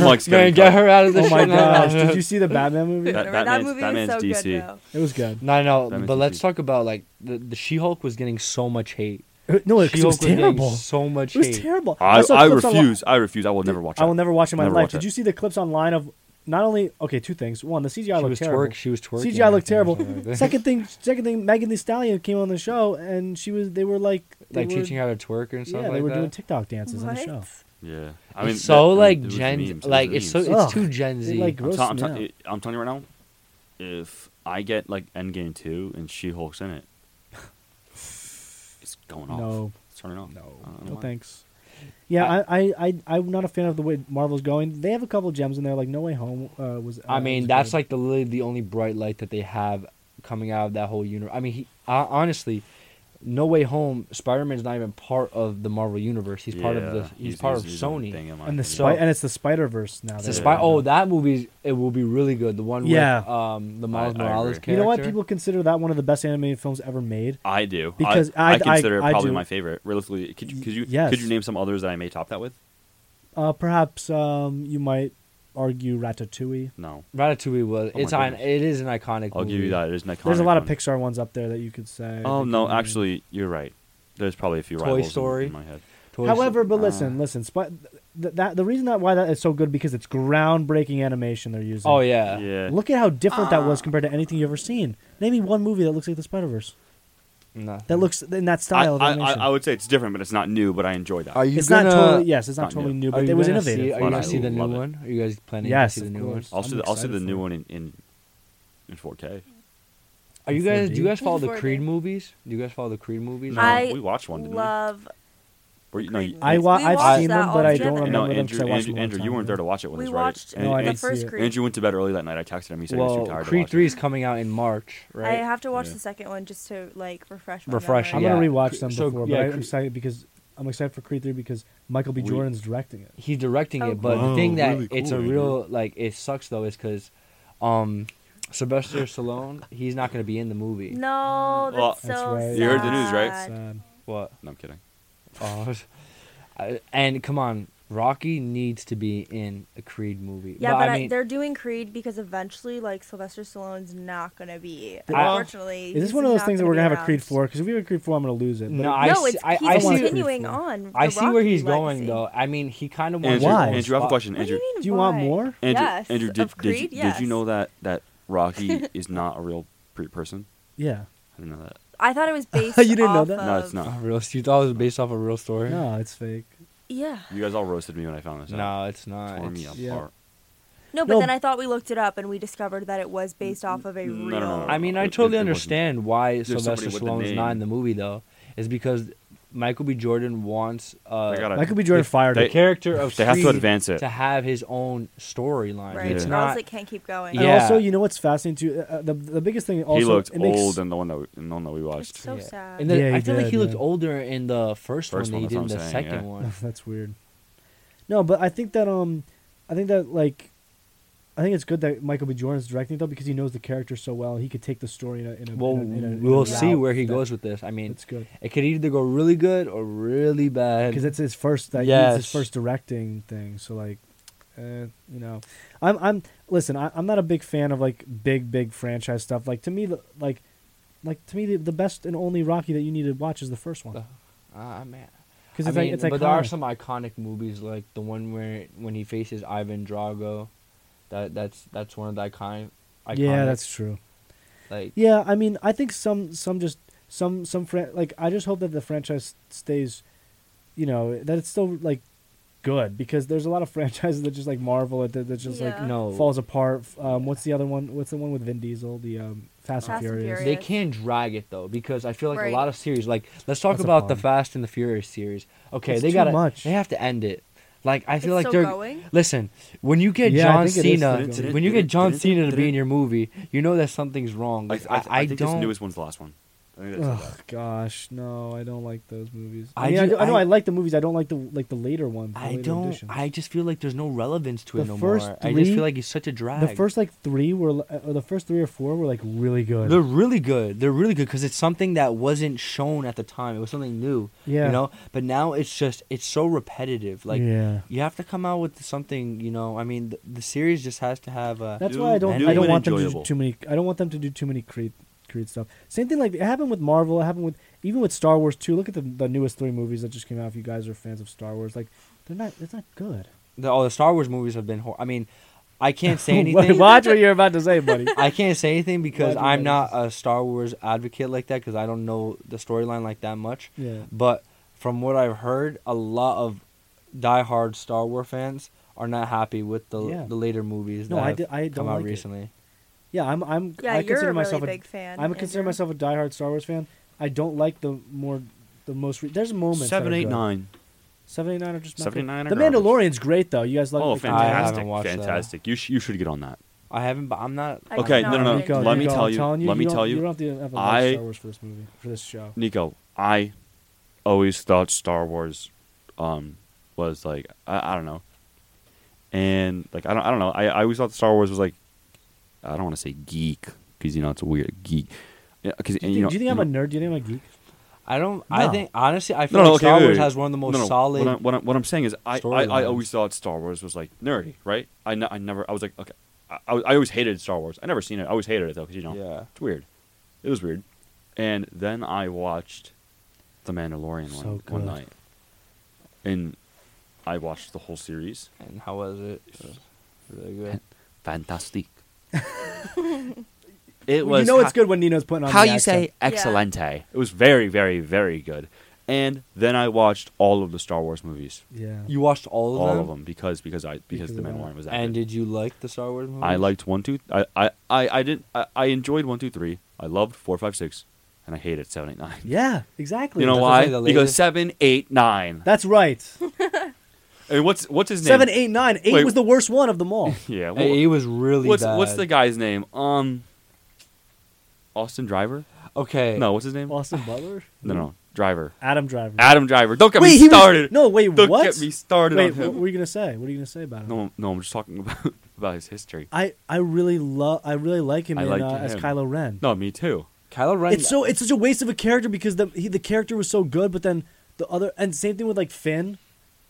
S1: Her mic's
S3: Man,
S1: getting
S3: get
S1: cut.
S3: her out of this.
S2: Oh my
S3: shit now.
S2: gosh! Did you see the Batman movie?
S1: That-
S4: Whatever,
S1: Batman's-
S4: that movie
S1: Batman's
S4: was so
S1: DC.
S4: good though.
S2: It was good.
S3: No,
S1: That
S3: no,
S1: makes
S3: but
S1: me
S3: let's
S1: think.
S3: talk about like the, the She-Hulk was getting so much hate.
S2: Uh, No, it, 'cause it
S3: She-Hulk
S2: was
S3: getting
S2: terrible.
S3: So much
S2: It was
S3: hate.
S2: terrible.
S1: I,
S2: saw
S1: I
S2: clips onli-
S1: refuse. I refuse. I will never watch.
S2: I will
S1: that.
S2: never watch it in my
S1: Never
S2: life.
S1: watch
S2: Did
S1: it.
S2: you see the clips online of not only okay two things. One, the CGI
S3: She
S2: looked
S3: was
S2: terrible.
S3: twerk. She was twerking.
S2: CGI looked
S3: I think, or
S2: terrible.
S3: something like that.
S2: Second thing, second thing, Megan Thee Stallion came on the show and she was they were like they
S3: like
S2: were,
S3: teaching her how to twerk and
S2: yeah
S3: stuff
S2: they
S3: like
S2: were
S3: that.
S2: doing TikTok dances on the show.
S4: What?
S1: Yeah, I
S3: I
S1: mean,
S3: mean, so
S1: that- I mean,
S3: like
S1: it was
S3: Gen,
S1: memes, it was
S3: like it's so
S1: memes.
S3: it's
S2: Ugh.
S3: too Gen
S2: It,
S3: Z.
S2: like
S1: I'm,
S2: grossed
S1: t- I'm,
S2: me
S1: t-
S2: out.
S1: it- I'm telling you right now, if I get like Endgame two and She Hulk's in it, it's going off.
S2: No.
S1: it's turning off. No,
S2: No thanks. Yeah, I, I, I, I'm not a fan of the way Marvel's going. They have a couple gems in there, like No Way Home uh, was.
S3: I
S2: uh,
S3: mean,
S2: was
S3: that's
S2: good.
S3: like the li- the only bright light that they have coming out of that whole universe. I mean, he, uh, honestly, No Way Home, Spider Man's not even part of the Marvel universe. He's part of the he's, part of Sony.
S2: and the
S3: So-
S2: spy- and it's the Spider Verse now.
S3: It's
S2: that
S3: a
S2: they're
S3: spy.
S2: doing.
S3: Oh, that movie it will be really good. The one
S2: Yeah.
S3: with um the Miles
S1: Oh, I
S3: Morales character.
S1: agree.
S2: you know what? People consider that one of the best animated films ever made.
S1: I do
S2: Because
S1: I,
S2: I-
S1: I,
S2: I-
S1: consider
S2: I
S1: it probably
S2: do.
S1: my favorite. Realistically, could you could you
S2: Yes.
S1: could you name some others that I may top that with?
S2: Uh, perhaps um, you might argue Ratatouille.
S1: No,
S3: Ratatouille was.
S1: Oh my
S3: it's on.
S1: goodness.
S3: It is an iconic.
S1: I'll give
S3: movie.
S1: you that. There's an
S2: There's a
S1: iconic
S2: lot of
S1: one.
S2: Pixar ones up there that you could say.
S1: Oh
S2: They
S1: no,
S2: can-
S1: actually, you're right. There's probably a few
S3: Toy
S1: rivals in-
S3: Story.
S1: in my head.
S3: Toy
S2: However,
S1: Uh.
S3: Story-
S2: but listen, listen. Sp- th- that the reason that why that is so good because it's groundbreaking animation they're using.
S3: oh yeah.
S1: Yeah.
S2: Look at how different that
S4: Ah.
S2: was compared to anything you've ever seen. Name me one movie that looks like the Spider Verse.
S3: No.
S2: That looks in that
S1: I,
S2: style of
S1: I, I,
S2: animation.
S1: I would say it's different, but it's not new. But I enjoyed that.
S3: Are you
S2: it's
S3: gonna,
S2: not totally yes, it's not,
S1: Not
S2: totally
S1: new.
S2: new,
S3: are
S2: but
S3: you
S2: it was
S3: gonna
S2: innovative.
S3: See, are you
S1: But
S3: gonna
S1: I
S3: see the new
S1: love it.
S3: one? Are you guys planning
S2: Yes,
S3: to see
S2: of
S3: the new
S2: course.
S1: I'll see,
S2: I'm
S1: the, I'll see the
S2: excited
S1: new
S2: for
S1: one in, in in 4K.
S3: one? Are you guys? Do you
S2: 4D?
S3: guys follow the
S4: Before
S3: Creed
S4: that.
S3: movies? Do you guys follow the Creed movies?
S1: No,
S4: I
S1: we watched one, didn't
S4: Love.
S1: we? Or you- no, you-
S2: I wa-
S4: We
S2: I've
S4: watched
S2: seen
S4: that
S2: them, but
S4: all
S2: I don't
S4: together.
S1: no,
S2: remember them
S1: Andrew, Andrew,
S2: 'cause I watched them a long
S1: Andrew, you
S2: time
S1: weren't there
S2: ago.
S1: to watch it when
S4: We
S1: it was right.
S4: watched
S1: And-
S2: No, I
S1: and-
S4: the
S2: didn't see
S4: first
S2: it.
S4: Creed.
S1: Andrew went to bed early that night. I texted him. He said he was
S3: well,
S1: too tired.
S3: Creed
S1: to
S3: Three
S1: watch
S3: is coming out in March, right?
S4: I have to watch
S1: Yeah.
S4: the second one just to like refresh my
S3: Refresh,
S2: I'm
S4: memory.
S2: gonna
S3: Yeah.
S2: rewatch them
S3: So,
S2: before,
S3: yeah,
S2: but I'm
S3: Cre-
S2: excited because I'm excited for Creed Three because Michael B.
S1: We-
S2: Jordan's directing it.
S3: He's directing
S4: Oh,
S3: it, but
S1: Wow,
S3: the thing that
S1: really
S3: it's a
S1: cool, dude.
S3: real like it sucks though is because, um, Sylvester Stallone he's not gonna be in the movie.
S4: No, that's
S1: Well,
S4: so
S2: That's right.
S4: sad.
S1: You heard the news, right?
S2: Sad.
S3: What?
S1: it. No, I'm kidding.
S3: Oh, I- and come on, Rocky needs to be in a Creed movie.
S4: Yeah,
S3: I
S4: but, I-
S3: mean,
S4: they're doing Creed because eventually, like Sylvester Stallone's not gonna be.
S3: Well,
S2: uh,
S4: unfortunately,
S2: Is this
S4: he's
S2: one of those
S4: not
S2: things that
S4: gonna
S2: we're
S4: be
S2: gonna have a
S4: around.
S2: Creed Four? Because if we have a Creed Four, I'm gonna lose it.
S3: no,
S2: but
S3: I
S4: no,
S3: see,
S4: it's
S3: I,
S4: he's
S3: I see,
S2: want Creed
S4: continuing
S2: four.
S4: on.
S3: I
S4: the
S3: see where he's
S4: Rocky
S3: going
S4: legacy.
S3: though. I mean, he kind of wants.
S1: Andrew,
S2: Why?
S1: Andrew, I have a question.
S4: What do
S1: Andrew,
S4: you mean?
S2: do you want
S4: why?
S2: more?
S1: Andrew,
S4: Yes,
S1: Andrew, did,
S4: of Creed,
S1: did, you-
S4: yes.
S1: did you know that that Rocky is not a real pre- person?
S2: Yeah.
S1: I didn't know that.
S4: I thought it was based.
S2: You didn't know
S4: off
S2: that?
S1: No, it's
S4: of-
S1: not.
S3: A Uh, real, you thought it was based off a real story?
S2: No, it's fake.
S4: Yeah.
S1: You guys all roasted me when I found this out.
S3: No, it's not.
S1: Tore me
S3: It's-
S2: yeah.
S1: apart.
S4: No, but
S2: No.
S4: then I thought we looked it up and we discovered that it was based off of a real.
S1: no, no, no, no.
S3: I mean,
S1: It-
S3: I
S1: it-
S3: totally
S1: it wasn't-
S3: understand why Sylvester
S1: somebody with the
S3: Stallone's
S1: name.
S3: not in the movie though. Is because Michael B. Jordan wants uh,
S1: They gotta-
S2: Michael B. Jordan fired.
S1: they-
S2: it.
S3: character of
S1: They have to
S3: Creed
S1: advance it.
S3: to have his own storyline.
S4: Right.
S3: It's
S1: Yeah.
S4: Or else
S3: not.
S4: it can't keep going.
S2: And
S3: Yeah.
S2: also, you know what's fascinating too? Uh, the the biggest thing also
S1: he looked
S2: it makes,
S1: old in the one that we, in the one that we watched.
S4: It's so
S3: Yeah.
S4: sad.
S3: And then
S2: Yeah, he
S3: I feel like
S2: did,
S3: he looked
S2: yeah.
S3: older in the first,
S1: First
S3: one
S1: one,
S3: than he did in
S1: that's
S3: the
S1: what I'm saying,
S3: second
S1: yeah.
S3: one.
S2: Oh, That's weird. No, but I think that um, I think that like, I think it's good that Michael B. Jordan's directing though because he knows the character so well. He could take the story in a. In a
S3: Well,
S2: in a- in a- in a
S3: we'll see
S2: route
S3: where he
S2: that-
S3: goes with this. I mean,
S2: It's good
S3: it could either go really good or really bad.
S2: because it's his first. Like, it's his
S3: Yes.
S2: first directing thing. So like, uh, you know, I'm I'm listen. I, I'm not a big fan of like big big franchise stuff. Like to me, the- like, like to me, the, the best and only Rocky that you need to watch is the first one.
S3: Ah, man.
S2: Because
S3: I
S2: it's
S3: mean,
S2: like it's
S3: but
S2: like
S3: there are some iconic movies like the one where when he faces Ivan Drago, That that's that's one of the iconic. iconic
S2: yeah, that's true.
S3: like
S2: Yeah, I mean, I think some some just some some fran- like I just hope that the franchise stays, you know, that it's still like good because there's a lot of franchises that just like Marvel that that just
S4: Yeah.
S2: like
S3: No.
S2: falls apart. F- Um, what's the other one? What's the one with Vin Diesel? The um, Fast,
S4: Fast and
S2: and Furious.
S4: Furious.
S3: They can drag it though because I feel like
S4: Right.
S3: a lot of series, like let's talk
S2: That's a
S3: about the
S2: problem.
S3: Fast and the Furious series. Okay,
S2: It's
S3: they
S2: too
S3: got
S2: much.
S3: They have to end it. Like I feel
S4: It's
S3: like
S4: still
S3: they're
S4: going?
S3: listen. When you get
S2: Yeah, I
S3: John
S2: think it is
S3: Cena,
S2: still
S1: going.
S3: when you get John Cena to be in your movie, you know that something's wrong.
S1: I, I,
S3: Like, I, I,
S1: think this
S3: don't.
S1: newest one's the last one. I think that's
S2: Oh gosh, no! I don't like those movies. I,
S3: I
S2: mean, I,
S3: ju-
S2: do, I know I,
S3: I-
S2: like the movies. I don't like the like the later ones. the
S3: I
S2: later
S3: don't.
S2: editions.
S3: I just feel like there's no relevance to it
S2: The
S3: no
S2: first
S3: more. I just
S2: three-
S3: feel like it's such a drag.
S2: the first like three were, li- or the first three or four were like really good.
S3: They're really good. They're really good because it's something that wasn't shown at the time. It was something new.
S2: Yeah.
S3: You know, but now it's just it's so repetitive. Like
S2: yeah,
S3: you have to come out with something. You know, I mean, the, the series just has to have a.
S2: that's
S1: new-
S2: why I don't.
S1: new
S2: I don't
S1: and
S2: want them to do
S1: enjoyable.
S2: too many. I don't want them to do too many Creed Creed stuff. Same thing like it happened with Marvel. It happened with even with Star Wars too. Look at the the newest three movies that just came out. If you guys are fans of Star Wars, like they're not. It's not good.
S3: the, all the Star Wars movies have been. Hor- I mean, I can't say anything.
S2: Watch what you're about to say, buddy.
S3: I can't say anything because
S2: Roger
S3: I'm
S2: that
S3: not a Star Wars advocate like that because I don't know the storyline like that much.
S2: Yeah.
S3: But from what I've heard, a lot of diehard Star Wars fans are not happy with the
S2: Yeah.
S3: the later movies
S2: No,
S3: that
S2: I
S3: have
S2: di- I
S3: come
S2: don't
S3: out
S2: like it.
S3: recently.
S2: Yeah, I'm. I'm.
S4: Yeah,
S2: I
S4: you're
S2: consider
S4: a really
S2: myself
S4: big fan,
S2: I'm consider
S4: Andrew.
S2: myself a diehard Star Wars fan. I don't like the more, the most. Re- there's moments. that
S1: it. Seven,
S2: are
S1: eight,
S2: good.
S1: nine.
S2: Seven eight nine are just not good.
S1: 789 are
S2: The
S1: garbage.
S2: Mandalorian's great though. You guys love.
S1: Oh,
S2: the
S3: I haven't
S1: fantastic!
S3: watched that.
S1: Fantastic. You sh- you should get on that.
S3: I haven't, but I'm not.
S4: I
S1: Okay,
S4: cannot
S1: no, no, no.
S4: get into
S2: Nico,
S1: Let
S4: it.
S1: me
S2: Nico,
S1: tell
S2: I'm
S1: you-
S2: telling
S1: let me
S2: don't-
S1: tell you,
S2: You don't have to have a
S1: I-
S2: Star Wars for this movie for this show.
S1: Nico, I always thought Star Wars um, was like I, I don't know, and like I don't I don't know. I, I always thought Star Wars was like I don't want to say geek because you know it's a weird geek. Because
S2: Do you,
S1: you know,
S2: think, do you think
S1: you
S2: I'm a
S1: know-
S2: nerd? Do you think I'm a geek?
S3: I don't. I
S2: No.
S3: think honestly, I feel
S1: No, no,
S3: like
S1: okay,
S3: Star
S1: wait, wait,
S3: Wars
S1: wait.
S3: has one of the most
S1: no, no.
S3: solid.
S1: What I'm, what I'm, what I'm saying is, I, I, I
S3: storylines.
S1: always thought Star Wars was like nerdy, right? I, n- I never, I was like, okay, I, I, was- I always hated Star Wars. I never seen it. I always hated it though, because you know,
S3: Yeah.
S1: it's weird. It was weird. And then I watched The Mandalorian
S2: So
S1: one, one
S2: good.
S1: night, and I watched the whole series.
S3: And how was it? It was Really good.
S1: Fantastic. it
S2: you know it's good when Nino's putting on. the accent.
S4: excellente.
S1: It was very, very, very good. And then I watched all of the Star Wars movies,
S2: Yeah.
S3: You watched all of
S1: all
S3: them.
S1: of them, because because I because,
S2: Because
S1: the
S2: of that.
S1: Mandalorian was that.
S3: And
S1: good.
S3: did you like the Star Wars movies?
S1: I liked one, two. I I I, I didn't. I, I enjoyed one, two, three. I loved four, five, six, and I hated seven, eight, nine.
S2: yeah. Exactly.
S1: You know
S3: That's
S1: why?
S3: okay, the
S1: Because
S3: latest-
S1: seven, eight, nine.
S2: That's right.
S1: And what's what's his name?
S2: Seven, eight, nine, eight
S1: Wait.
S2: was the worst one of them all.
S1: Yeah. Well,
S3: It, it was really
S1: what's
S3: bad.
S1: what's the guy's name? Um, Austin Driver.
S3: Okay.
S1: No, what's his name?
S2: Austin Butler.
S1: No, no, Driver.
S2: Adam Driver.
S1: Adam Driver. Don't get
S2: wait,
S1: me
S2: he was-
S1: started.
S2: no, wait,
S1: Don't
S2: what?
S1: get me started
S2: Wait,
S1: on
S2: what
S1: him.
S2: were you gonna say? What are you gonna say about him?
S1: No, no, I'm just talking about about his history.
S2: I, I really love I really like him
S1: I
S2: in,
S1: liked
S2: uh, as
S1: him.
S2: Kylo Ren.
S1: No, me too.
S3: Kylo Ren.
S2: It's so it's such a waste of a character because the he, the character was so good, but then the other and same thing with like Finn,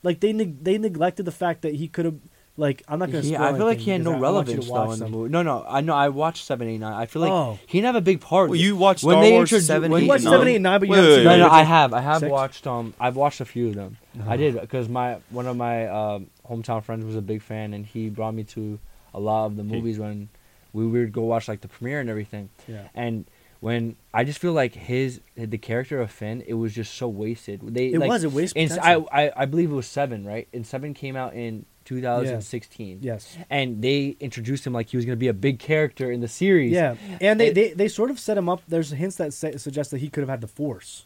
S2: like they neg- they neglected the fact that he could have like I'm not gonna.
S3: He,
S2: spoil
S3: I feel like he had
S2: anything
S3: no
S2: because I- I want you to
S3: relevance though
S2: watch
S3: in the
S2: them.
S3: movie. No, no, I know. I watched seven eight nine. I feel like
S2: Oh.
S3: he didn't have a big part.
S1: Well, you watched Star Wars
S3: introduced-
S1: 7,
S3: when-
S1: eight,
S2: You watched
S1: nine.
S2: seven, eight, nine, but you
S1: Wait,
S2: haven't
S1: wait,
S2: seen
S1: wait,
S3: No,
S2: it.
S3: no, I have. I have
S2: Six?
S3: watched. Um, I've watched a few of them. I did because my one of my um, hometown friends was a big fan, and he brought me to a lot of the movies when we would go watch like the premiere and everything.
S2: Yeah.
S3: And when I just feel like his the character of Finn, it was just so wasted. They
S2: It
S3: like,
S2: was, it wasted
S3: in- I,
S2: potential.
S3: I I believe it was seven, right? And seven came out in 2016.
S2: Yes.
S3: And they introduced him like he was gonna be a big character in the series.
S2: Yeah, and they,
S3: It-
S2: they, they sort of set him up. There's hints that say, suggest that he could have had the Force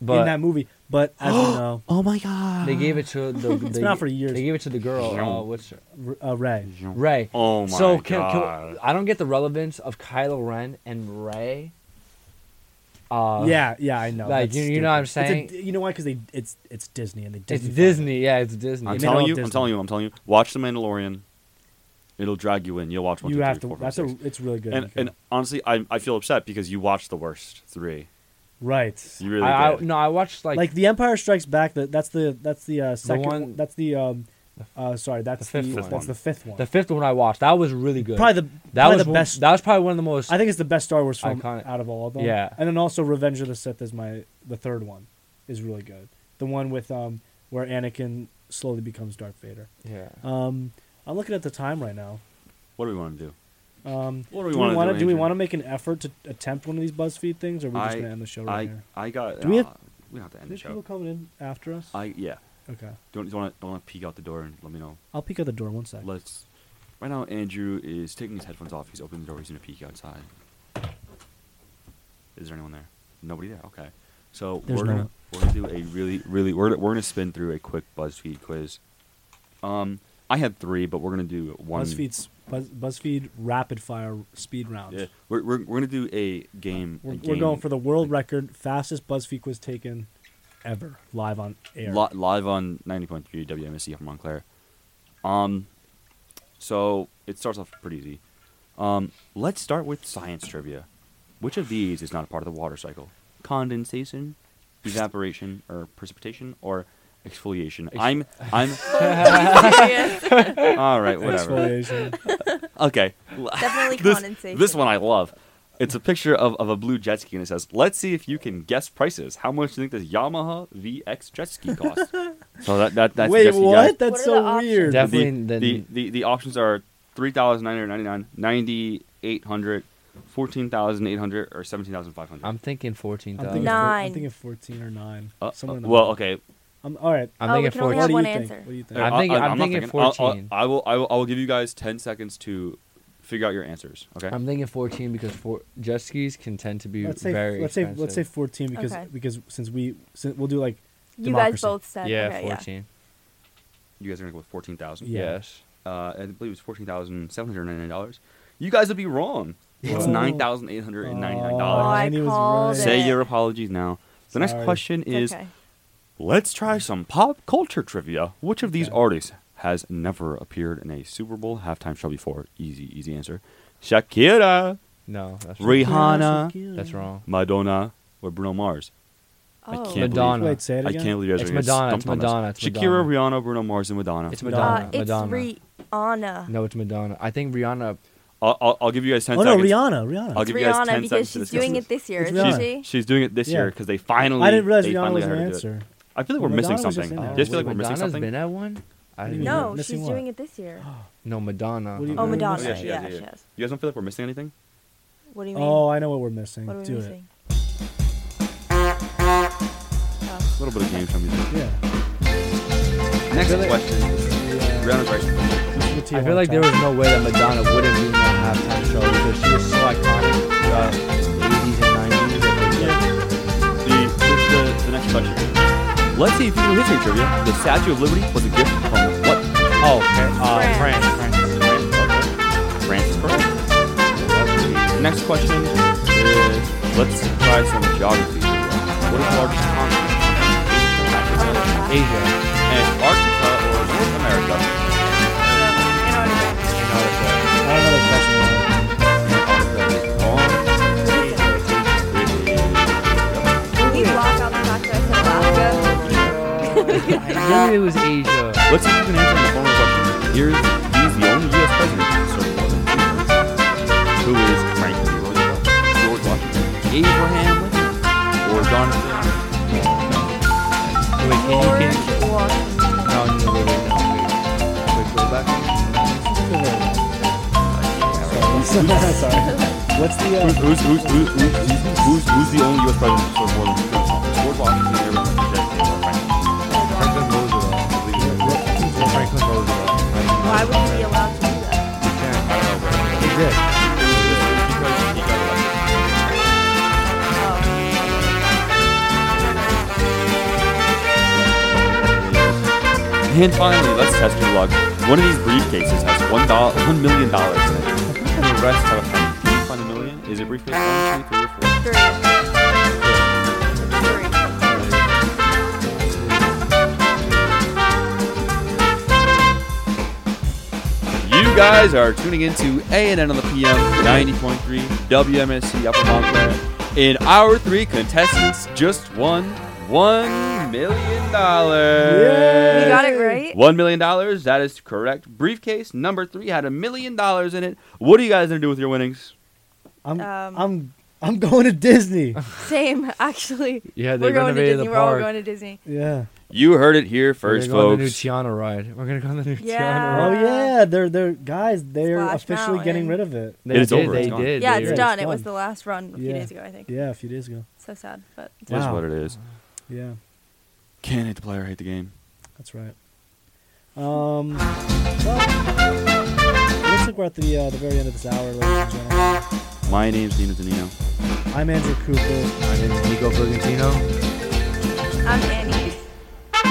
S2: in
S3: but
S2: that movie, but as you know,
S1: Oh my god.
S3: they gave it to the.
S2: It's
S3: they,
S2: been out for years.
S3: They gave it to the girl. Uh, what's her?
S2: R- uh, Ray.
S3: Ray.
S1: Oh my
S3: so can,
S1: God.
S3: Can, I don't get the relevance of Kylo Ren and Ray. Uh,
S2: yeah, yeah, I know.
S3: like,
S2: that's
S3: you- you know what
S2: stupid.
S3: I'm
S2: It's a- you know why? Because they it's it's Disney and they
S3: It's
S2: Disney.
S3: Disney. Yeah, it's Disney.
S1: I'm
S2: made
S1: telling
S2: all
S1: you, I'm
S2: Disney.
S1: telling you, I'm telling you. Watch The Mandalorian. It'll drag you in. You'll watch one,
S2: You
S1: two,
S2: have
S1: three,
S2: to.
S1: four, five,
S2: That's a.
S1: six.
S2: It's really good.
S1: And
S2: Nico.
S1: and honestly, I I feel upset because you watched the worst three.
S2: right.
S1: You really
S3: I, I,
S1: did.
S3: no, I watched like,
S2: like, the Empire Strikes Back. The, that's the that's the uh, second.
S3: one-
S2: that's the um, uh, sorry, that's the,
S3: fifth one.
S2: that's the fifth one.
S3: the fifth one I watched. That was really good.
S2: probably the
S3: that
S2: probably
S3: was
S2: the
S3: one-
S2: best.
S3: That was probably one of the most.
S2: I think it's the best Star Wars film
S3: Iconic.
S2: out of all of them.
S3: Yeah.
S2: and then also Revenge of the Sith is my the third one is really good. The one with um where Anakin slowly becomes Darth Vader.
S3: yeah.
S2: Um, I'm looking at the time right now.
S1: What do we want to do?
S2: Um,
S1: What do we
S2: do we
S1: wanna
S2: want
S1: do,
S2: to do? We
S1: Andrew?
S2: want to make an effort to attempt one of these BuzzFeed things, or are we just
S1: I-
S2: going to end the show
S1: I
S2: right here?
S1: I got.
S2: Do we have-
S1: uh, we don't have to end the
S2: There's people
S1: show.
S2: coming in after us.
S1: I yeah.
S2: okay,
S1: Don't you want to want to peek out the door and let me know?
S2: I'll peek out the door one sec.
S1: Let's. Right now, Andrew is taking his headphones off. He's opening the door. He's gonna peek outside. Is there anyone there? Nobody there. Okay. So
S2: There's
S1: we're
S2: no
S1: gonna
S2: one.
S1: we're gonna do a really really we're we're gonna spin through a quick BuzzFeed quiz. Um, I had three, but we're gonna do one.
S2: BuzzFeed's Buzz, BuzzFeed rapid fire speed round.
S1: Yeah, we're, we're we're gonna do a game. a
S2: We're, we're
S1: game
S2: going for the world record fastest BuzzFeed quiz taken ever live on air.
S1: li- live on ninety point three WMSC from Montclair. Um, so it starts off pretty easy. Um, let's start with science trivia. Which of these is not a part of the water cycle? Condensation, evaporation, or precipitation, or exfoliation? I'm I'm
S4: Serious.
S1: all right. Whatever.
S2: Exfoliation.
S1: Okay.
S4: Definitely
S1: this,
S4: condensation.
S1: this one I love. It's a picture of, of a blue jet ski and it says, Let's see if you can guess prices. How much do you think this Yamaha VX jet ski costs? so that, that that's the
S2: Wait,
S1: jet ski guy.
S2: what? That's
S4: What are
S2: so
S4: the options?
S2: weird.
S3: Def-
S1: The,
S3: Definitely
S1: the,
S3: then-
S1: the, the options are 3,999, 9,800, 14,800, or 17,500.
S3: I'm thinking fourteen
S2: I'm thinking,
S3: thousand.
S2: four- I'm
S4: Nine.
S2: thinking 14 or 9.
S1: Uh,
S2: somewhere in
S1: uh,
S2: the
S1: well,
S2: middle.
S1: okay.
S2: I'm, all right.
S3: I'm
S4: Oh, we
S3: thinking
S4: can only
S2: What
S3: fourteen.
S4: We have
S2: do you
S4: one
S2: think?
S4: answer.
S2: What do you think?
S3: I'm
S1: I-
S3: thinking-
S1: I,
S3: I'm
S1: not
S3: thinking
S1: I'll-
S3: 14.
S1: I'll, I will I will I will give you guys 10 seconds to figure out your answers. Okay.
S3: I'm thinking fourteen because four, jet skis can tend to be
S2: let's say
S3: very
S2: let's say let's say
S3: expensive.
S2: 14 because
S4: Okay.
S2: because since we since we'll do like
S4: You guys
S2: Democracy.
S4: both said.
S3: yeah,
S4: okay,
S3: fourteen.
S1: you guys are going to go with 14,000.
S2: Yeah.
S3: Yes.
S1: uh, I believe it was fourteen thousand seven hundred ninety nine dollars. You guys would be wrong. It's
S2: Oh.
S1: nine thousand eight hundred and ninety nine
S2: Oh,
S1: dollars.
S4: I
S2: and he was
S4: called
S2: right.
S4: it.
S1: Say your apologies now. The next
S2: Sorry.
S1: question
S4: Yeah.
S1: is:
S4: okay.
S1: Let's try some pop culture trivia. Which of these
S2: Okay.
S1: artists has never appeared in a Super Bowl halftime show before? Easy, easy answer. Shakira,
S3: No. That's wrong.
S1: Rihanna.
S3: That's wrong.
S1: Madonna, or Bruno Mars. I
S4: Oh.
S1: can't
S3: Madonna.
S1: believe.
S2: Wait, say it
S1: I
S2: again.
S1: can't believe you guys
S3: It's
S1: are gonna get
S3: Madonna, it's
S1: stumped on this.
S3: Madonna, it's
S1: Shakira, Rihanna, Bruno Mars, and Madonna.
S3: It's
S4: Uh,
S3: Madonna.
S4: it's
S3: Madonna.
S4: Rihanna.
S3: No, it's Madonna. I think Rihanna. uh,
S1: I'll, I'll, I'll give you guys ten
S2: Oh no,
S1: seconds.
S2: Rihanna, Rihanna.
S1: I'll
S4: It's
S1: give you guys
S4: Rihanna
S1: 10 seconds
S4: because
S1: to
S4: she's
S1: discuss
S4: doing
S1: this.
S4: it this year,
S2: It's
S4: isn't
S2: Rihanna.
S4: she?
S1: She's doing it this
S2: Yeah.
S1: year because they finally.
S2: I didn't realize
S1: they
S2: Rihanna
S1: finally
S2: was
S1: got
S2: an
S1: her to do it.
S2: answer.
S1: I feel like we're
S2: Madonna
S1: missing
S2: was just
S1: something. I
S2: in there.
S1: just feel
S3: wait,
S1: like we're missing
S3: Madonna's been
S1: something.
S3: at one. I
S2: do you
S3: didn't
S2: mean?
S3: know.
S4: No,
S2: Missing
S4: she's
S2: what?
S4: doing it this year.
S3: No, Madonna.
S2: What do you-
S3: huh?
S4: Oh,
S2: Rihanna.
S4: Madonna.
S2: Oh,
S4: Yeah,
S2: yeah,
S4: she,
S1: she
S4: has,
S1: has, yeah.
S4: she has.
S1: You guys don't feel like we're missing anything?
S4: What do you mean?
S2: Oh, I know what we're missing.
S4: what are we
S2: do
S4: missing?
S1: A little bit of game show music.
S2: it. Yeah.
S1: Next question. Rihanna's right.
S2: Let's
S3: I feel like there was no way that Madonna wouldn't be in that halftime show because she was so iconic uh, throughout the 80s and 90s.
S1: The, the, the, the next question. Let's see if you know history trivia. The Statue of Liberty was a gift from what?
S3: Oh, uh,
S4: France.
S3: France. France.
S1: Francis Perez. Next question is let's try some geography. What is the largest continent?
S3: Asia.
S1: And Arctica or North America?
S4: Can we block out the fact that I said Alaska?
S3: I knew it was Asia.
S1: Let's see if you can answer the former question. Here's he's the only U.S. president to serve more than three terms. Who is Franklin D. Roosevelt, George Washington, Abraham Lincoln, or John?
S3: Wait, can you
S4: George Washington.
S3: No, no, no, wait, wait, no, wait. Wait, go back.
S2: Sorry. What's the uh,
S1: Who's who's who's who's, who's, who's the only U.S. president to serve more than three terms? George Washington, Abraham Lincoln, or Franklin?
S3: Franklin Roosevelt. Franklin Roosevelt.
S4: Why would you be allowed to do that?
S3: He did.
S4: Oh.
S1: And finally, let's test your luck. One of these briefcases has one dollar, one million dollars in it. And the rest have a penny. Can you find a million? Is it briefcase one, two, three, or four?
S4: Three. Three.
S1: You guys are tuning into A and N on the PM 90.3 WMSC Upper Montclair. And our three contestants just won one million dollars.
S4: You got it right?
S1: One million dollars. That is correct. Briefcase number three had a million dollars in it. What are you guys gonna do with your winnings?
S2: I'm
S4: Um,
S2: I'm I'm going to Disney.
S4: Same, actually.
S3: Yeah, they
S4: We're going to
S3: renovated
S4: Disney.
S3: the
S4: We're all
S3: park.
S4: going to Disney.
S2: Yeah.
S1: You heard it here
S10: We're gonna
S1: first,
S10: go
S1: folks.
S10: on the new Tiana ride. We're gonna go on the new
S4: Yeah.
S10: Tiana ride.
S2: oh yeah, they're they're guys. They're
S4: Uh, Splash
S2: officially getting
S4: Mountain.
S2: rid of it.
S1: It is
S3: did,
S1: over,
S3: They
S1: it's gone.
S3: did.
S4: Yeah,
S3: they
S4: it's
S3: were-
S4: done.
S2: it's
S4: It was
S2: done.
S4: the last run a few
S2: Yeah.
S4: days ago, I think.
S2: Yeah, a few days ago.
S4: So sad, but
S1: It is
S2: Wow.
S1: what it is.
S2: Yeah,
S1: Can't hate the player, hate the game.
S2: that's right. Um, well, looks like we're at the uh, the very end of this hour, ladies and gentlemen.
S1: My name's Nina Danino.
S2: I'm Andrew Cooper.
S10: My name is Nico Bergantino.
S4: I'm Annie.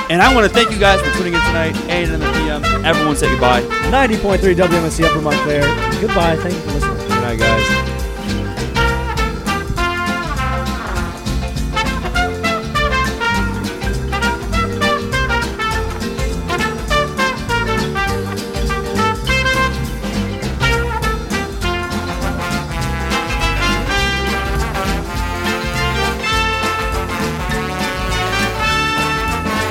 S1: And I want to thank you guys for tuning in tonight. And in the PM, everyone say goodbye.
S2: 90.3 WMSC Upper Montclair. Goodbye. Thank you for listening.
S10: Good night, guys.